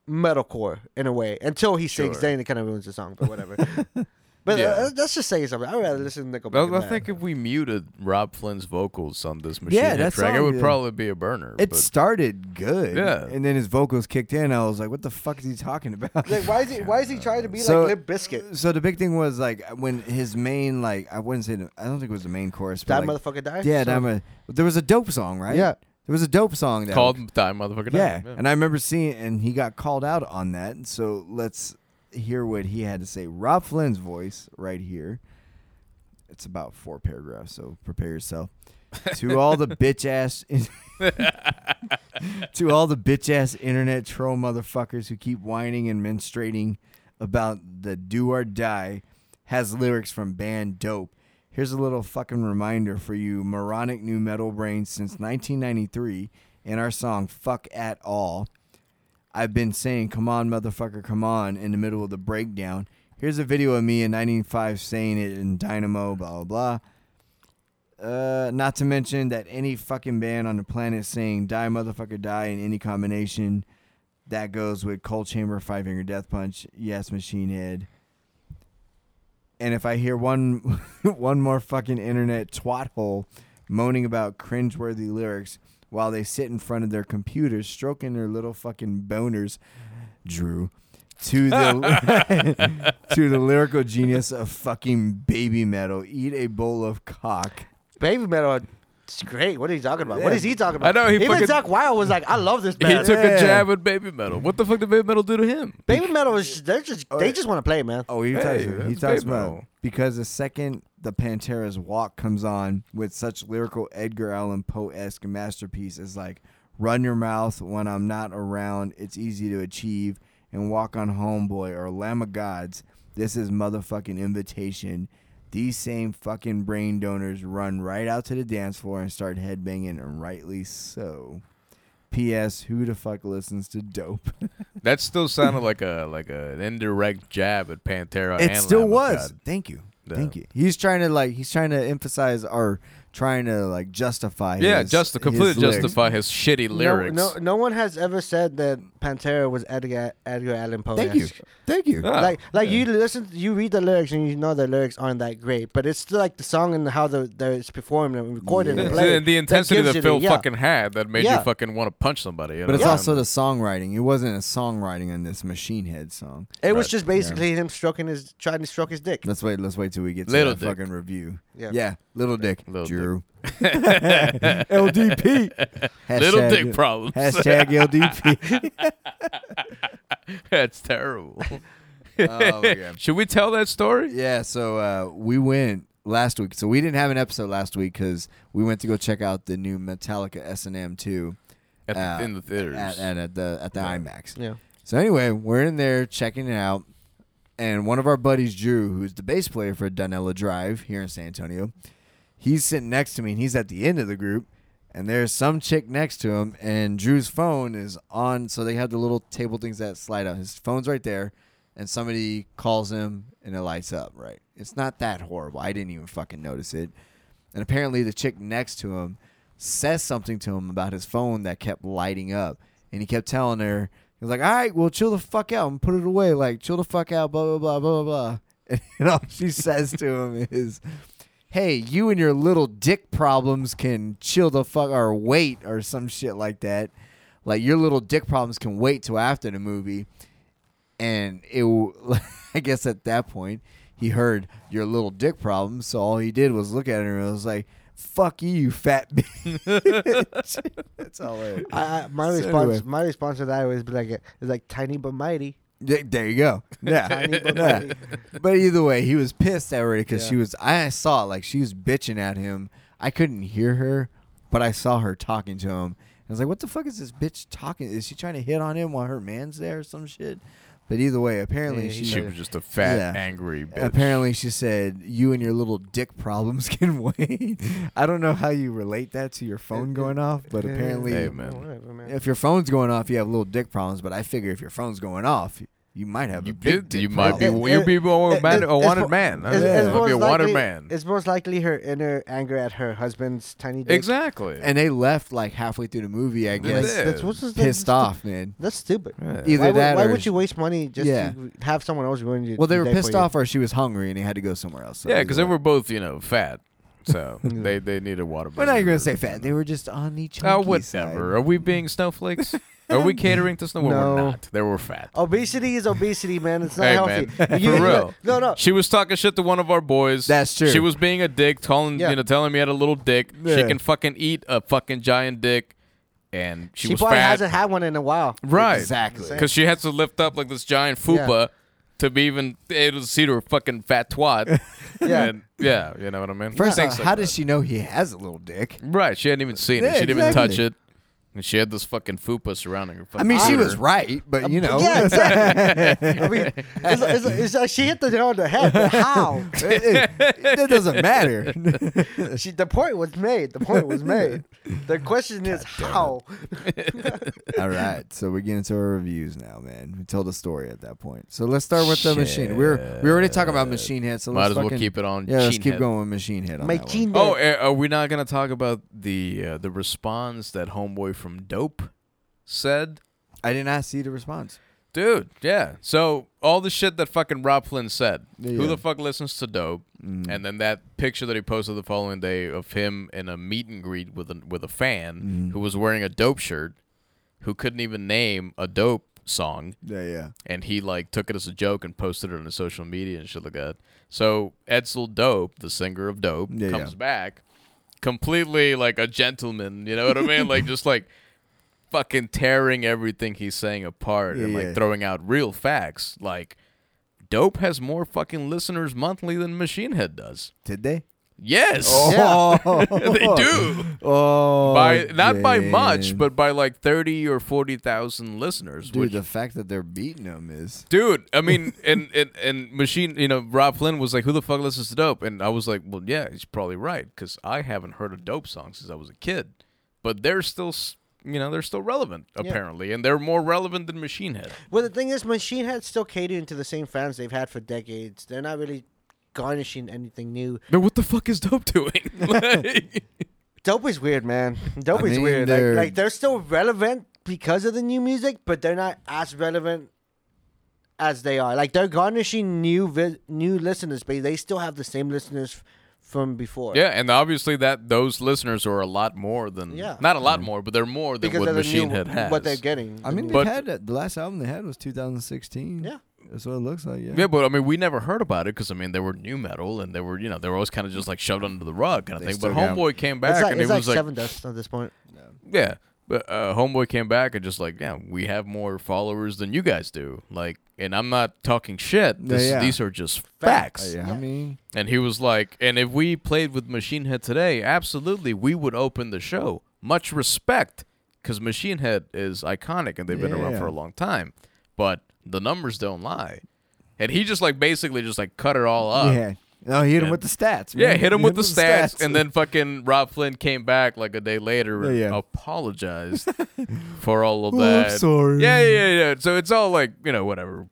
[SPEAKER 2] metalcore in a way. Until he sings,
[SPEAKER 4] Sure.
[SPEAKER 2] then it kind of ruins the song. But whatever. but
[SPEAKER 4] Yeah.
[SPEAKER 2] uh, let's just say something. I'd rather listen to Nickelback.
[SPEAKER 4] I,
[SPEAKER 2] than
[SPEAKER 4] I
[SPEAKER 2] that.
[SPEAKER 4] think if we muted Rob Flynn's vocals on this machine
[SPEAKER 3] Yeah,
[SPEAKER 4] Head
[SPEAKER 3] that
[SPEAKER 4] track, it
[SPEAKER 3] song,
[SPEAKER 4] would
[SPEAKER 3] yeah.
[SPEAKER 4] probably be a burner.
[SPEAKER 3] It
[SPEAKER 4] but-
[SPEAKER 3] started good,
[SPEAKER 4] Yeah.
[SPEAKER 3] and then his vocals kicked in. I was like, "What the fuck is he talking about?"
[SPEAKER 2] Like, why is he why is he trying to be
[SPEAKER 3] So-
[SPEAKER 2] like Lip Biscuit?
[SPEAKER 3] so the big thing was like when his main like I wouldn't say the- I don't think it was the main chorus.
[SPEAKER 2] That
[SPEAKER 3] But, like,
[SPEAKER 2] motherfucker died.
[SPEAKER 3] Yeah,
[SPEAKER 2] So-
[SPEAKER 3] that mo- there was a dope song, right?
[SPEAKER 2] Yeah.
[SPEAKER 3] there was a dope song that
[SPEAKER 4] called Die Motherfucker Die.
[SPEAKER 3] Yeah. and I remember seeing, and he got called out on that. So let's hear what he had to say. Rob Flynn's voice, right here. It's about four paragraphs, so prepare yourself. to all the bitch ass, to all the bitch ass internet troll motherfuckers who keep whining and menstruating about the do or die, has lyrics from band Dope. Here's a little fucking reminder for you, moronic new metal brains. Since 1993, in our song "Fuck at All," I've been saying, come on, motherfucker, come on, in the middle of the breakdown. Here's a video of me in 95 saying it in Dynamo, blah, blah, blah. Uh, not to mention that any fucking band on the planet saying die, motherfucker, die in any combination that goes with Cold Chamber, Five Finger Death Punch, Yes, Machine Head. And if I hear one one more fucking internet twat hole moaning about cringeworthy lyrics while they sit in front of their computers stroking their little fucking boners, Drew, to the to the lyrical genius of fucking baby metal, eat a bowl of cock.
[SPEAKER 2] Baby metal. It's great. What are you talking about? What
[SPEAKER 3] Yeah.
[SPEAKER 2] is he talking about?
[SPEAKER 4] I know, he
[SPEAKER 2] Even
[SPEAKER 4] fucking-
[SPEAKER 2] Zach Wild was like, "I love this
[SPEAKER 4] He
[SPEAKER 2] band."
[SPEAKER 4] took a
[SPEAKER 3] Yeah.
[SPEAKER 4] jab at Baby Metal. What the fuck did Baby Metal do to him?
[SPEAKER 2] Baby metal is they just they
[SPEAKER 3] yeah.
[SPEAKER 2] just want to play, man.
[SPEAKER 3] Oh, he
[SPEAKER 4] Hey,
[SPEAKER 3] talks, he
[SPEAKER 4] that's
[SPEAKER 3] talks
[SPEAKER 4] baby metal.
[SPEAKER 3] about because the second the Pantera's walk comes on with such lyrical Edgar Allan Poe esque masterpiece is like run your mouth when I'm not around. It's easy to achieve and walk on homeboy or Lamb of Gods. This is motherfucking invitation. These same fucking brain donors run right out to the dance floor and start headbanging, and rightly so. P.S. Who the fuck listens to dope?
[SPEAKER 4] That still sounded like a like a, an indirect jab at Pantera.
[SPEAKER 3] It
[SPEAKER 4] and
[SPEAKER 3] still
[SPEAKER 4] Lamb of
[SPEAKER 3] was.
[SPEAKER 4] God.
[SPEAKER 3] Thank you.
[SPEAKER 4] Yeah.
[SPEAKER 3] Thank you. He's trying to like he's trying to emphasize or trying to like justify.
[SPEAKER 4] Yeah,
[SPEAKER 3] his,
[SPEAKER 4] just to
[SPEAKER 3] his
[SPEAKER 4] completely
[SPEAKER 3] lyrics.
[SPEAKER 4] justify his shitty lyrics.
[SPEAKER 2] No, no, no one has ever said that Pantera was Edgar Edgar Allan Poe.
[SPEAKER 3] Thank you. Thank you.
[SPEAKER 4] Ah,
[SPEAKER 2] Like, like you listen, you read the lyrics, and you know the lyrics aren't that great, but it's still like the song and how the, the it's performed and recorded
[SPEAKER 4] the,
[SPEAKER 2] and played.
[SPEAKER 4] the intensity
[SPEAKER 2] gives
[SPEAKER 4] that
[SPEAKER 2] you
[SPEAKER 4] Phil
[SPEAKER 2] the- yeah.
[SPEAKER 4] fucking had that made
[SPEAKER 2] Yeah.
[SPEAKER 4] you fucking want to punch somebody. you
[SPEAKER 3] But it's
[SPEAKER 4] know?
[SPEAKER 3] also the songwriting. It wasn't a songwriting on this Machine Head song.
[SPEAKER 2] It was
[SPEAKER 4] Right.
[SPEAKER 2] just basically him stroking his trying to stroke his dick.
[SPEAKER 3] Let's wait. Let's wait till we get to
[SPEAKER 4] Little
[SPEAKER 3] that
[SPEAKER 4] Dick.
[SPEAKER 3] fucking review.
[SPEAKER 2] Yeah.
[SPEAKER 3] yeah little Dick.
[SPEAKER 4] Little
[SPEAKER 3] Drew. LDP.
[SPEAKER 4] little
[SPEAKER 3] Hashtag-
[SPEAKER 4] dick problems.
[SPEAKER 3] Hashtag LDP.
[SPEAKER 4] That's terrible.
[SPEAKER 3] oh my God.
[SPEAKER 4] Should we tell that story?
[SPEAKER 3] Yeah, so uh, we went last week. So we didn't have an episode last week because we went to go check out the new Metallica S and M two
[SPEAKER 4] At,
[SPEAKER 3] Uh,
[SPEAKER 4] in the theaters.
[SPEAKER 3] at, at, at the at the IMAX.
[SPEAKER 2] Yeah.
[SPEAKER 3] So anyway, we're in there checking it out, and one of our buddies, Drew, who's the bass player for Dunella Drive here in San Antonio, he's sitting next to me, and he's at the end of the group, and there's some chick next to him, and Drew's phone is on. So they have the little table things that slide out. His phone's right there, and somebody calls him, and it lights up. Right? It's not that horrible. I didn't even fucking notice it. And apparently, the chick next to him says something to him about his phone that kept lighting up. And he kept telling her, he was like, all right, well, chill the fuck out and put it away. Like, chill the fuck out, blah, blah, blah, blah, blah. blah." And all she says to him is, hey, you and your little dick problems can chill the fuck or wait or some shit like that. Like, your little dick problems can wait till after the movie. And it, w- I guess at that point, he heard your little dick problem. So all he did was look at her and was like, fuck you, you fat bitch. That's all it.
[SPEAKER 2] I, I, my
[SPEAKER 3] So
[SPEAKER 2] response,
[SPEAKER 3] anyway.
[SPEAKER 2] my response to that was be like, it's like tiny but mighty.
[SPEAKER 3] Th- There you go. Yeah.
[SPEAKER 2] Tiny but
[SPEAKER 3] Yeah.
[SPEAKER 2] mighty.
[SPEAKER 3] But either way, he was pissed at her because
[SPEAKER 2] Yeah.
[SPEAKER 3] she was. I saw it like she was bitching at him. I couldn't hear her, but I saw her talking to him. I was like, "What the fuck is this bitch talking? Is she trying to hit on him while her man's there or some shit?" But either way, apparently
[SPEAKER 2] Yeah,
[SPEAKER 3] she,
[SPEAKER 2] he
[SPEAKER 4] She
[SPEAKER 2] said-
[SPEAKER 3] said,
[SPEAKER 4] was just a fat,
[SPEAKER 3] Yeah.
[SPEAKER 4] angry bitch.
[SPEAKER 3] apparently she said you and your little dick problems can wait. I don't know how you relate that to your phone going off, but
[SPEAKER 2] Yeah.
[SPEAKER 3] apparently
[SPEAKER 4] Hey, man.
[SPEAKER 2] Whatever, man.
[SPEAKER 3] if your phone's going off, you have little dick problems. But I figure if your phone's going off, you might have
[SPEAKER 4] you
[SPEAKER 3] a big
[SPEAKER 4] did. You
[SPEAKER 3] dick
[SPEAKER 4] might be.
[SPEAKER 3] problem.
[SPEAKER 2] It-
[SPEAKER 4] You be a
[SPEAKER 2] it-
[SPEAKER 4] wanted-
[SPEAKER 2] it-
[SPEAKER 4] a
[SPEAKER 2] it's
[SPEAKER 4] wanted
[SPEAKER 2] mo-
[SPEAKER 4] man. I
[SPEAKER 2] It's,
[SPEAKER 4] mean,
[SPEAKER 2] it's
[SPEAKER 4] you
[SPEAKER 3] I'll
[SPEAKER 2] most
[SPEAKER 4] might be a wanted
[SPEAKER 2] likely,
[SPEAKER 4] man.
[SPEAKER 2] It's most likely her inner anger at her husband's tiny dick.
[SPEAKER 4] Exactly.
[SPEAKER 3] And they left like halfway through the movie, I
[SPEAKER 4] They
[SPEAKER 3] guess,
[SPEAKER 4] did.
[SPEAKER 2] That's, what's this-
[SPEAKER 3] pissed
[SPEAKER 2] that's-
[SPEAKER 3] off, man.
[SPEAKER 2] That's stupid.
[SPEAKER 4] Yeah.
[SPEAKER 3] Either
[SPEAKER 2] why would,
[SPEAKER 3] that
[SPEAKER 2] why
[SPEAKER 3] or
[SPEAKER 2] would you waste money just
[SPEAKER 3] Yeah.
[SPEAKER 2] to have someone else ruin your
[SPEAKER 3] Well, they
[SPEAKER 2] your
[SPEAKER 3] were
[SPEAKER 2] day for
[SPEAKER 3] pissed
[SPEAKER 2] you?
[SPEAKER 3] off, or she was hungry and he had to go somewhere else. so
[SPEAKER 4] yeah,
[SPEAKER 3] either
[SPEAKER 4] because they
[SPEAKER 3] way.
[SPEAKER 4] were both, you know, fat. So they they need a water.
[SPEAKER 3] We're not even
[SPEAKER 4] bender.
[SPEAKER 3] gonna say fat. They were just on each.
[SPEAKER 4] Oh,
[SPEAKER 3] chunky
[SPEAKER 4] whatever.
[SPEAKER 3] side.
[SPEAKER 4] Are we being snowflakes? Are we catering to snow? Well, We're
[SPEAKER 2] No.
[SPEAKER 4] not. They were fat.
[SPEAKER 2] Obesity is obesity, man. It's not
[SPEAKER 4] Hey,
[SPEAKER 2] healthy.
[SPEAKER 4] man.
[SPEAKER 2] You-
[SPEAKER 4] For real.
[SPEAKER 2] No, no.
[SPEAKER 4] She was talking shit to one of our boys.
[SPEAKER 3] That's true.
[SPEAKER 4] She was being a dick, telling
[SPEAKER 2] Yeah.
[SPEAKER 4] you know, telling me I had a little dick. She
[SPEAKER 3] Yeah.
[SPEAKER 4] can fucking eat a fucking giant dick, and she, was
[SPEAKER 2] probably
[SPEAKER 4] fat.
[SPEAKER 2] hasn't had one in a while.
[SPEAKER 4] right,
[SPEAKER 3] Exactly.
[SPEAKER 4] Because she had to lift up like this giant fupa to be even able to see her fucking fat twat.
[SPEAKER 2] Yeah.
[SPEAKER 4] and, yeah, you know what I mean.
[SPEAKER 3] First,
[SPEAKER 4] Things
[SPEAKER 3] off,
[SPEAKER 4] like
[SPEAKER 3] how
[SPEAKER 4] that.
[SPEAKER 3] does she know he has a little dick?
[SPEAKER 4] Right, she hadn't even seen it.
[SPEAKER 3] Yeah,
[SPEAKER 4] She didn't even touch
[SPEAKER 3] exactly.
[SPEAKER 4] it, and she had this fucking fupa surrounding her.
[SPEAKER 3] I
[SPEAKER 4] Fucking
[SPEAKER 3] mean, she
[SPEAKER 4] ear.
[SPEAKER 3] was right, but you know,
[SPEAKER 2] Yeah, exactly. I mean, it's, it's, it's like she hit the nail on the head. but How?
[SPEAKER 3] that doesn't matter.
[SPEAKER 2] She, the point was made. The point was made. The question is how.
[SPEAKER 3] All right, so we're getting to our reviews now, man. We told a story at that point, so let's start with the machine. We We're we already talking about machine head, so
[SPEAKER 4] Might
[SPEAKER 3] let's
[SPEAKER 4] as well
[SPEAKER 3] fucking-
[SPEAKER 4] keep it on
[SPEAKER 3] Yeah, let's
[SPEAKER 4] Machine
[SPEAKER 3] keep
[SPEAKER 4] Head.
[SPEAKER 3] going with machine head. On
[SPEAKER 2] My
[SPEAKER 3] that one.
[SPEAKER 2] gene
[SPEAKER 4] Oh,
[SPEAKER 2] did.
[SPEAKER 4] a- are we not gonna talk about the uh, the response that homeboy from Dope said?
[SPEAKER 3] I did not see the response.
[SPEAKER 4] Dude, yeah. So all the shit that fucking Rob Flynn said. Who
[SPEAKER 3] Yeah.
[SPEAKER 4] the fuck listens to Dope?
[SPEAKER 3] Mm.
[SPEAKER 4] And then that picture that he posted the following day of him in a meet and greet with a with a fan
[SPEAKER 3] Mm.
[SPEAKER 4] who was wearing a Dope shirt, who couldn't even name a Dope song,
[SPEAKER 3] Yeah, yeah.
[SPEAKER 4] and he like took it as a joke and posted it on his social media and shit like that. So Edsel Dope, the singer of Dope,
[SPEAKER 3] Yeah,
[SPEAKER 4] comes
[SPEAKER 3] yeah.
[SPEAKER 4] back completely like a gentleman. You know what I mean? like just like fucking tearing everything he's saying apart and
[SPEAKER 3] Yeah,
[SPEAKER 4] like
[SPEAKER 3] yeah.
[SPEAKER 4] throwing out real facts. Like Dope has more fucking listeners monthly than Machine Head does.
[SPEAKER 3] Did they?
[SPEAKER 4] Yes,
[SPEAKER 3] Oh,
[SPEAKER 4] they do.
[SPEAKER 3] Oh,
[SPEAKER 4] by not by much,
[SPEAKER 3] damn.
[SPEAKER 4] but by like thirty or forty thousand listeners.
[SPEAKER 3] dude,
[SPEAKER 4] which
[SPEAKER 3] the fact that they're beating him is
[SPEAKER 4] dude i mean and, and and machine you know rob flynn was like who the fuck listens to dope and i was like well yeah he's probably right because i haven't heard a dope song since i was a kid but they're still s- you know they're still relevant apparently and they're more relevant than machine head
[SPEAKER 2] Well, the thing is, Machine Head's still catering to the same fans they've had for decades. They're not really garnishing anything new.
[SPEAKER 4] but what the fuck is dope doing Like-
[SPEAKER 2] Dope is weird, man. Dope
[SPEAKER 3] I
[SPEAKER 2] is
[SPEAKER 3] mean,
[SPEAKER 2] weird.
[SPEAKER 3] they're-
[SPEAKER 2] Like, like they're still relevant because of the new music, but they're not as relevant as they are. Like they're garnishing new vi- new listeners, but they still have the same listeners f- from before.
[SPEAKER 4] yeah and obviously that those listeners are a lot more than
[SPEAKER 2] Yeah.
[SPEAKER 4] not a lot more but they're more than
[SPEAKER 2] because
[SPEAKER 4] what
[SPEAKER 2] of the
[SPEAKER 4] machine
[SPEAKER 2] new,
[SPEAKER 4] head has
[SPEAKER 2] what they're getting.
[SPEAKER 3] I mean,
[SPEAKER 4] But-
[SPEAKER 3] they had the last album they had was 2016.
[SPEAKER 2] Yeah.
[SPEAKER 3] that's what it looks like. Yeah,
[SPEAKER 4] yeah, but I mean, we never heard about it because I mean, they were new metal and they were, you know, they were always kind of just like shoved under the rug kind of
[SPEAKER 3] They
[SPEAKER 4] thing. But
[SPEAKER 3] still got-
[SPEAKER 4] Homeboy came back
[SPEAKER 2] it's like,
[SPEAKER 4] and he
[SPEAKER 2] it's like
[SPEAKER 4] was like,
[SPEAKER 2] Seven Dust at this point.
[SPEAKER 4] Yeah. But uh, Homeboy came back and just like, yeah, we have more followers than you guys do. Like, and I'm not talking shit. This,
[SPEAKER 3] Yeah, yeah.
[SPEAKER 4] These are just facts.
[SPEAKER 3] yeah. I mean,
[SPEAKER 4] And he was like, and if we played with Machine Head today, absolutely, we would open the show. Much respect, because Machine Head is iconic and they've been around
[SPEAKER 3] Yeah.
[SPEAKER 4] for a long time. But the numbers don't lie. And he just like basically just like cut it all up.
[SPEAKER 3] yeah. No, he hit him
[SPEAKER 4] Uh, yeah.
[SPEAKER 3] with the stats.
[SPEAKER 4] Yeah,
[SPEAKER 3] man.
[SPEAKER 4] hit him with the stats, and then
[SPEAKER 3] stats.
[SPEAKER 4] fucking Rob Flynn came back like a day later and
[SPEAKER 3] Yeah, yeah.
[SPEAKER 4] apologized for all of
[SPEAKER 3] Oh, I'm
[SPEAKER 4] that.
[SPEAKER 3] sorry.
[SPEAKER 4] Yeah,
[SPEAKER 2] Mm.
[SPEAKER 4] yeah, yeah, yeah. So it's all like you know whatever.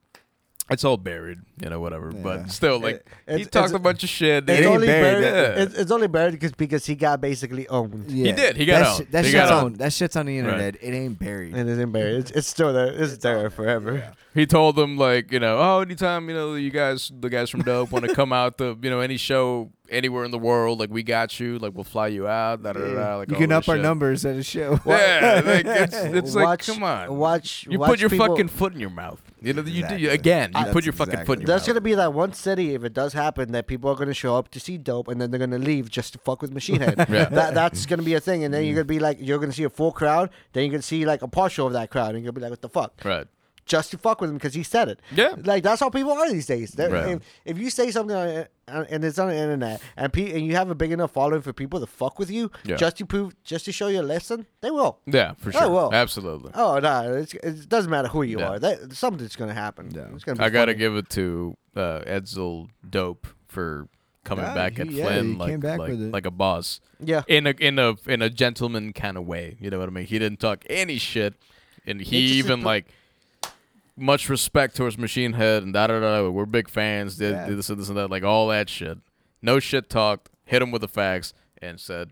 [SPEAKER 4] It's all buried, you know, whatever.
[SPEAKER 3] Yeah.
[SPEAKER 4] But still, like he
[SPEAKER 2] it's-
[SPEAKER 4] talked
[SPEAKER 2] it's-
[SPEAKER 4] a bunch of shit.
[SPEAKER 2] It's
[SPEAKER 4] He-
[SPEAKER 3] ain't
[SPEAKER 2] only
[SPEAKER 3] buried,
[SPEAKER 2] buried.
[SPEAKER 4] yeah.
[SPEAKER 2] It's, it's only buried because because he got basically owned.
[SPEAKER 3] Yeah.
[SPEAKER 4] did, he got
[SPEAKER 3] That
[SPEAKER 4] out.
[SPEAKER 3] shi- That
[SPEAKER 4] He
[SPEAKER 3] shit's
[SPEAKER 4] got out.
[SPEAKER 3] on. That shit's on the internet. It ain't buried.
[SPEAKER 2] It isn't buried. It's, it's still there. It's, there forever.
[SPEAKER 4] he told them like you know, oh, anytime you know you guys, the guys from Dope want to come out to you know any show anywhere in the world, like we got you, like we'll fly you out. Da, da, da, da, uh, like
[SPEAKER 3] you
[SPEAKER 4] all
[SPEAKER 3] can
[SPEAKER 4] this
[SPEAKER 3] up our
[SPEAKER 4] shit.
[SPEAKER 3] numbers at a show.
[SPEAKER 4] Yeah, like it's, it's
[SPEAKER 2] Watch-
[SPEAKER 4] like come on,
[SPEAKER 2] watch-
[SPEAKER 4] You
[SPEAKER 2] watch
[SPEAKER 4] put your
[SPEAKER 2] people-
[SPEAKER 4] fucking foot in your mouth. You know, you do
[SPEAKER 3] Exactly.
[SPEAKER 4] you, again. You
[SPEAKER 3] That's
[SPEAKER 4] put your fucking foot
[SPEAKER 3] exactly
[SPEAKER 4] in your
[SPEAKER 2] That's
[SPEAKER 4] mouth.
[SPEAKER 2] gonna be that one city if it does happen that people are gonna show up to see dope and then they're gonna leave just to fuck with Machine Head.
[SPEAKER 4] Yeah. Mm.
[SPEAKER 2] That that's gonna be a thing, and then you're gonna be like you're gonna see a full crowd, then you're gonna see like a partial of that crowd, and you're gonna be like, what the fuck?
[SPEAKER 4] Right.
[SPEAKER 2] just to fuck with him because he said it.
[SPEAKER 4] Yeah.
[SPEAKER 2] like that's how people are these days. They're-
[SPEAKER 4] Right.
[SPEAKER 2] If, if you say something on, on- and it's on the internet, and pe- and you have a big enough following for people to fuck with you,
[SPEAKER 4] Yeah.
[SPEAKER 2] just to prove, just to show you a lesson, they will.
[SPEAKER 4] Yeah, for
[SPEAKER 2] Oh,
[SPEAKER 4] sure.
[SPEAKER 2] well.
[SPEAKER 4] Absolutely.
[SPEAKER 2] Oh no, it's, it doesn't matter who you
[SPEAKER 4] Yeah.
[SPEAKER 2] are. That something's gonna happen. It's gonna be
[SPEAKER 4] I gotta
[SPEAKER 2] funny.
[SPEAKER 4] give it to uh, Edsel Dope for coming
[SPEAKER 3] Yeah,
[SPEAKER 4] back
[SPEAKER 3] he-
[SPEAKER 4] at
[SPEAKER 3] yeah,
[SPEAKER 4] Flynn
[SPEAKER 3] he
[SPEAKER 4] like
[SPEAKER 3] came back
[SPEAKER 4] like,
[SPEAKER 3] with it.
[SPEAKER 4] like a boss
[SPEAKER 2] Yeah.
[SPEAKER 4] in a in a in a gentleman kind of way. You know what I mean? He didn't talk any shit, and he
[SPEAKER 2] just
[SPEAKER 4] even
[SPEAKER 2] appro-
[SPEAKER 4] like much respect towards Machine Head and da da da. da, We're big fans. Did,
[SPEAKER 3] Yeah.
[SPEAKER 4] did this and this and that. Like all that shit. No shit talked. Hit him with the facts and said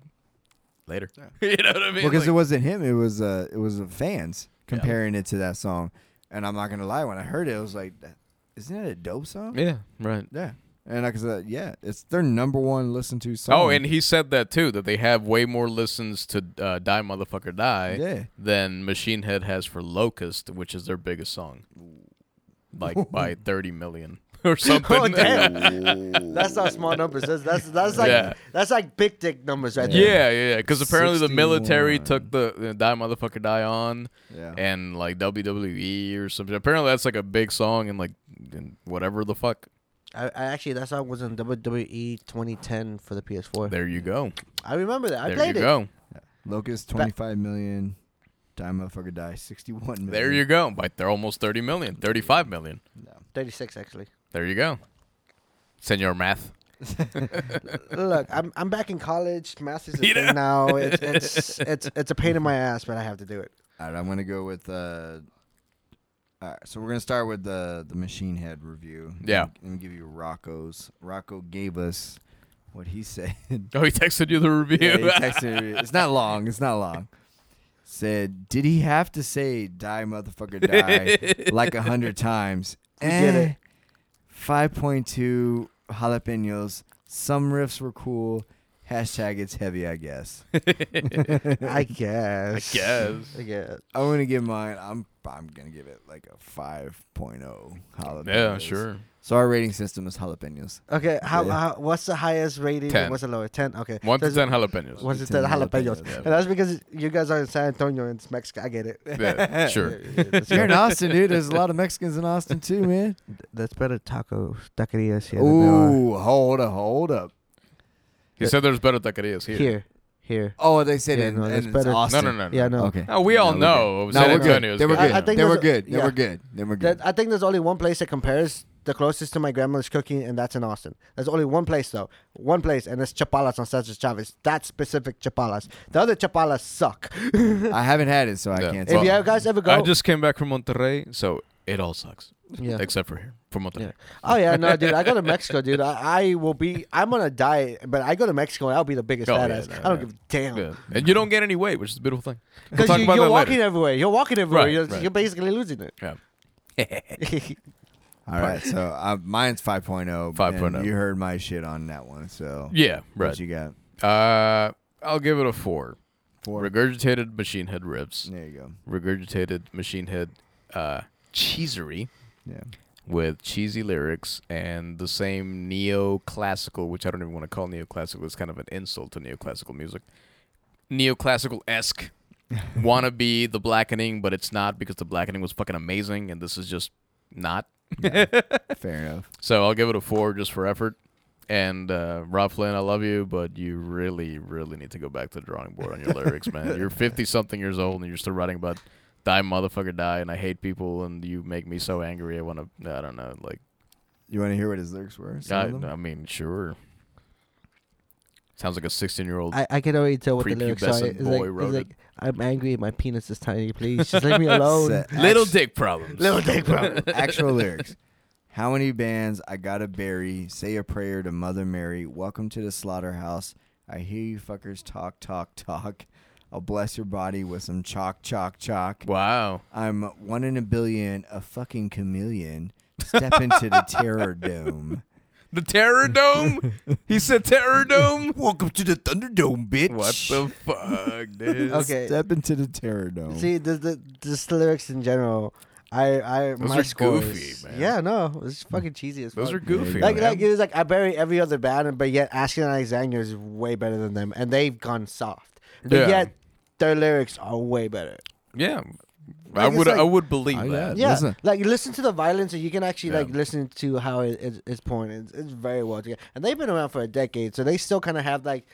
[SPEAKER 4] later. you know what I mean?
[SPEAKER 3] because
[SPEAKER 4] Like-
[SPEAKER 3] it wasn't him. It was uh, it was the fans comparing it to that song, and I'm not gonna lie. When I heard it, I was like, "That- "Isn't that a dope song?"
[SPEAKER 4] yeah, right.
[SPEAKER 3] Yeah, and I said, "Yeah, it's their number one listen to song."
[SPEAKER 4] Oh, and he said that too, that they have way more listens to uh, Die Motherfucker Die
[SPEAKER 3] Yeah.
[SPEAKER 4] than Machine Head has for Locust, which is their biggest song. Like by 30 million or something.
[SPEAKER 2] Oh damn! that's not small numbers. That's that's, that's like
[SPEAKER 4] Yeah.
[SPEAKER 2] that's like big dick numbers right there.
[SPEAKER 4] Yeah, yeah, yeah. Because apparently the military
[SPEAKER 3] 61.
[SPEAKER 4] took the uh, Die Motherfucker Die on
[SPEAKER 2] Oh.
[SPEAKER 3] Yeah.
[SPEAKER 4] and like WWE or something. Apparently that's like a big song and like and whatever the fuck.
[SPEAKER 2] I, I actually that song was on WWE 2010 E for the PS4.
[SPEAKER 4] There you go.
[SPEAKER 2] I remember that. I
[SPEAKER 4] There you
[SPEAKER 2] played it.
[SPEAKER 4] go.
[SPEAKER 3] Locust 25 million, Die Motherfucker Die 61 million.
[SPEAKER 4] There you go. By th- almost 30 million, 35 million.
[SPEAKER 2] 36 actually.
[SPEAKER 4] There you go. Senor Math.
[SPEAKER 2] Look, I'm I'm back in college. Masters is a
[SPEAKER 4] You know?
[SPEAKER 2] thing now. It's, it's it's it's a pain in my ass, but I have to do it.
[SPEAKER 3] All right, I'm gonna go with. Uh, all right, so we're gonna start with the the Machine Head review.
[SPEAKER 4] Yeah.
[SPEAKER 3] Let me give you Rocco's. Rocco gave us what he said.
[SPEAKER 4] Oh, he texted you the review.
[SPEAKER 3] Yeah, he texted me. It's not long. It's not long. Said, did he have to say "die motherfucker die" like a hundred times?
[SPEAKER 2] We get
[SPEAKER 3] Eh,
[SPEAKER 2] it.
[SPEAKER 3] Five point two jalapenos. Some riffs were cool. Hashtag it's heavy, I guess.
[SPEAKER 2] I guess.
[SPEAKER 4] I guess.
[SPEAKER 2] I guess.
[SPEAKER 3] I'm gonna give mine. I'm I'm gonna give it like a 5.0 jalapenos.
[SPEAKER 4] Yeah, sure.
[SPEAKER 3] So our rating system is jalapenos.
[SPEAKER 2] Okay. How,
[SPEAKER 3] Yeah.
[SPEAKER 2] how what's the highest rating?
[SPEAKER 4] 10.
[SPEAKER 2] What's the lowest? 10. Okay.
[SPEAKER 4] One to
[SPEAKER 2] Does-
[SPEAKER 4] ten jalapenos.
[SPEAKER 2] What's it?
[SPEAKER 3] 10
[SPEAKER 2] The jalapenos.
[SPEAKER 3] jalapenos.
[SPEAKER 2] And that's because you guys are in San Antonio and it's Mexico. I get it.
[SPEAKER 4] Yeah, sure.
[SPEAKER 3] You're in Austin, dude. There's a lot of Mexicans in Austin too, man.
[SPEAKER 2] That's better tacos, taquerias here.
[SPEAKER 3] Ooh, hold up, hold up.
[SPEAKER 4] He said there's better taquerias here.
[SPEAKER 2] here, here.
[SPEAKER 3] Oh, they said
[SPEAKER 2] Yeah,
[SPEAKER 3] in,
[SPEAKER 2] no,
[SPEAKER 3] and
[SPEAKER 2] that's
[SPEAKER 3] it's
[SPEAKER 2] better.
[SPEAKER 4] No,
[SPEAKER 3] Austin.
[SPEAKER 4] no, no, no.
[SPEAKER 2] Yeah, no.
[SPEAKER 3] Okay.
[SPEAKER 4] No, we all know
[SPEAKER 3] We're good.
[SPEAKER 4] San
[SPEAKER 3] No, we're good.
[SPEAKER 4] Antonio's
[SPEAKER 3] They were
[SPEAKER 4] good.
[SPEAKER 3] good.
[SPEAKER 2] I think
[SPEAKER 3] they were
[SPEAKER 2] there's a-
[SPEAKER 3] good. They
[SPEAKER 2] yeah.
[SPEAKER 3] were good. They were good.
[SPEAKER 2] That, I think there's only one place that compares the closest to my grandmother's cooking, and that's in Austin. There's only one place though, one place, and it's Chapalas on Cesar Chavez. That specific Chapalas. The other Chapalas suck.
[SPEAKER 3] I haven't had it, so I
[SPEAKER 4] Yeah.
[SPEAKER 3] can't.
[SPEAKER 4] Well,
[SPEAKER 2] if
[SPEAKER 3] say.
[SPEAKER 2] you guys ever go,
[SPEAKER 4] I just came back from Monterrey, so it all sucks.
[SPEAKER 2] Yeah.
[SPEAKER 4] Except for here. For Monterrey.
[SPEAKER 2] oh yeah, no, dude, I go to Mexico, dude. I, I will be, I'm on a diet, but I go to Mexico and I'll be the biggest
[SPEAKER 4] Oh, yeah,
[SPEAKER 2] badass.
[SPEAKER 4] no,
[SPEAKER 2] I don't
[SPEAKER 4] yeah.
[SPEAKER 2] give a damn.
[SPEAKER 4] Yeah. And you don't get any weight, which is a beautiful thing. We'll
[SPEAKER 2] Because
[SPEAKER 4] talk
[SPEAKER 2] you,
[SPEAKER 4] about
[SPEAKER 2] you're
[SPEAKER 4] that
[SPEAKER 2] walking
[SPEAKER 4] later.
[SPEAKER 2] everywhere. You're walking everywhere.
[SPEAKER 4] Right,
[SPEAKER 2] you're,
[SPEAKER 4] right.
[SPEAKER 2] you're basically losing it.
[SPEAKER 4] Yeah.
[SPEAKER 3] All right, so uh, mine's 5.0.
[SPEAKER 4] 5.0.
[SPEAKER 3] and You heard my shit on that one, so
[SPEAKER 4] oh. Yeah,
[SPEAKER 3] What
[SPEAKER 4] right.
[SPEAKER 3] you got?
[SPEAKER 4] Uh I'll give it a four.
[SPEAKER 3] Four.
[SPEAKER 4] Regurgitated machine head ribs.
[SPEAKER 3] there you go.
[SPEAKER 4] Regurgitated machine head uh cheesery.
[SPEAKER 3] Yeah.
[SPEAKER 4] with cheesy lyrics and the same neoclassical, which I don't even want to call neoclassical. It's kind of an insult to neoclassical music. Neoclassical esque, wanna be the blackening, but it's not because the blackening was fucking amazing, and this is just not.
[SPEAKER 3] Fair enough.
[SPEAKER 4] So I'll give it a four just for effort. And uh, Rob Flynn, I love you, but you really, really need to go back to the drawing board on your lyrics, man. You're fifty something years old, and you're still writing about die motherfucker die, and I hate people, and you make me so angry. I want to, I don't know, like.
[SPEAKER 3] You want to hear what his lyrics were? Some
[SPEAKER 4] I,
[SPEAKER 3] of them?
[SPEAKER 4] I mean, sure. Sounds like a 16 year old.
[SPEAKER 2] I, I can already tell what the lyrics are.
[SPEAKER 4] Prepubescent
[SPEAKER 2] It's like,
[SPEAKER 4] boy
[SPEAKER 2] it's
[SPEAKER 4] wrote
[SPEAKER 2] like, I'm angry. My penis is tiny. Please just leave me alone.
[SPEAKER 3] Set-
[SPEAKER 4] Little
[SPEAKER 3] actu-
[SPEAKER 4] dick problems.
[SPEAKER 2] Little dick problem.
[SPEAKER 3] Actual lyrics. How many bands I gotta bury? Say a prayer to Mother Mary. Welcome to the slaughterhouse. I hear you fuckers talk, talk, talk. I'll bless your body with some chalk, chalk, chalk.
[SPEAKER 4] Wow.
[SPEAKER 3] I'm one in a billion, a fucking chameleon. Step into the terror dome.
[SPEAKER 4] The Terror Dome? he said Terror Dome?
[SPEAKER 3] Welcome to the Thunderdome, bitch.
[SPEAKER 4] What the fuck, dude?
[SPEAKER 2] Okay.
[SPEAKER 3] Step into the terror dome.
[SPEAKER 2] See, the, the just the lyrics in general. I I my
[SPEAKER 4] are
[SPEAKER 2] scores.
[SPEAKER 4] goofy, man.
[SPEAKER 2] Yeah, no, it's fucking cheesy as fuck.
[SPEAKER 4] Those are goofy.
[SPEAKER 2] Like,
[SPEAKER 4] man.
[SPEAKER 2] like it's like I bury every other band, but yet Asking Alexandria is way better than them, and they've gone soft. But
[SPEAKER 4] Yeah.
[SPEAKER 2] yet their lyrics are way better.
[SPEAKER 4] yeah. I
[SPEAKER 2] Like, it's
[SPEAKER 4] would
[SPEAKER 2] like-
[SPEAKER 4] I would believe
[SPEAKER 3] I
[SPEAKER 4] that.
[SPEAKER 3] got it.
[SPEAKER 2] Yeah,
[SPEAKER 3] Listen.
[SPEAKER 2] like you listen to the violence, and you can actually
[SPEAKER 4] Yeah.
[SPEAKER 2] like listen to how it, it's it's pointed. It's, it's very well together, and they've been around for a decade, so they still kind of have like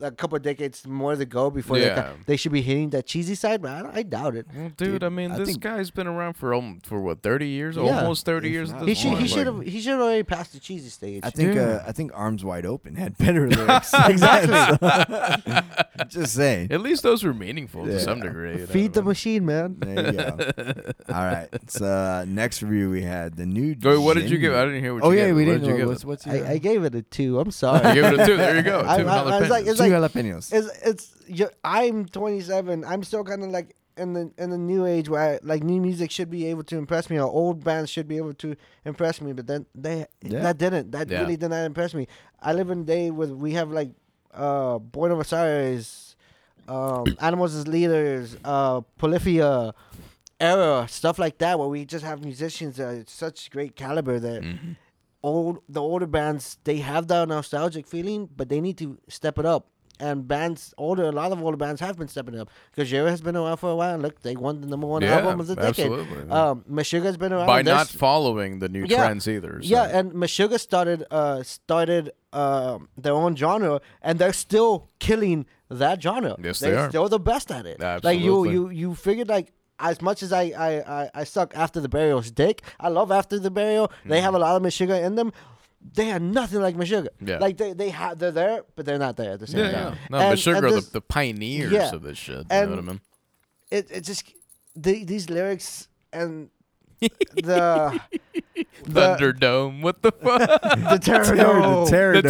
[SPEAKER 2] a couple of decades more to go before they,
[SPEAKER 4] Yeah.
[SPEAKER 2] they should be hitting that cheesy side. But I, don't- I doubt it.
[SPEAKER 4] Well, dude, I mean,
[SPEAKER 3] I
[SPEAKER 4] this
[SPEAKER 3] think-
[SPEAKER 4] guy's been around for um, for what thirty years,
[SPEAKER 2] Yeah.
[SPEAKER 4] almost thirty
[SPEAKER 3] If
[SPEAKER 4] years.
[SPEAKER 3] not
[SPEAKER 4] at
[SPEAKER 2] He
[SPEAKER 4] this
[SPEAKER 2] should
[SPEAKER 4] point.
[SPEAKER 2] he should
[SPEAKER 4] Like,
[SPEAKER 2] have he should already passed the cheesy stage.
[SPEAKER 3] I think
[SPEAKER 4] Yeah.
[SPEAKER 3] uh, I think arms wide open had better lyrics.
[SPEAKER 2] exactly.
[SPEAKER 3] Just saying.
[SPEAKER 4] at least those were meaningful
[SPEAKER 3] Yeah.
[SPEAKER 4] to some degree. you
[SPEAKER 2] Feed the
[SPEAKER 4] know what
[SPEAKER 2] machine, man.
[SPEAKER 3] There you go. All right. So uh, next review we had the new.
[SPEAKER 4] I mean? Wait, what did you give?
[SPEAKER 3] Jin-
[SPEAKER 4] I didn't hear what
[SPEAKER 3] oh
[SPEAKER 4] you
[SPEAKER 3] yeah,
[SPEAKER 4] gave.
[SPEAKER 3] we
[SPEAKER 4] What
[SPEAKER 3] didn't.
[SPEAKER 4] did you
[SPEAKER 3] know.
[SPEAKER 4] give
[SPEAKER 3] what's,
[SPEAKER 4] it?
[SPEAKER 3] what's your?
[SPEAKER 2] I, I gave it a two. I'm
[SPEAKER 4] You
[SPEAKER 2] sorry.
[SPEAKER 4] gave it a two. There you go.
[SPEAKER 2] I-
[SPEAKER 4] Two
[SPEAKER 2] I- I was like- it's
[SPEAKER 4] jalapenos.
[SPEAKER 3] two jalapenos.
[SPEAKER 2] It's it's you I'm 27. I'm still kind of like in the in the new age where I, like new music should be able to impress me or old bands should be able to impress me, but then they
[SPEAKER 3] Yeah.
[SPEAKER 2] that didn't that
[SPEAKER 4] Yeah.
[SPEAKER 2] really did not impress me. I live in a day where we have like uh Buenos Aires, um, Animals as Leaders, uh, Polyphia. Era stuff like that, where we just have musicians that are such great caliber that old the older bands they have that nostalgic feeling, but they need to step it up. And bands older, a lot of older bands have been stepping it up. Gojira has been around for a while. Look, they won the number one
[SPEAKER 4] Yeah,
[SPEAKER 2] album of the decade.
[SPEAKER 4] absolutely.
[SPEAKER 2] Um, Meshuggah's been around
[SPEAKER 4] By not
[SPEAKER 2] There's-
[SPEAKER 4] following the new
[SPEAKER 2] Yeah.
[SPEAKER 4] trends either. so-
[SPEAKER 2] yeah, and Meshuggah started uh started um their own genre, and they're still killing that genre.
[SPEAKER 4] Yes, they
[SPEAKER 2] they're
[SPEAKER 4] are.
[SPEAKER 2] still the best at it. Like
[SPEAKER 4] Absolutely.
[SPEAKER 2] you, you, you figured like. As much as I, I, I, I suck after the burial's dick, I love after the burial. They
[SPEAKER 4] Mm-hmm.
[SPEAKER 2] have a lot of Meshuggah in them. They are nothing like Meshuggah.
[SPEAKER 4] Yeah.
[SPEAKER 2] Like they, they have they're there, but they're not there at the same
[SPEAKER 4] yeah,
[SPEAKER 2] time.
[SPEAKER 4] yeah. No,
[SPEAKER 2] And-
[SPEAKER 4] the sugar
[SPEAKER 2] and
[SPEAKER 4] are
[SPEAKER 2] this-
[SPEAKER 4] the, the pioneers
[SPEAKER 2] yeah.
[SPEAKER 4] of this shit. You
[SPEAKER 2] And-
[SPEAKER 4] know what I mean?
[SPEAKER 2] it, it just the, these lyrics and the
[SPEAKER 4] Thunderdome. What the fuck?
[SPEAKER 2] the terror.
[SPEAKER 3] Terror-
[SPEAKER 4] the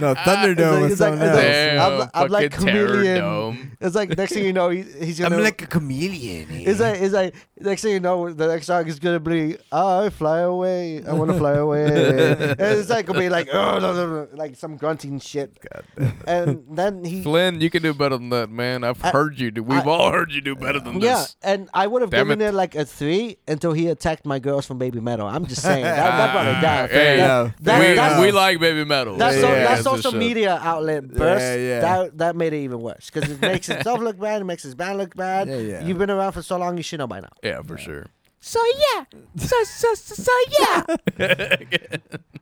[SPEAKER 3] No, Thunderdome
[SPEAKER 2] It's
[SPEAKER 3] was
[SPEAKER 2] like-
[SPEAKER 3] something
[SPEAKER 2] it's like-
[SPEAKER 3] else.
[SPEAKER 4] Damn,
[SPEAKER 2] I'm- I'm like
[SPEAKER 4] fucking
[SPEAKER 2] chameleon.
[SPEAKER 4] Terradome.
[SPEAKER 2] It's like next thing you know, he, he's gonna.
[SPEAKER 3] I'm like a chameleon. eh?
[SPEAKER 2] It's like, it's like, next thing you know, the next song is gonna be, "Oh, I fly away, I wanna fly away. and it's like, gonna be like, oh, no, no, no, like some grunting shit. And then he,
[SPEAKER 4] Flynn, you can do better than that, man. I've
[SPEAKER 2] I-
[SPEAKER 4] heard you do. We've
[SPEAKER 2] I-
[SPEAKER 4] all heard you do better than
[SPEAKER 2] yeah,
[SPEAKER 4] this.
[SPEAKER 2] and I would have
[SPEAKER 4] Damn
[SPEAKER 2] given
[SPEAKER 4] it.
[SPEAKER 2] it. like a three until he attacked my girls from Baby Metal. I'm just saying, that, that brought it down.
[SPEAKER 4] Ah, Hey,
[SPEAKER 3] Yeah.
[SPEAKER 2] that, that,
[SPEAKER 4] we,
[SPEAKER 2] that's,
[SPEAKER 4] we like baby metal.
[SPEAKER 2] That's,
[SPEAKER 3] Yeah,
[SPEAKER 2] so,
[SPEAKER 3] yeah.
[SPEAKER 2] that
[SPEAKER 4] That's the
[SPEAKER 2] social
[SPEAKER 4] shit.
[SPEAKER 2] media outlet burst.
[SPEAKER 3] Yeah, yeah.
[SPEAKER 2] That that made it even worse because it makes himself look bad. It makes his band look bad.
[SPEAKER 3] Yeah, yeah.
[SPEAKER 2] You've been around for so long, you should know by now.
[SPEAKER 4] Yeah, for sure.
[SPEAKER 5] So yeah. So so so, so yeah.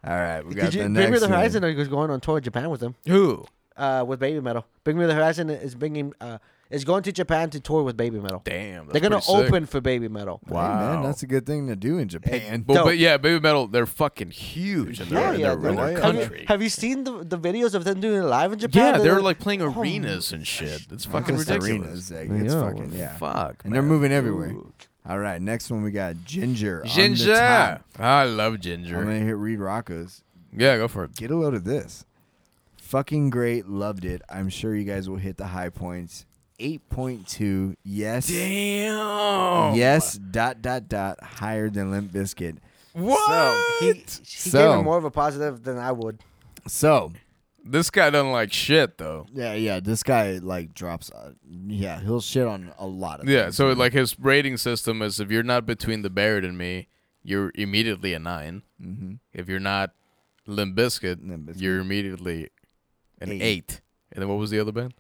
[SPEAKER 3] All right, we got
[SPEAKER 2] Did you
[SPEAKER 3] the
[SPEAKER 2] Bring Me
[SPEAKER 3] next
[SPEAKER 2] the
[SPEAKER 3] one.
[SPEAKER 2] Horizon? He was going on tour in Japan with him,
[SPEAKER 4] Who?
[SPEAKER 2] uh, with Baby Metal. Bring Me the Horizon is bringing uh, is going to Japan to tour with Baby Metal.
[SPEAKER 4] Damn. that's
[SPEAKER 2] They're gonna
[SPEAKER 4] pretty sick.
[SPEAKER 2] open for Baby Metal.
[SPEAKER 3] Hey, man,
[SPEAKER 4] Wow.
[SPEAKER 3] that's a good thing to do in Japan.
[SPEAKER 4] Well,
[SPEAKER 2] Dope.
[SPEAKER 4] but yeah, baby metal, they're fucking huge in
[SPEAKER 2] Yeah,
[SPEAKER 4] their, in
[SPEAKER 2] yeah,
[SPEAKER 4] their, in
[SPEAKER 3] they're-
[SPEAKER 4] their
[SPEAKER 3] I mean,
[SPEAKER 2] Have
[SPEAKER 4] country.
[SPEAKER 2] you, have you seen the, the videos of them doing it live in Japan?
[SPEAKER 4] yeah,
[SPEAKER 2] They
[SPEAKER 4] they're
[SPEAKER 2] look-
[SPEAKER 4] like playing
[SPEAKER 2] my
[SPEAKER 4] arenas and shit. It's fucking
[SPEAKER 3] Just arenas,
[SPEAKER 4] ridiculous.
[SPEAKER 3] like, It's
[SPEAKER 2] Yeah,
[SPEAKER 3] fucking yeah.
[SPEAKER 4] Fuck.
[SPEAKER 3] And
[SPEAKER 4] man.
[SPEAKER 3] they're moving everywhere. All right, next one we got Ginger. on the
[SPEAKER 4] Ginger.
[SPEAKER 3] top.
[SPEAKER 4] I love
[SPEAKER 3] I'm
[SPEAKER 4] ginger.
[SPEAKER 3] gonna hit Reed Rocco's.
[SPEAKER 4] Yeah, go for it.
[SPEAKER 3] Get a load of this. Fucking great, loved it. I'm sure you guys will hit the high points. Eight point two. Yes.
[SPEAKER 4] Damn.
[SPEAKER 3] Yes. Dot dot dot. Higher than Limp Bizkit.
[SPEAKER 4] What?
[SPEAKER 2] he, he gave
[SPEAKER 3] So-
[SPEAKER 2] him more of a positive than I would.
[SPEAKER 3] So
[SPEAKER 4] this guy doesn't like shit though.
[SPEAKER 3] yeah, yeah. This guy like drops. Uh, yeah, he'll shit on a lot of.
[SPEAKER 4] Yeah,
[SPEAKER 3] things,
[SPEAKER 4] so
[SPEAKER 3] man.
[SPEAKER 4] like his rating system is if you're not between the Barrett and me, you're immediately a 9 If you're not Mm-hmm. Limp Bizkit,
[SPEAKER 3] Limp Bizkit.
[SPEAKER 4] you're immediately an
[SPEAKER 3] Eight.
[SPEAKER 4] eight. And then what was the other band?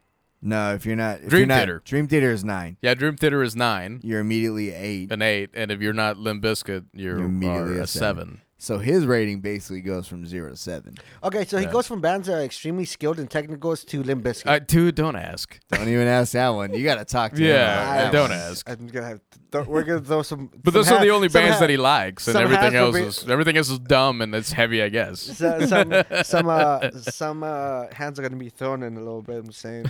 [SPEAKER 3] No, if you're not if
[SPEAKER 4] Dream
[SPEAKER 3] you're not-
[SPEAKER 4] Theater.
[SPEAKER 3] Dream Theater is nine.
[SPEAKER 4] Yeah, Dream Theater is nine,
[SPEAKER 3] You're immediately eight.
[SPEAKER 4] an eight, and if you're not Limp Bizkit, you're,
[SPEAKER 3] You're
[SPEAKER 4] immediately a seven.
[SPEAKER 3] So his rating basically goes from zero to seven.
[SPEAKER 2] Okay, so he
[SPEAKER 4] Yeah.
[SPEAKER 2] goes from bands that are extremely skilled in technicals to Limp Bizkit.
[SPEAKER 4] Uh, dude, don't ask.
[SPEAKER 3] Don't even ask that one. You got to talk to
[SPEAKER 4] Yeah,
[SPEAKER 3] him. about
[SPEAKER 4] I
[SPEAKER 3] that
[SPEAKER 4] don't
[SPEAKER 3] one.
[SPEAKER 4] ask.
[SPEAKER 2] I'm gonna have to th- we're gonna throw some.
[SPEAKER 4] But
[SPEAKER 2] some
[SPEAKER 4] those are
[SPEAKER 2] ha-
[SPEAKER 4] the only
[SPEAKER 2] some
[SPEAKER 4] bands
[SPEAKER 2] ha-
[SPEAKER 4] that he likes, and
[SPEAKER 2] some
[SPEAKER 4] everything
[SPEAKER 2] has to
[SPEAKER 4] else
[SPEAKER 2] be-
[SPEAKER 4] is everything else is dumb and it's heavy, I guess.
[SPEAKER 2] So, some some uh, some uh, hands are gonna be thrown in a little bit. I'm saying.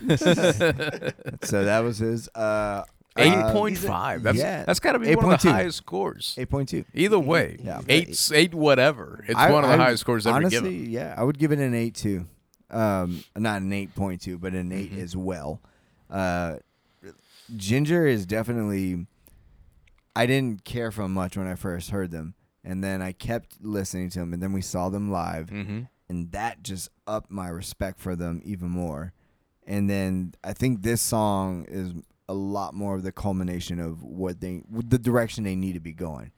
[SPEAKER 3] So that was his uh,
[SPEAKER 4] Eight point five. That's
[SPEAKER 3] yeah.
[SPEAKER 4] that's got to be one of
[SPEAKER 3] 8.2.
[SPEAKER 4] the highest scores.
[SPEAKER 3] eight point two.
[SPEAKER 4] Either way,
[SPEAKER 3] Yeah.
[SPEAKER 4] eight s- eight whatever. It's one of the highest scores ever
[SPEAKER 3] honestly,
[SPEAKER 4] given.
[SPEAKER 3] yeah, I would give it an eight two. Um, not an eight point two, but an 8
[SPEAKER 4] Mm-hmm.
[SPEAKER 3] as well. Uh, Ginger is definitely. I didn't care for 'em much when I first heard them, and then I kept listening to them, and then we saw them live,
[SPEAKER 4] Mm-hmm.
[SPEAKER 3] and that just upped my respect for them even more. And then I think this song is a lot more of the culmination of what they, the direction they need to be going,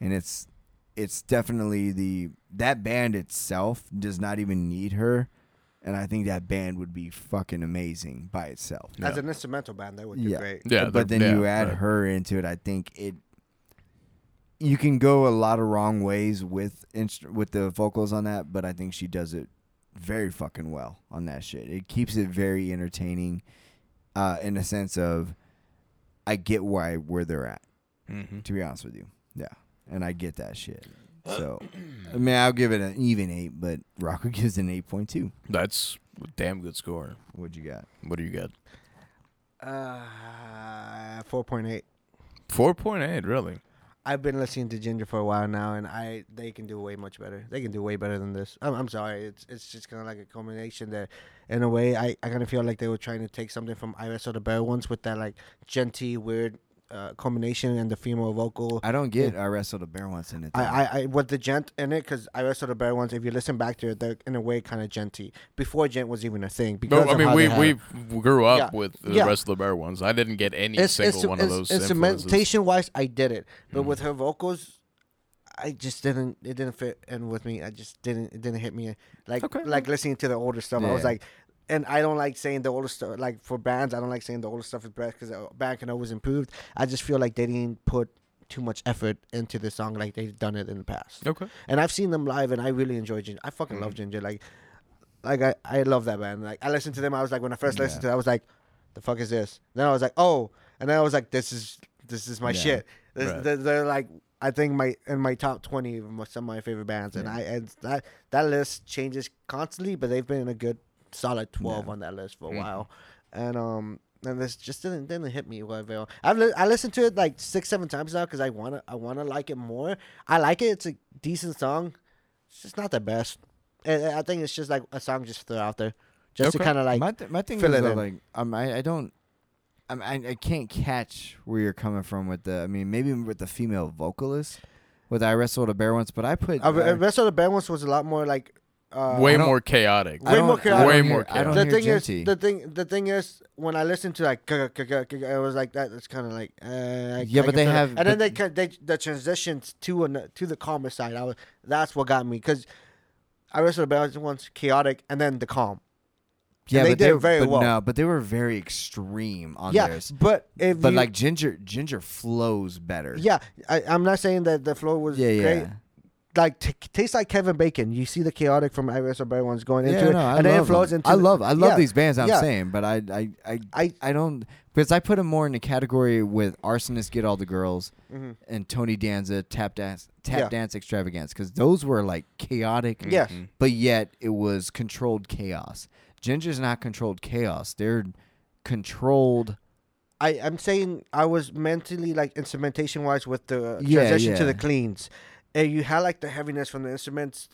[SPEAKER 3] and it's, it's definitely the that band itself does not even need her and I think that band would be fucking amazing by itself.
[SPEAKER 2] As an instrumental band, that would do
[SPEAKER 3] Yeah.
[SPEAKER 2] great.
[SPEAKER 4] Yeah,
[SPEAKER 3] but
[SPEAKER 4] they're-
[SPEAKER 3] then
[SPEAKER 4] yeah,
[SPEAKER 3] you add
[SPEAKER 4] right.
[SPEAKER 3] her into it. I think it. You can go a lot of wrong ways with instru- with the vocals on that, but I think she does it very fucking well on that shit. It keeps it very entertaining, uh, in a sense of, I get why where they're at.
[SPEAKER 4] Mhm.
[SPEAKER 3] To be honest with you, yeah, and I get that shit. So, I mean, I'll give it an even eight, but Rocker gives it an eight point two.
[SPEAKER 4] That's a damn good score.
[SPEAKER 3] What you got?
[SPEAKER 4] What do you got?
[SPEAKER 2] Uh, four point eight.
[SPEAKER 4] Four point eight, really?
[SPEAKER 2] I've been listening to Ginger for a while now, and I they can do way much better. They can do way better than this. I'm, I'm sorry, it's it's just kind of like a combination there. In a way, I, I kind of feel like they were trying to take something from Iris or the Bear once with that like genty weird uh, combination and the female vocal.
[SPEAKER 3] I don't get. I wrestled a bear once in it.
[SPEAKER 2] I, I, I with the gent in it because Iris or the Bear ones. If you listen back to it, they're in a way kind of genty before gent was even a thing. Because
[SPEAKER 4] No, I
[SPEAKER 2] of
[SPEAKER 4] mean
[SPEAKER 2] how
[SPEAKER 4] we
[SPEAKER 2] they had it.
[SPEAKER 4] we grew up
[SPEAKER 2] Yeah.
[SPEAKER 4] with the
[SPEAKER 2] Yeah.
[SPEAKER 4] rest of the bear ones. I didn't get any
[SPEAKER 2] It's-
[SPEAKER 4] single
[SPEAKER 2] it's-
[SPEAKER 4] one of
[SPEAKER 2] it's-
[SPEAKER 4] those influences. Mm-hmm.
[SPEAKER 2] instrumentation wise i did it but with her vocals i just didn't it didn't fit in with me i just didn't it didn't hit me like like listening to the older stuff i was
[SPEAKER 3] Yeah.
[SPEAKER 2] like and I don't like saying the older stuff. Like for bands, I don't like saying the older stuff is best uh, because a band can always improve. I just feel like they didn't put too much effort into the song like they've done it in the past.
[SPEAKER 4] Okay.
[SPEAKER 2] And I've seen them live, and I really enjoy Ginger. I fucking love Ginger. Like, like I, I love that band. Like I listened to them. I was like, when I first listened to, it, I was like, the fuck is this? Then I was like, oh, and then I was like, this is this is my shit. This,
[SPEAKER 4] Right.
[SPEAKER 2] they're, they're like, I think my in my top twenty of my- some of my favorite bands, and I and that that list changes constantly, but they've been a good solid twelve on that list for
[SPEAKER 4] Mm-hmm.
[SPEAKER 2] a while, and um. And this just didn't didn't hit me well. well. I've li- I listened to it like six seven times now because I wanna I wanna like it more. I like it. It's a decent song. It's just not the best. And and I think it's just like a song just throw out there, just to
[SPEAKER 4] Okay.
[SPEAKER 2] kind of like
[SPEAKER 3] my, th- my thing
[SPEAKER 2] fill
[SPEAKER 3] is
[SPEAKER 2] it
[SPEAKER 3] though,
[SPEAKER 2] in.
[SPEAKER 3] like um, I, I don't I'm, I I can't catch where you're coming from with the I mean maybe with the female vocalist with I wrestled a bear once but I put
[SPEAKER 2] Uh, the
[SPEAKER 3] I,
[SPEAKER 2] rest of the band ones was a lot more like. Uh,
[SPEAKER 4] way
[SPEAKER 3] I don't-
[SPEAKER 4] more chaotic.
[SPEAKER 2] Way
[SPEAKER 3] I don't-
[SPEAKER 2] more
[SPEAKER 3] I
[SPEAKER 2] chaotic.
[SPEAKER 3] don't
[SPEAKER 4] Way
[SPEAKER 3] hear-
[SPEAKER 4] more
[SPEAKER 3] I don't
[SPEAKER 2] the
[SPEAKER 3] hear
[SPEAKER 2] thing
[SPEAKER 3] Genty.
[SPEAKER 2] is, the thing, the thing is, when I listen to like, "Kaka, kaka, kaka," it was like that. It's kind of like, uh, I-
[SPEAKER 3] Yeah,
[SPEAKER 2] I can
[SPEAKER 3] but they
[SPEAKER 2] feel it.
[SPEAKER 3] have-
[SPEAKER 2] and then
[SPEAKER 3] but-
[SPEAKER 2] they, cut- they the transitions to an, to the calmer side. I was that's what got me because I wrestled the band ones chaotic and then the calm.
[SPEAKER 3] yeah,
[SPEAKER 2] they
[SPEAKER 3] but
[SPEAKER 2] did
[SPEAKER 3] were-
[SPEAKER 2] very
[SPEAKER 3] but
[SPEAKER 2] well.
[SPEAKER 3] No, but they were very extreme on
[SPEAKER 2] yeah,
[SPEAKER 3] theirs.
[SPEAKER 2] but if
[SPEAKER 3] But
[SPEAKER 2] you-
[SPEAKER 3] like Ginger Ginger flows better.
[SPEAKER 2] yeah, I, I'm not saying that the flow was
[SPEAKER 3] Yeah, yeah.
[SPEAKER 2] great. Like t- tastes like Kevin Bacon. You see the chaotic from Iris or Bear ones going into
[SPEAKER 3] yeah,
[SPEAKER 2] it,
[SPEAKER 3] no, I
[SPEAKER 2] and
[SPEAKER 3] love
[SPEAKER 2] then it flows
[SPEAKER 3] them.
[SPEAKER 2] into.
[SPEAKER 3] I
[SPEAKER 2] the-
[SPEAKER 3] love I love
[SPEAKER 2] yeah,
[SPEAKER 3] these bands. I'm
[SPEAKER 2] yeah.
[SPEAKER 3] saying, but I I, I
[SPEAKER 2] I-
[SPEAKER 3] I don't because I put them more in the category with arsonists get all the girls and Tony Danza tap dance tap
[SPEAKER 2] Mm-hmm. Yeah.
[SPEAKER 3] dance extravagance because those were like chaotic.
[SPEAKER 2] Yes.
[SPEAKER 4] Mm-hmm.
[SPEAKER 3] but yet it was controlled chaos. Ginger's not controlled chaos. They're controlled.
[SPEAKER 2] I, I'm saying I was mentally like instrumentation wise with the
[SPEAKER 3] Yeah,
[SPEAKER 2] transition to
[SPEAKER 3] yeah.
[SPEAKER 2] the cleans. And you had like the heaviness from the instruments.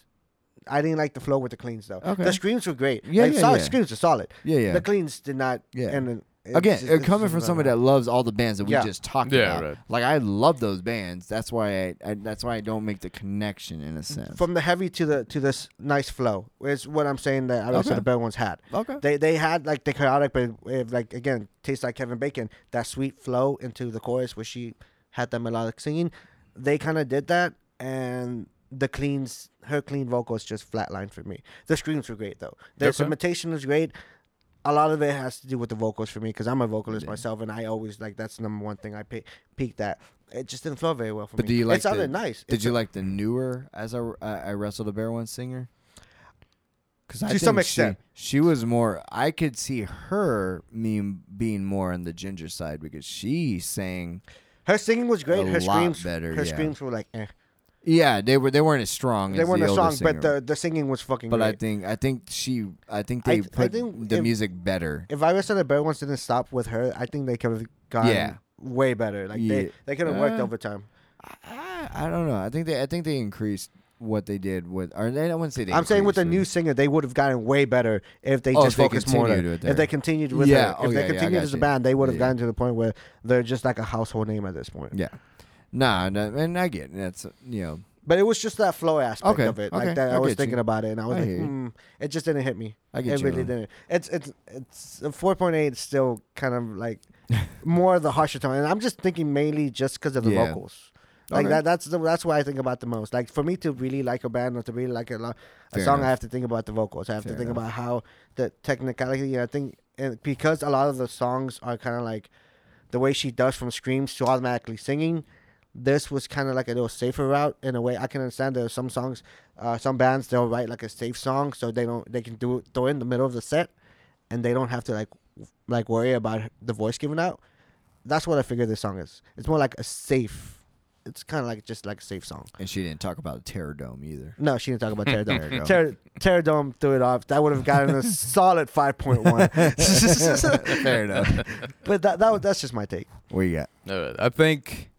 [SPEAKER 2] I didn't like the flow with the cleans though.
[SPEAKER 3] Okay.
[SPEAKER 2] The screams were great.
[SPEAKER 3] Yeah,
[SPEAKER 2] like,
[SPEAKER 3] yeah,
[SPEAKER 2] solid
[SPEAKER 3] yeah.
[SPEAKER 2] screams are solid.
[SPEAKER 3] Yeah, yeah.
[SPEAKER 2] The cleans did not.
[SPEAKER 3] Yeah.
[SPEAKER 2] And then, it's
[SPEAKER 3] Again,
[SPEAKER 2] just-
[SPEAKER 3] uh,
[SPEAKER 2] it's
[SPEAKER 3] coming
[SPEAKER 2] just
[SPEAKER 3] from
[SPEAKER 2] not
[SPEAKER 3] somebody that
[SPEAKER 2] right.
[SPEAKER 3] loves all the bands that we
[SPEAKER 2] Yeah.
[SPEAKER 3] just talked
[SPEAKER 4] Yeah,
[SPEAKER 3] about.
[SPEAKER 4] right.
[SPEAKER 3] Like I love those bands. That's why I, I that's why I don't make the connection in a
[SPEAKER 2] Mm-hmm.
[SPEAKER 3] sense.
[SPEAKER 2] from the heavy to the to this nice flow is what I'm saying that I also
[SPEAKER 3] Okay.
[SPEAKER 2] the Bell ones had.
[SPEAKER 3] Okay.
[SPEAKER 2] They they had like the chaotic, but if, like again, tastes like Kevin Bacon. That sweet flow into the chorus where she had that melodic singing. They kind of did that, and the cleans, her clean vocals just flatlined for me. The screams were great though. The
[SPEAKER 4] Okay.
[SPEAKER 2] instrumentation was great. A lot of it has to do with the vocals for me because I'm a vocalist myself, and I always like that's the number one thing I pick peaked at. It just didn't flow very well for
[SPEAKER 3] But
[SPEAKER 2] me.
[SPEAKER 3] do you like
[SPEAKER 2] it sounded
[SPEAKER 3] the,
[SPEAKER 2] nice.
[SPEAKER 3] Did
[SPEAKER 2] It's
[SPEAKER 3] you like the newer as I I, I wrestled a bear one singer? Because
[SPEAKER 2] To some extent.
[SPEAKER 3] she, she was more. I could see her meme being more on the ginger side because she sang.
[SPEAKER 2] Her singing was great.
[SPEAKER 3] A
[SPEAKER 2] her
[SPEAKER 3] lot
[SPEAKER 2] screams,
[SPEAKER 3] better,
[SPEAKER 2] her
[SPEAKER 3] yeah.
[SPEAKER 2] screams were like, eh.
[SPEAKER 3] Yeah, they were they weren't as strong.
[SPEAKER 2] they
[SPEAKER 3] as
[SPEAKER 2] weren't
[SPEAKER 3] the
[SPEAKER 2] a
[SPEAKER 3] older
[SPEAKER 2] song, but the
[SPEAKER 3] singer.
[SPEAKER 2] the singing was fucking.
[SPEAKER 3] But
[SPEAKER 2] great.
[SPEAKER 3] I think I think she I think
[SPEAKER 2] I
[SPEAKER 3] they
[SPEAKER 2] th- I
[SPEAKER 3] put
[SPEAKER 2] think
[SPEAKER 3] the
[SPEAKER 2] if-
[SPEAKER 3] music better.
[SPEAKER 2] if I was the Bear ones didn't stop with her, I think they could have gotten
[SPEAKER 3] Yeah.
[SPEAKER 2] way better. Like
[SPEAKER 3] Yeah.
[SPEAKER 2] they they could have worked
[SPEAKER 3] Uh,
[SPEAKER 2] overtime.
[SPEAKER 3] I, I don't know. I think they I think they increased what they did with. Or they, I wouldn't say they.
[SPEAKER 2] I'm saying with the
[SPEAKER 3] increased
[SPEAKER 2] new
[SPEAKER 3] it.
[SPEAKER 2] singer, they would have gotten way better if they
[SPEAKER 3] Oh,
[SPEAKER 2] just
[SPEAKER 3] if they
[SPEAKER 2] focused more. on-
[SPEAKER 3] continued with
[SPEAKER 2] If they
[SPEAKER 3] her.
[SPEAKER 2] continued with
[SPEAKER 3] Yeah.
[SPEAKER 2] her,
[SPEAKER 3] Oh,
[SPEAKER 2] if
[SPEAKER 3] yeah,
[SPEAKER 2] they
[SPEAKER 3] yeah, I
[SPEAKER 2] continued
[SPEAKER 3] got
[SPEAKER 2] as a
[SPEAKER 3] you.
[SPEAKER 2] band, they would have
[SPEAKER 3] Yeah.
[SPEAKER 2] gotten to the point where they're just like a household name at this point.
[SPEAKER 3] Yeah. Nah, no, and I get it. that's uh, you know
[SPEAKER 2] But it was just that flow aspect
[SPEAKER 3] Okay,
[SPEAKER 2] of it.
[SPEAKER 3] okay,
[SPEAKER 2] Like that, I,
[SPEAKER 3] I
[SPEAKER 2] was
[SPEAKER 3] get
[SPEAKER 2] thinking
[SPEAKER 3] you.
[SPEAKER 2] about it, and I was
[SPEAKER 3] I
[SPEAKER 2] like,
[SPEAKER 3] hear you.
[SPEAKER 2] hmm, it just didn't hit me.
[SPEAKER 3] I get
[SPEAKER 2] it
[SPEAKER 3] you
[SPEAKER 2] really
[SPEAKER 3] on that.
[SPEAKER 2] didn't. It's it's it's a four point eight. Still kind of like more of the harsher tone, and I'm just thinking mainly just because of the
[SPEAKER 3] Yeah.
[SPEAKER 2] vocals. Like
[SPEAKER 3] Okay.
[SPEAKER 2] that. That's the, that's what I think about the most. Like for me to really like a band or to really like a, lo- a
[SPEAKER 3] Fair
[SPEAKER 2] song, I
[SPEAKER 3] enough.
[SPEAKER 2] have to think about the vocals. I have
[SPEAKER 3] Fair
[SPEAKER 2] to think
[SPEAKER 3] enough.
[SPEAKER 2] about how the technicality. I think and because a lot of the songs are kind of like the way she does from screams to automatically singing. This was kind of like a little safer route in a way. I can understand there are some songs, uh, some bands they'll write like a safe song so they don't they can do throw it in the middle of the set, and they don't have to like like worry about the voice giving out. That's what I figure this song is. It's more like a safe. It's kind of like just like a safe song.
[SPEAKER 3] And she didn't talk about Terror Dome either.
[SPEAKER 2] No, she didn't talk about
[SPEAKER 3] There you go.
[SPEAKER 2] Terradome. Ter- Terradome threw it off. That would have gotten a solid five point one.
[SPEAKER 3] Fair enough.
[SPEAKER 2] but that, that was- that's just my take.
[SPEAKER 3] What you got?
[SPEAKER 4] Uh, I think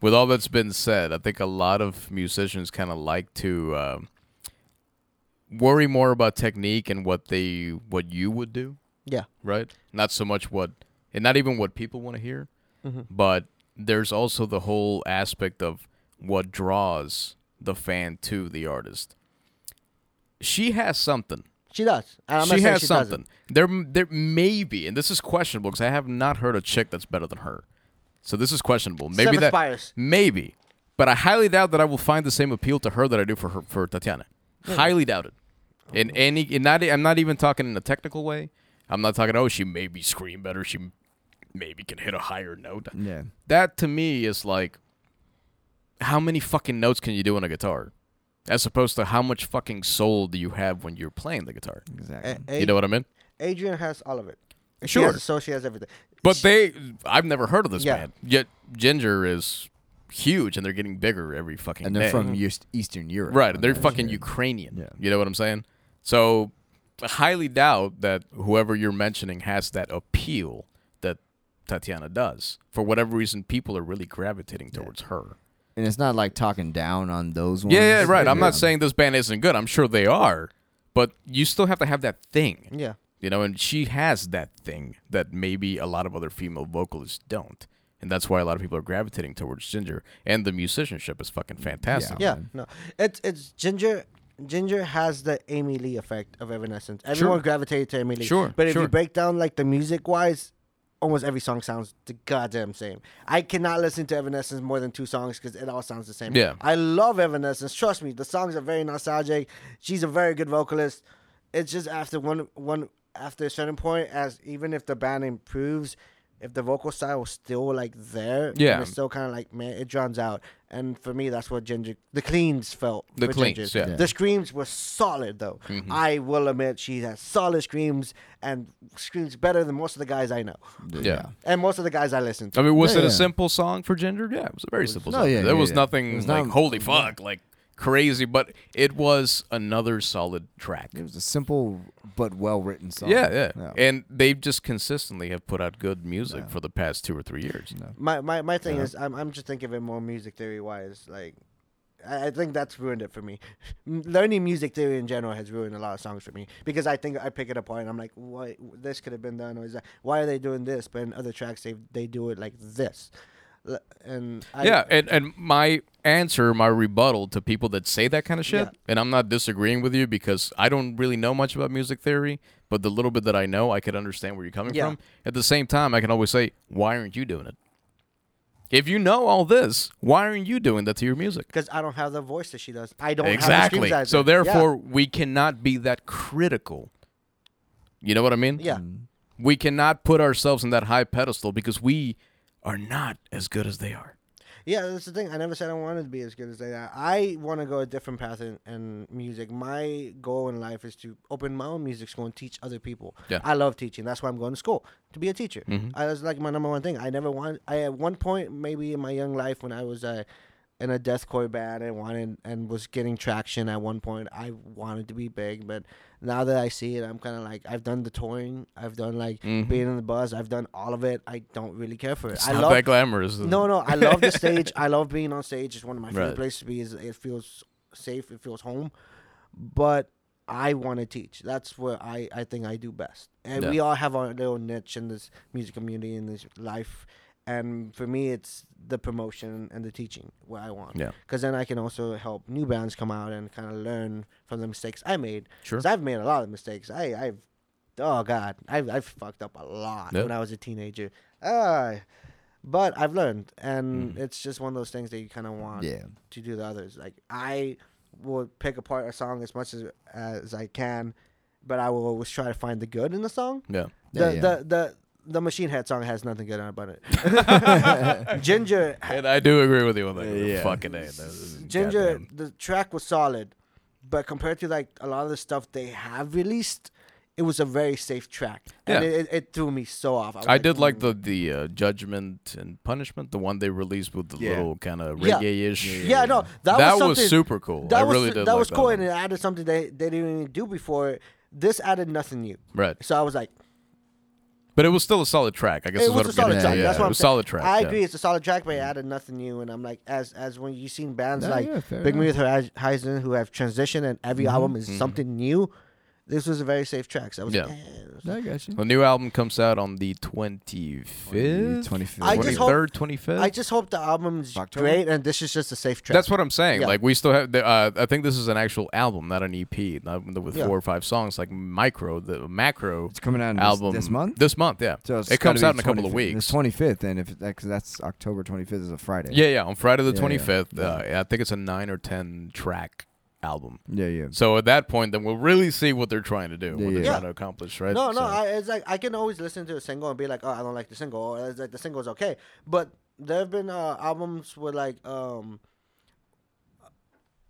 [SPEAKER 4] with all that's been said, I think a lot of musicians kind of like to um, worry more about technique and what they what you would do,
[SPEAKER 2] Yeah.
[SPEAKER 4] right? Not so much what and not even what people want to hear,
[SPEAKER 2] Mhm.
[SPEAKER 4] but there's also the whole aspect of what draws the fan to the artist. She has something
[SPEAKER 2] She does. And I'm not
[SPEAKER 4] she
[SPEAKER 2] saying
[SPEAKER 4] has
[SPEAKER 2] she doesn't.
[SPEAKER 4] something. There, there may be, and this is questionable because I have not heard a chick that's better than her. So this is questionable. Maybe
[SPEAKER 2] Seven
[SPEAKER 4] that,
[SPEAKER 2] Spires.
[SPEAKER 4] maybe, but I highly doubt that I will find the same appeal to her that I do for her for Tatiana. Highly doubt it.
[SPEAKER 2] Oh,
[SPEAKER 4] In any, in not, I'm not even talking in a technical way. I'm not talking. Oh, she maybe scream better. She maybe can hit a higher note.
[SPEAKER 3] Yeah.
[SPEAKER 4] That to me is like, how many fucking notes can you do on a guitar, as opposed to how much fucking soul do you have when you're playing the guitar?
[SPEAKER 3] Exactly.
[SPEAKER 2] A-
[SPEAKER 4] You know what I mean?
[SPEAKER 2] Adrian has all of it. She
[SPEAKER 4] Sure.
[SPEAKER 2] has, so she has everything.
[SPEAKER 4] But they, I've never heard of this
[SPEAKER 2] Yeah.
[SPEAKER 4] band. Yet Ginger is huge, and they're getting bigger every fucking
[SPEAKER 3] and
[SPEAKER 4] day.
[SPEAKER 3] they're from East, Eastern Europe.
[SPEAKER 4] right, they're
[SPEAKER 3] Okay.
[SPEAKER 4] fucking Ukrainian.
[SPEAKER 3] Yeah.
[SPEAKER 4] You know what I'm saying? So I highly doubt that whoever you're mentioning has that appeal that Tatiana does. For whatever reason, people are really gravitating towards her.
[SPEAKER 3] And it's not like talking down on those ones.
[SPEAKER 4] Yeah, yeah, right. I'm
[SPEAKER 3] Yeah.
[SPEAKER 4] not saying this band isn't good. I'm sure they are, but you still have to have that thing.
[SPEAKER 2] Yeah.
[SPEAKER 4] You know, and she has that thing that maybe a lot of other female vocalists don't. And that's why a lot of people are gravitating towards Ginger. And the musicianship is fucking fantastic.
[SPEAKER 2] Yeah, no, it's it's Ginger. Ginger has the Amy Lee effect of Evanescence. Everyone gravitated to Amy Lee.
[SPEAKER 4] Sure,
[SPEAKER 2] but if
[SPEAKER 4] sure.
[SPEAKER 2] you break down like the music wise, almost every song sounds the goddamn same. I cannot listen to Evanescence more than two songs because it all sounds the same.
[SPEAKER 4] Yeah.
[SPEAKER 2] I love Evanescence. Trust me, the songs are very nostalgic. She's a very good vocalist. It's just after one one after a certain point, as even if the band improves, if the vocal style was still like there, and
[SPEAKER 4] Yeah.
[SPEAKER 2] it's still kind of like man, it drowns out. And for me, that's what Ginger the cleans felt.
[SPEAKER 4] The
[SPEAKER 2] for
[SPEAKER 4] cleans,
[SPEAKER 2] Ginger's.
[SPEAKER 4] yeah. Mm-hmm. Yeah.
[SPEAKER 2] The screams were solid though. I will admit she has solid screams and screams better than most of the guys I know,
[SPEAKER 3] Yeah.
[SPEAKER 4] Yeah.
[SPEAKER 2] and most of the guys I listen to.
[SPEAKER 4] I mean, was
[SPEAKER 3] Yeah,
[SPEAKER 4] it a
[SPEAKER 3] yeah.
[SPEAKER 4] simple song for Ginger? Yeah, it was a very simple
[SPEAKER 3] no,
[SPEAKER 4] song.
[SPEAKER 3] yeah,
[SPEAKER 4] there
[SPEAKER 3] yeah,
[SPEAKER 4] was
[SPEAKER 3] yeah.
[SPEAKER 4] nothing
[SPEAKER 3] It was
[SPEAKER 4] like
[SPEAKER 3] not-
[SPEAKER 4] holy fuck, like crazy, but it was another solid track.
[SPEAKER 3] It was a simple but well written song.
[SPEAKER 4] Yeah, yeah, And they just consistently have put out good music for the past two or three years.
[SPEAKER 2] My my, my thing is, I'm, I'm just thinking of it more music theory wise. Like, I, I think that's ruined it for me. M- Learning music theory in general has ruined a lot of songs for me because I think I pick it apart and I'm like, why this could have been done or is that why are they doing this? But in other tracks, they they do it like this, L- and I,
[SPEAKER 4] yeah, and, and my answer, my rebuttal to people that say that kind of shit,
[SPEAKER 2] Yeah.
[SPEAKER 4] and I'm not disagreeing with you because I don't really know much about music theory, but the little bit that I know, I could understand where you're coming
[SPEAKER 2] Yeah.
[SPEAKER 4] from. At the same time, I can always say, why aren't you doing it? If you know all this, why aren't you doing that to your music?
[SPEAKER 2] because I don't have the voice that she does. I don't
[SPEAKER 4] Exactly.
[SPEAKER 2] Have the screams I
[SPEAKER 4] so
[SPEAKER 2] do. Yeah.
[SPEAKER 4] therefore, we cannot be that critical. You know what I mean?
[SPEAKER 2] yeah.
[SPEAKER 4] We cannot put ourselves in that high pedestal because we are not as good as they are.
[SPEAKER 2] Yeah, that's the thing. I never said I wanted to be as good as they are. I want to go a different path in, in music. My goal in life is to open my own music school and teach other people.
[SPEAKER 4] Yeah. Mm-hmm.
[SPEAKER 2] I love teaching. That's why I'm going to school to be a teacher. I, that's like my number one thing. I never want. I at one point maybe in my young life when I was uh, in a deathcore band and wanted and was getting traction at one point, I wanted to be big. But now that I see it, I'm kind of like I've done the touring. I've done like being in the buzz. I've done all of it. I don't really care for it.
[SPEAKER 4] Mm-hmm. It's
[SPEAKER 2] I
[SPEAKER 4] not
[SPEAKER 2] love
[SPEAKER 4] that glamorous.
[SPEAKER 2] no, no, I love the stage. I love being on stage. It's one of my favorite
[SPEAKER 4] Right.
[SPEAKER 2] places to be. Is it feels safe. It feels home. But I want to teach. That's what I I think I do best. And
[SPEAKER 4] Yeah.
[SPEAKER 2] we all have our little niche in this music community in this life. And for me, it's the promotion and the teaching what I want.
[SPEAKER 4] Yeah.
[SPEAKER 2] Because then I can also help new bands come out and kind of learn from the mistakes I made.
[SPEAKER 4] Sure.
[SPEAKER 2] 'Cause I've made a lot of mistakes. I I've oh god, I've I've fucked up a lot
[SPEAKER 4] Yeah.
[SPEAKER 2] when I was a teenager. Uh, But I've learned, and it's just one of those things that you kind of want
[SPEAKER 3] Mm-hmm. Yeah.
[SPEAKER 2] to do the others. Like I will pick apart a song as much as as I can, but I will always try to find the good in the song.
[SPEAKER 4] Yeah.
[SPEAKER 3] Yeah,
[SPEAKER 2] The
[SPEAKER 3] yeah.
[SPEAKER 2] the the. The Machine Head song has nothing good about it. Ginger,
[SPEAKER 4] And I do agree with you on that.
[SPEAKER 3] Yeah.
[SPEAKER 4] Fucking A. that is
[SPEAKER 2] Ginger,
[SPEAKER 4] goddamn-
[SPEAKER 2] the track was solid, but compared to like a lot of the stuff they have released, it was a very safe track, and
[SPEAKER 4] Yeah.
[SPEAKER 2] it, it, it threw me so off. was
[SPEAKER 4] I did like
[SPEAKER 2] "Mm."
[SPEAKER 4] the the uh, judgment and punishment, the one they released with the
[SPEAKER 3] Yeah.
[SPEAKER 4] little kind of
[SPEAKER 2] Yeah.
[SPEAKER 4] reggae-ish.
[SPEAKER 2] Yeah, no, that,
[SPEAKER 4] That
[SPEAKER 2] was,
[SPEAKER 4] was
[SPEAKER 2] something-
[SPEAKER 4] super cool.
[SPEAKER 2] That
[SPEAKER 4] I
[SPEAKER 2] was
[SPEAKER 4] really did
[SPEAKER 2] that
[SPEAKER 4] like
[SPEAKER 2] was
[SPEAKER 4] that
[SPEAKER 2] cool,
[SPEAKER 4] one.
[SPEAKER 2] and uh, it added something they they didn't even do before. This added nothing new,
[SPEAKER 4] Right,
[SPEAKER 2] so I was like,
[SPEAKER 4] but it was still a solid track. I guess
[SPEAKER 2] it
[SPEAKER 4] is what
[SPEAKER 2] was a
[SPEAKER 4] I'm
[SPEAKER 2] solid
[SPEAKER 4] getting at.
[SPEAKER 2] track.
[SPEAKER 4] Yeah,
[SPEAKER 2] That's
[SPEAKER 4] it
[SPEAKER 2] what I'm
[SPEAKER 4] was
[SPEAKER 2] saying.
[SPEAKER 4] solid track.
[SPEAKER 2] I
[SPEAKER 4] yeah. Mm.
[SPEAKER 2] agree, it's a solid track, but it added nothing new. And I'm like, as as when you seen bands
[SPEAKER 3] No,
[SPEAKER 2] like
[SPEAKER 3] yeah, fair
[SPEAKER 2] Big
[SPEAKER 3] enough.
[SPEAKER 2] Mouth Horizon who have transitioned, and every
[SPEAKER 4] Mm-hmm,
[SPEAKER 2] album is something new. This was a very safe track. So I was
[SPEAKER 4] Yeah.
[SPEAKER 2] like, eh,
[SPEAKER 3] I got you.
[SPEAKER 4] The new album comes out on the 25th?
[SPEAKER 3] 25th.
[SPEAKER 2] I just hope-
[SPEAKER 4] 23rd, 25th?
[SPEAKER 2] I just hope the album's
[SPEAKER 3] October?
[SPEAKER 2] great and this is just a safe track.
[SPEAKER 4] That's what I'm saying.
[SPEAKER 2] Yeah.
[SPEAKER 4] Like, we still have, the, uh, I think this is an actual album, not an EP, not with
[SPEAKER 2] Yeah.
[SPEAKER 4] four or five songs, like Micro, the Macro
[SPEAKER 3] It's coming out this,
[SPEAKER 4] album.
[SPEAKER 3] this month.
[SPEAKER 4] This month, yeah.
[SPEAKER 3] So it's
[SPEAKER 4] it
[SPEAKER 3] gotta
[SPEAKER 4] comes
[SPEAKER 3] be
[SPEAKER 4] out in a couple of
[SPEAKER 3] 25th
[SPEAKER 4] weeks.
[SPEAKER 3] It's 25th, and if that, cause that's October 25th is a Friday.
[SPEAKER 4] yeah, yeah, on Friday the
[SPEAKER 3] Yeah, yeah,
[SPEAKER 4] 25th.
[SPEAKER 3] yeah.
[SPEAKER 4] Uh, I think it's a nine or 10 track album.
[SPEAKER 3] yeah, yeah.
[SPEAKER 4] So at that point, then we'll really see what they're trying to do, what
[SPEAKER 3] Yeah,
[SPEAKER 4] they're
[SPEAKER 3] yeah.
[SPEAKER 4] trying to accomplish, right?
[SPEAKER 2] No, no,
[SPEAKER 4] So-
[SPEAKER 2] I, it's like I can always listen to a single and be like, oh, I don't like the single, or it's like the single's okay. But there have been uh, albums with like um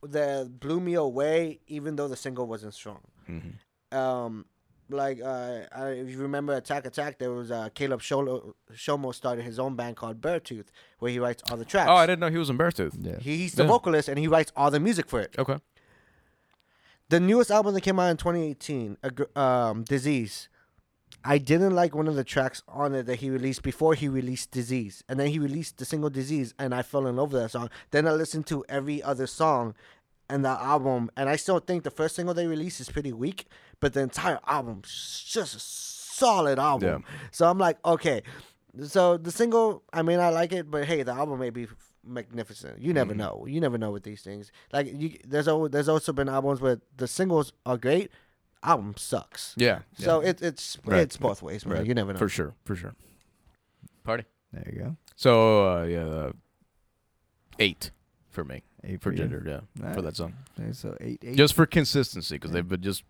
[SPEAKER 2] that blew me away, even though the single wasn't strong.
[SPEAKER 4] Mm-hmm.
[SPEAKER 2] Um, like uh, I, if you remember Attack Attack, there was uh, Caleb Sholo, Shomo started his own band called Beartooth, where he writes all the tracks.
[SPEAKER 4] oh, I didn't know he was in Beartooth.
[SPEAKER 3] Yeah.
[SPEAKER 2] He, he's the
[SPEAKER 4] Yeah.
[SPEAKER 2] vocalist and he writes all the music for it.
[SPEAKER 4] Okay.
[SPEAKER 2] The newest album that came out in 2018, a gr- um, Disease. I didn't like one of the tracks on it that he released before he released Disease. And then he released the single Disease, and I fell in love with that song. Then I listened to every other song and the album, and I still think the first single they released is pretty weak, but the entire album's just a solid album. So I'm like, okay. So the single, I may not like it, but hey, the album may be magnificent. You never know. You never know with these things. Like, you, there's al- there's also been albums where the singles are great, album sucks.
[SPEAKER 4] Yeah.
[SPEAKER 2] So it, it's
[SPEAKER 4] Right.
[SPEAKER 2] it's both ways, man.
[SPEAKER 4] Right.
[SPEAKER 2] You never know.
[SPEAKER 4] For sure. For sure. Party.
[SPEAKER 3] There you go.
[SPEAKER 4] So uh, yeah, uh, eight for me
[SPEAKER 3] Eight
[SPEAKER 4] for
[SPEAKER 3] you.
[SPEAKER 4] gender, yeah, for that
[SPEAKER 3] Nice.
[SPEAKER 4] song.
[SPEAKER 3] Okay, So eight, eight.
[SPEAKER 4] Just for consistency, because
[SPEAKER 3] Yeah.
[SPEAKER 4] they've been just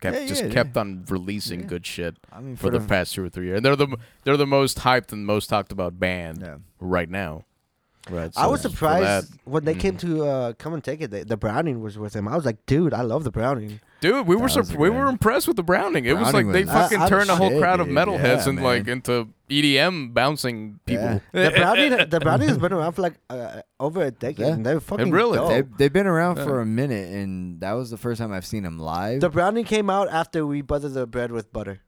[SPEAKER 4] kept
[SPEAKER 3] Yeah,
[SPEAKER 4] just
[SPEAKER 3] yeah,
[SPEAKER 4] kept on releasing
[SPEAKER 3] Yeah.
[SPEAKER 4] good shit
[SPEAKER 3] I mean,
[SPEAKER 4] for the past two or three years. And they're the they're the most hyped and most talked about band
[SPEAKER 3] Yeah.
[SPEAKER 4] right now. Right.
[SPEAKER 2] I was
[SPEAKER 4] so for
[SPEAKER 2] surprised
[SPEAKER 4] that- Mm-hmm.
[SPEAKER 2] when they came to uh, come and take it. They, the Browning was with him. I was like, dude, I love the Browning.
[SPEAKER 4] dude. We were
[SPEAKER 3] That was
[SPEAKER 4] surp-
[SPEAKER 3] a
[SPEAKER 4] we
[SPEAKER 3] good-
[SPEAKER 4] were impressed with the Browning. It was
[SPEAKER 3] Browning
[SPEAKER 4] like they
[SPEAKER 3] was-
[SPEAKER 2] I-
[SPEAKER 4] fucking
[SPEAKER 2] I-
[SPEAKER 4] turned a whole
[SPEAKER 3] Shit,
[SPEAKER 4] crowd of
[SPEAKER 3] dude.
[SPEAKER 4] metalheads
[SPEAKER 3] Yeah,
[SPEAKER 4] and like
[SPEAKER 3] man.
[SPEAKER 4] into EDM bouncing people.
[SPEAKER 2] The Browning, the Browning has been around for like uh, over a decade,
[SPEAKER 3] Yeah.
[SPEAKER 2] and they're fucking
[SPEAKER 4] really-
[SPEAKER 2] dope.
[SPEAKER 3] They've, they've been around for a minute, and that was the first time I've seen them live.
[SPEAKER 2] The Browning came out after we buttered the bread with butter.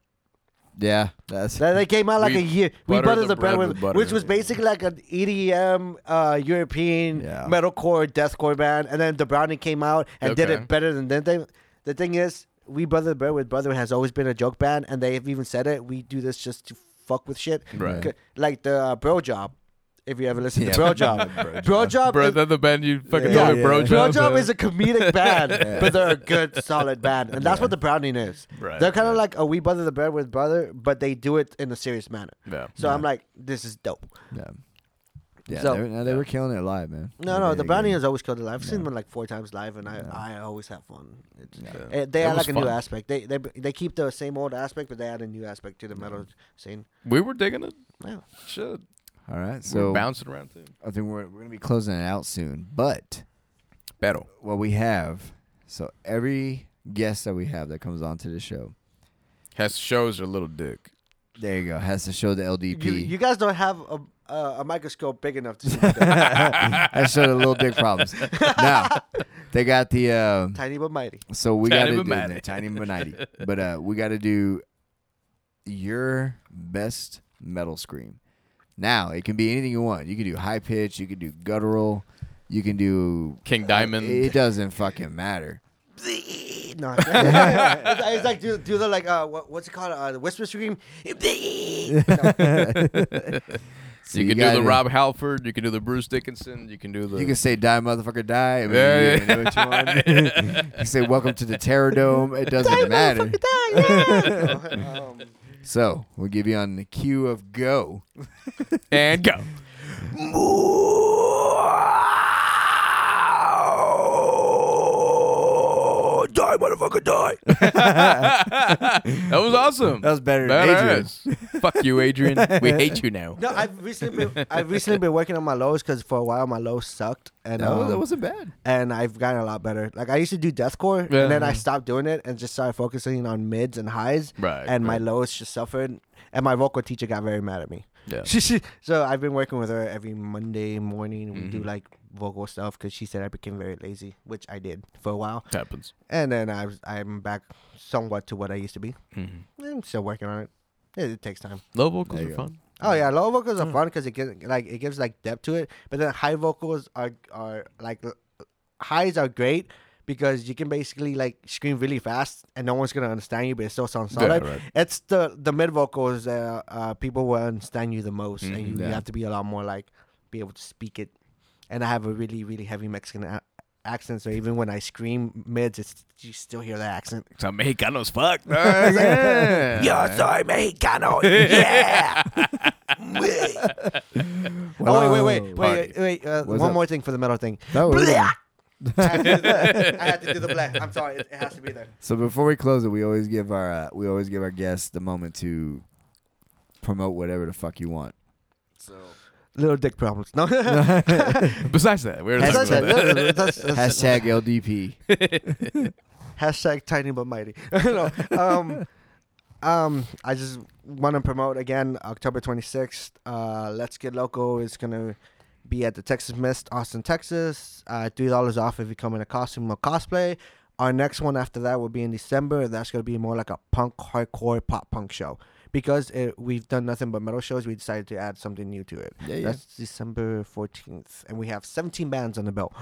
[SPEAKER 3] yeah, that's
[SPEAKER 2] That they came out like
[SPEAKER 4] We
[SPEAKER 2] a year. We
[SPEAKER 4] buttered
[SPEAKER 2] buttered the, bread, with,
[SPEAKER 4] butter.
[SPEAKER 2] which was basically like an EDM uh, European
[SPEAKER 3] Yeah.
[SPEAKER 2] metalcore deathcore band, and then the Browning came out and did
[SPEAKER 4] Okay.
[SPEAKER 2] it better than them. They, the thing is, we buttered the bread with butter has always been a joke band, and they've even said it. We do this just to fuck with shit,
[SPEAKER 4] Right.
[SPEAKER 2] C- Like the uh, Bro Job. If you ever listen
[SPEAKER 3] Yeah.
[SPEAKER 2] to Bro Job, Bro Job,
[SPEAKER 4] Bro,
[SPEAKER 2] is-
[SPEAKER 4] that the band you fucking
[SPEAKER 3] Yeah,
[SPEAKER 4] told me,
[SPEAKER 3] yeah.
[SPEAKER 4] bro.
[SPEAKER 2] Bro
[SPEAKER 4] Job,
[SPEAKER 2] Job
[SPEAKER 4] uh,
[SPEAKER 2] is a comedic band, but they're a good, solid band, and that's what the Browning is.
[SPEAKER 4] Right,
[SPEAKER 2] they're kind of
[SPEAKER 4] right.
[SPEAKER 2] like a we brother the bread with brother, but they do it in a serious manner.
[SPEAKER 4] Yeah.
[SPEAKER 2] So I'm like, this is dope.
[SPEAKER 3] yeah. Yeah,
[SPEAKER 2] So-
[SPEAKER 3] they, were, no, they were killing it live, man.
[SPEAKER 2] No,
[SPEAKER 3] They
[SPEAKER 2] no,
[SPEAKER 3] did
[SPEAKER 2] the
[SPEAKER 3] it
[SPEAKER 2] Browning
[SPEAKER 3] good.
[SPEAKER 2] has always killed it live. I've seen them like four times live, and I, I always have fun. It's,
[SPEAKER 4] Yeah.
[SPEAKER 2] eh, they
[SPEAKER 4] It
[SPEAKER 2] add
[SPEAKER 4] was
[SPEAKER 2] like a new
[SPEAKER 4] fun.
[SPEAKER 2] aspect. They, they they keep the same old aspect, but they add a new aspect to the metal scene.
[SPEAKER 4] We were digging it.
[SPEAKER 2] Yeah.
[SPEAKER 4] Shit.
[SPEAKER 3] All right,
[SPEAKER 4] So,
[SPEAKER 3] so
[SPEAKER 4] we're bouncing around too.
[SPEAKER 3] I think we're, we're gonna be closing it out soon, but
[SPEAKER 4] Battle.
[SPEAKER 3] what we have. So every guest that we have that comes on to the show,
[SPEAKER 4] Has shows a little dick.
[SPEAKER 3] there you go, has to show the LDP.
[SPEAKER 4] E
[SPEAKER 2] You, you guys don't have a, uh, a microscope big enough to see that.
[SPEAKER 3] I showed a little dick problems. now they got the uh,
[SPEAKER 2] tiny but mighty.
[SPEAKER 3] so we
[SPEAKER 4] Tiny
[SPEAKER 3] got to
[SPEAKER 4] but
[SPEAKER 3] do
[SPEAKER 4] mighty.
[SPEAKER 3] the tiny but mighty, but uh, we got to do your best metal scream. Now it can be anything you want. You can do high pitch. You can do guttural. You can do
[SPEAKER 4] King Diamond.
[SPEAKER 3] Uh, It doesn't fucking matter.
[SPEAKER 2] No, it's, like- it's like do, do the like uh what, what's it called uh, the whisper scream.
[SPEAKER 3] So
[SPEAKER 4] you, can do
[SPEAKER 3] gotta-
[SPEAKER 4] the Rob Halford. You can do the Bruce Dickinson. You can do the.
[SPEAKER 3] You can say "die, motherfucker, die." I mean,
[SPEAKER 4] Yeah,
[SPEAKER 3] you
[SPEAKER 4] yeah.
[SPEAKER 3] can do what you want. you can say "welcome to the Terror Dome." It doesn't matter.
[SPEAKER 2] Um,
[SPEAKER 3] So we'll give you on the cue of go.
[SPEAKER 4] and go.
[SPEAKER 3] Die, motherfucker, die.
[SPEAKER 4] That was awesome.
[SPEAKER 3] That was better than
[SPEAKER 4] Badass. Fuck you, Adrian. We hate you now.
[SPEAKER 2] No, I've recently been I've recently been working on my lows because for a while my lows sucked, and
[SPEAKER 3] That, was,
[SPEAKER 4] Oh.
[SPEAKER 2] um,
[SPEAKER 3] not bad.
[SPEAKER 2] and I've gotten a lot better. Like I used to do deathcore,
[SPEAKER 4] Yeah.
[SPEAKER 2] and then I stopped doing it and just started focusing on mids and highs,
[SPEAKER 4] Right,
[SPEAKER 2] and my
[SPEAKER 4] right.
[SPEAKER 2] lows just suffered. And my vocal teacher got very mad at me.
[SPEAKER 4] Yeah.
[SPEAKER 2] so I've been working with her every Monday morning. We
[SPEAKER 3] Mm-hmm.
[SPEAKER 2] do like vocal stuff because she said I became very lazy, which I did for a while.
[SPEAKER 4] happens.
[SPEAKER 2] And then I was, I'm back somewhat to what I used to be. I'm still working on it. It, it takes time.
[SPEAKER 4] Mm-hmm. Low vocals
[SPEAKER 3] There
[SPEAKER 4] are
[SPEAKER 3] you go.
[SPEAKER 4] fun.
[SPEAKER 2] Oh yeah, low vocals are fun because it gives like it gives like depth to it. But then high vocals are are like l- highs are great because you can basically like scream really fast and no one's gonna understand you, but it still sounds
[SPEAKER 4] Yeah,
[SPEAKER 2] solid.
[SPEAKER 4] right.
[SPEAKER 2] It's the the mid vocals that uh, people will understand you the most, and you, you
[SPEAKER 3] yeah.
[SPEAKER 2] have to be a lot more like be able to speak it. And I have a really really heavy Mexican a- accent, so even when I scream mids, it's, you still hear that accent.
[SPEAKER 4] So I'm Mexicano as fuck. yeah.
[SPEAKER 2] soy mexicano. Yeah. oh wait, wait, wait, wait, wait, wait. Uh,
[SPEAKER 3] What's
[SPEAKER 2] one
[SPEAKER 3] up?
[SPEAKER 2] more thing for the metal thing.
[SPEAKER 3] That was-
[SPEAKER 2] Bleh! I had to do the- I had to do the black. I'm sorry. It, it has to be there.
[SPEAKER 3] So before we close it, we always give our uh, we always give our guests the moment to promote whatever the fuck you want.
[SPEAKER 2] Little dick problems. No. That's
[SPEAKER 4] Besides that, we're
[SPEAKER 3] Besides
[SPEAKER 4] talking
[SPEAKER 2] it.
[SPEAKER 4] about that.
[SPEAKER 2] That's- that's- that's-
[SPEAKER 3] Hashtag LDP.
[SPEAKER 2] Hashtag tiny but mighty. No, um, um, I just want to promote again October 26th. Uh, Let's Get Local is going to be at the Texas Mist, Austin, Texas. Uh, $3 off if you come in a costume or cosplay. Our next one after that will be in December. and That's going to be more like a punk, hardcore, pop punk show. Because it, we've done nothing but metal shows, we decided to add something new to it.
[SPEAKER 3] Yeah, yeah.
[SPEAKER 2] That's December 14th. And we have 17 bands on the bill.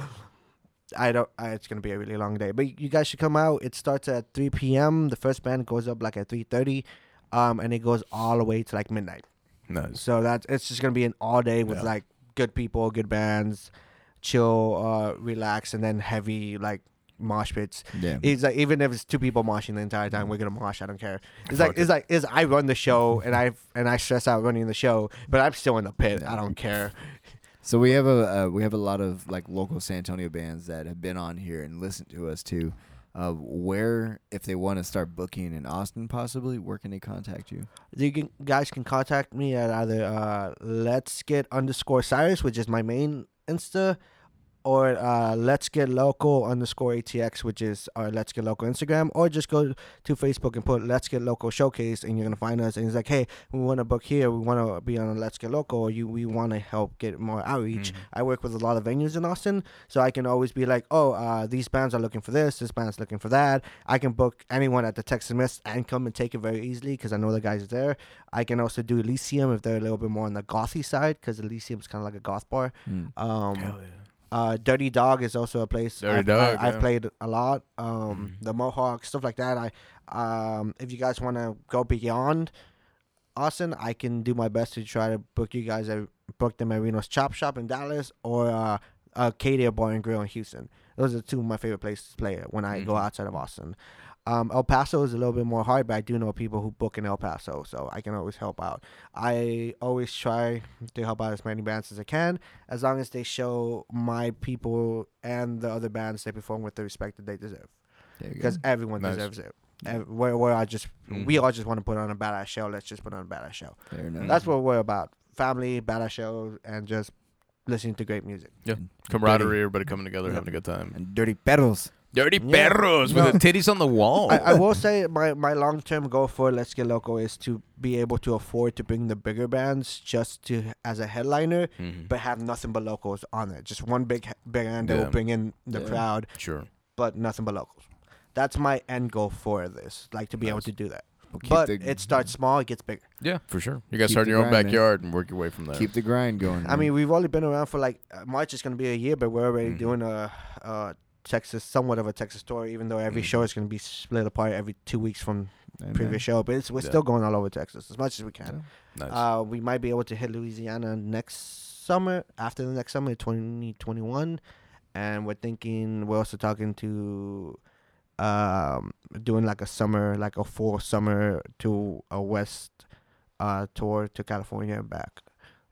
[SPEAKER 2] I don't. I, it's gonna be a really long day, but you guys should come out. It starts at 3 p.m. The first band goes up like at 3:30, um, and it goes all the way to like midnight.
[SPEAKER 4] Nice.
[SPEAKER 2] So that's it's just gonna be an all day with like good people, good bands, chill, uh, relax, and then heavy like mosh pits.
[SPEAKER 3] Yeah.
[SPEAKER 2] It's like even if it's two people moshing the entire time, we're gonna mosh. I don't care. It's like
[SPEAKER 4] Fuck
[SPEAKER 2] it's like is I run the show and I and I stress out running the show, but I'm still in the pit. I don't care.
[SPEAKER 3] So we have a uh, we have a lot of like local San Antonio bands that have been on here and listened to us too. Uh, where, if they want to start booking in Austin, possibly, where can they contact you?
[SPEAKER 2] you can, guys can contact me at either uh, let's get underscore cyrus which is my main insta or uh, let's get local underscore atx which is our let's get local instagram or just go to facebook and put let's get local showcase and you're gonna find us and it's like hey we want to book here we want to be on a let's get local or you we want to help get more outreach i work with a lot of venues in austin so i can always be like oh uh, these bands are looking for this this band's looking for that i can book anyone at the texas mist and come and take it very easily because i know the guys are there i can also do elysium if they're a little bit more on the gothy side because elysium's kind of like a goth bar um uh, Dirty Dog is also a place
[SPEAKER 4] Dirty
[SPEAKER 2] I've,
[SPEAKER 4] Dog,
[SPEAKER 2] I, have
[SPEAKER 4] yeah. Mm-hmm.
[SPEAKER 2] played a lot. Um, The Mohawk, stuff like that. I, um, if you guys want to go beyond Austin, I can do my best to try to book you guys. I booked them at Reno's Chop Shop in Dallas or uh, Acadia Bar and Grill in Houston. Those are two of my favorite places to play when I go outside of Austin. Um, El Paso is a little bit more hard, but I do know people who book in El Paso, so I can always help out. I always try to help out as many bands as I can, as long as they show my people and the other bands they perform with the respect that they deserve
[SPEAKER 3] There you go.
[SPEAKER 2] because everyone
[SPEAKER 4] Nice.
[SPEAKER 2] deserves it. Ev- We're, we're all just we all just want to put on a badass show. Let's just put on a badass show.
[SPEAKER 3] Fair enough.
[SPEAKER 2] That's what we're about: family, badass show, and just listening to great music.
[SPEAKER 4] Yeah. Camaraderie, everybody coming together, having a good time.
[SPEAKER 3] and Dirty Perros.
[SPEAKER 4] Dirty
[SPEAKER 2] Yeah.
[SPEAKER 4] perros
[SPEAKER 2] No.
[SPEAKER 4] with the titties on the
[SPEAKER 3] Oh.
[SPEAKER 4] wall.
[SPEAKER 2] I, I will say my, my long term goal for Let's Get Local is to be able to afford to bring the bigger bands just to as a headliner,
[SPEAKER 4] Mm-hmm.
[SPEAKER 2] but have nothing but locals on it. Just one big he- big band that
[SPEAKER 4] Yeah.
[SPEAKER 2] will bring in the crowd,
[SPEAKER 4] sure.
[SPEAKER 2] but nothing but locals. That's my end goal for this, like to be able to do that.
[SPEAKER 3] keep
[SPEAKER 2] but
[SPEAKER 3] the-
[SPEAKER 2] it starts small, it gets bigger.
[SPEAKER 4] Yeah, for sure. You guys
[SPEAKER 3] Keep
[SPEAKER 4] start in
[SPEAKER 3] the
[SPEAKER 4] your own
[SPEAKER 3] grind, man.
[SPEAKER 4] backyard and work your way from there.
[SPEAKER 3] Keep the grind going.
[SPEAKER 2] I
[SPEAKER 4] Mm-hmm.
[SPEAKER 2] mean, we've only been around for like uh, March is going to be a year, but we're already doing a, a Texas, somewhat of a Texas tour, even though every show is going to be split apart every two weeks from
[SPEAKER 3] Amen.
[SPEAKER 2] previous show. But it's, we're
[SPEAKER 4] Mm-hmm. Yeah.
[SPEAKER 2] still going all over Texas as much as we can.
[SPEAKER 4] nice.
[SPEAKER 2] Uh, we might be able to hit Louisiana next summer, after the next summer, 2021. And we're thinking, we're also talking to uh, um, doing like a summer, like a full summer to a West uh, tour to California and back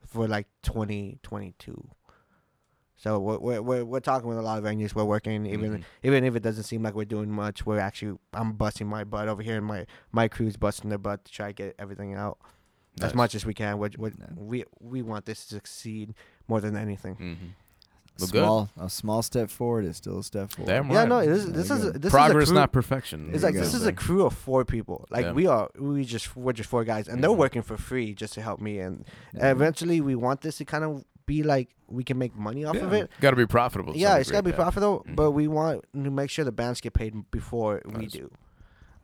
[SPEAKER 2] for like 2022. So we're, we're, we're, we're talking with a lot of venues. We're working, even
[SPEAKER 4] Mhm.
[SPEAKER 2] even if it doesn't seem like we're doing much. We're actually I'm busting my butt over here, and my my crew's busting their butt to try to get everything out as
[SPEAKER 4] Nice.
[SPEAKER 2] much as we can. We're, we're,
[SPEAKER 3] Yeah.
[SPEAKER 2] We we want this to succeed more than anything.
[SPEAKER 4] Mm-hmm. Well, good.
[SPEAKER 3] small a small step forward is still a step forward.
[SPEAKER 4] Damn right.
[SPEAKER 2] Yeah, no, this, this
[SPEAKER 3] There
[SPEAKER 2] is
[SPEAKER 3] you go.
[SPEAKER 2] this
[SPEAKER 4] Progress,
[SPEAKER 2] is a crew,
[SPEAKER 4] not perfection. eh?
[SPEAKER 2] It's
[SPEAKER 3] There
[SPEAKER 2] like
[SPEAKER 3] you
[SPEAKER 2] this
[SPEAKER 3] go.
[SPEAKER 2] is a crew of four people. Like
[SPEAKER 4] Yeah.
[SPEAKER 2] we are, we just we're just four guys, and they're
[SPEAKER 4] Mhm.
[SPEAKER 2] working for free just to help me. And
[SPEAKER 3] Yeah.
[SPEAKER 2] eventually, we want this to kind of be like we can make money off of it.
[SPEAKER 4] Got to be profitable. to
[SPEAKER 2] yeah,
[SPEAKER 4] some
[SPEAKER 2] it's gotta be
[SPEAKER 4] degree, yeah.
[SPEAKER 2] profitable,
[SPEAKER 3] Mm-hmm.
[SPEAKER 4] Mhm.
[SPEAKER 2] but we want to make sure the bands get paid before we
[SPEAKER 4] Nice.
[SPEAKER 2] do.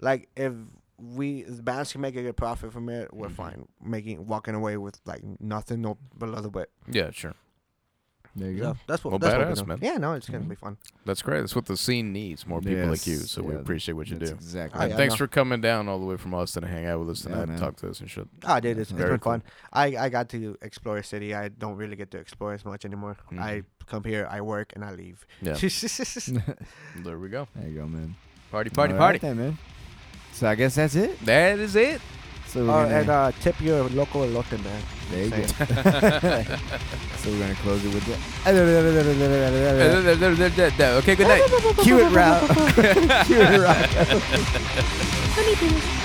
[SPEAKER 2] Like if we the bands can make a good profit from it, we're
[SPEAKER 3] Mm-hmm.
[SPEAKER 4] Mhm.
[SPEAKER 2] fine. Making walking away with like nothing, no below the bit.
[SPEAKER 4] Yeah, sure.
[SPEAKER 3] There you
[SPEAKER 2] So
[SPEAKER 3] go.
[SPEAKER 2] that's what
[SPEAKER 4] Well,
[SPEAKER 2] that's what we're
[SPEAKER 4] badass,
[SPEAKER 2] doing.
[SPEAKER 4] man.
[SPEAKER 2] Yeah, no, it's gonna
[SPEAKER 3] Mm-hmm.
[SPEAKER 2] be fun.
[SPEAKER 4] That's great. That's what the scene needs. More people like you.
[SPEAKER 3] Yes.
[SPEAKER 4] So we
[SPEAKER 3] Yeah,
[SPEAKER 4] appreciate what you
[SPEAKER 3] That's
[SPEAKER 4] do.
[SPEAKER 3] Exactly.
[SPEAKER 2] Oh,
[SPEAKER 4] and
[SPEAKER 2] yeah,
[SPEAKER 4] thanks
[SPEAKER 2] no.
[SPEAKER 4] for coming down all the way from Austin to hang out with us
[SPEAKER 3] Yeah,
[SPEAKER 4] tonight and
[SPEAKER 3] man.
[SPEAKER 4] talk to us and shit.
[SPEAKER 2] Ah, dude, it's, it's
[SPEAKER 4] Very
[SPEAKER 2] been fun. I, I got to explore a city. I don't really get to explore as much anymore.
[SPEAKER 4] Mhm.
[SPEAKER 2] I come here, I work, and I leave.
[SPEAKER 4] Yeah.
[SPEAKER 2] Yeah.
[SPEAKER 4] There we go.
[SPEAKER 3] There you go, man.
[SPEAKER 4] Party, party,
[SPEAKER 3] All right
[SPEAKER 4] party.
[SPEAKER 3] then, man. So I guess that's it.
[SPEAKER 4] That is it.
[SPEAKER 3] So we're
[SPEAKER 2] uh,
[SPEAKER 3] gonna,
[SPEAKER 2] and uh, tip your local elote, man.
[SPEAKER 3] there you go.
[SPEAKER 2] Same.
[SPEAKER 3] so we're gonna close it with the
[SPEAKER 4] Okay, good night.
[SPEAKER 3] cue it route. cue it route.
[SPEAKER 5] Let me do this.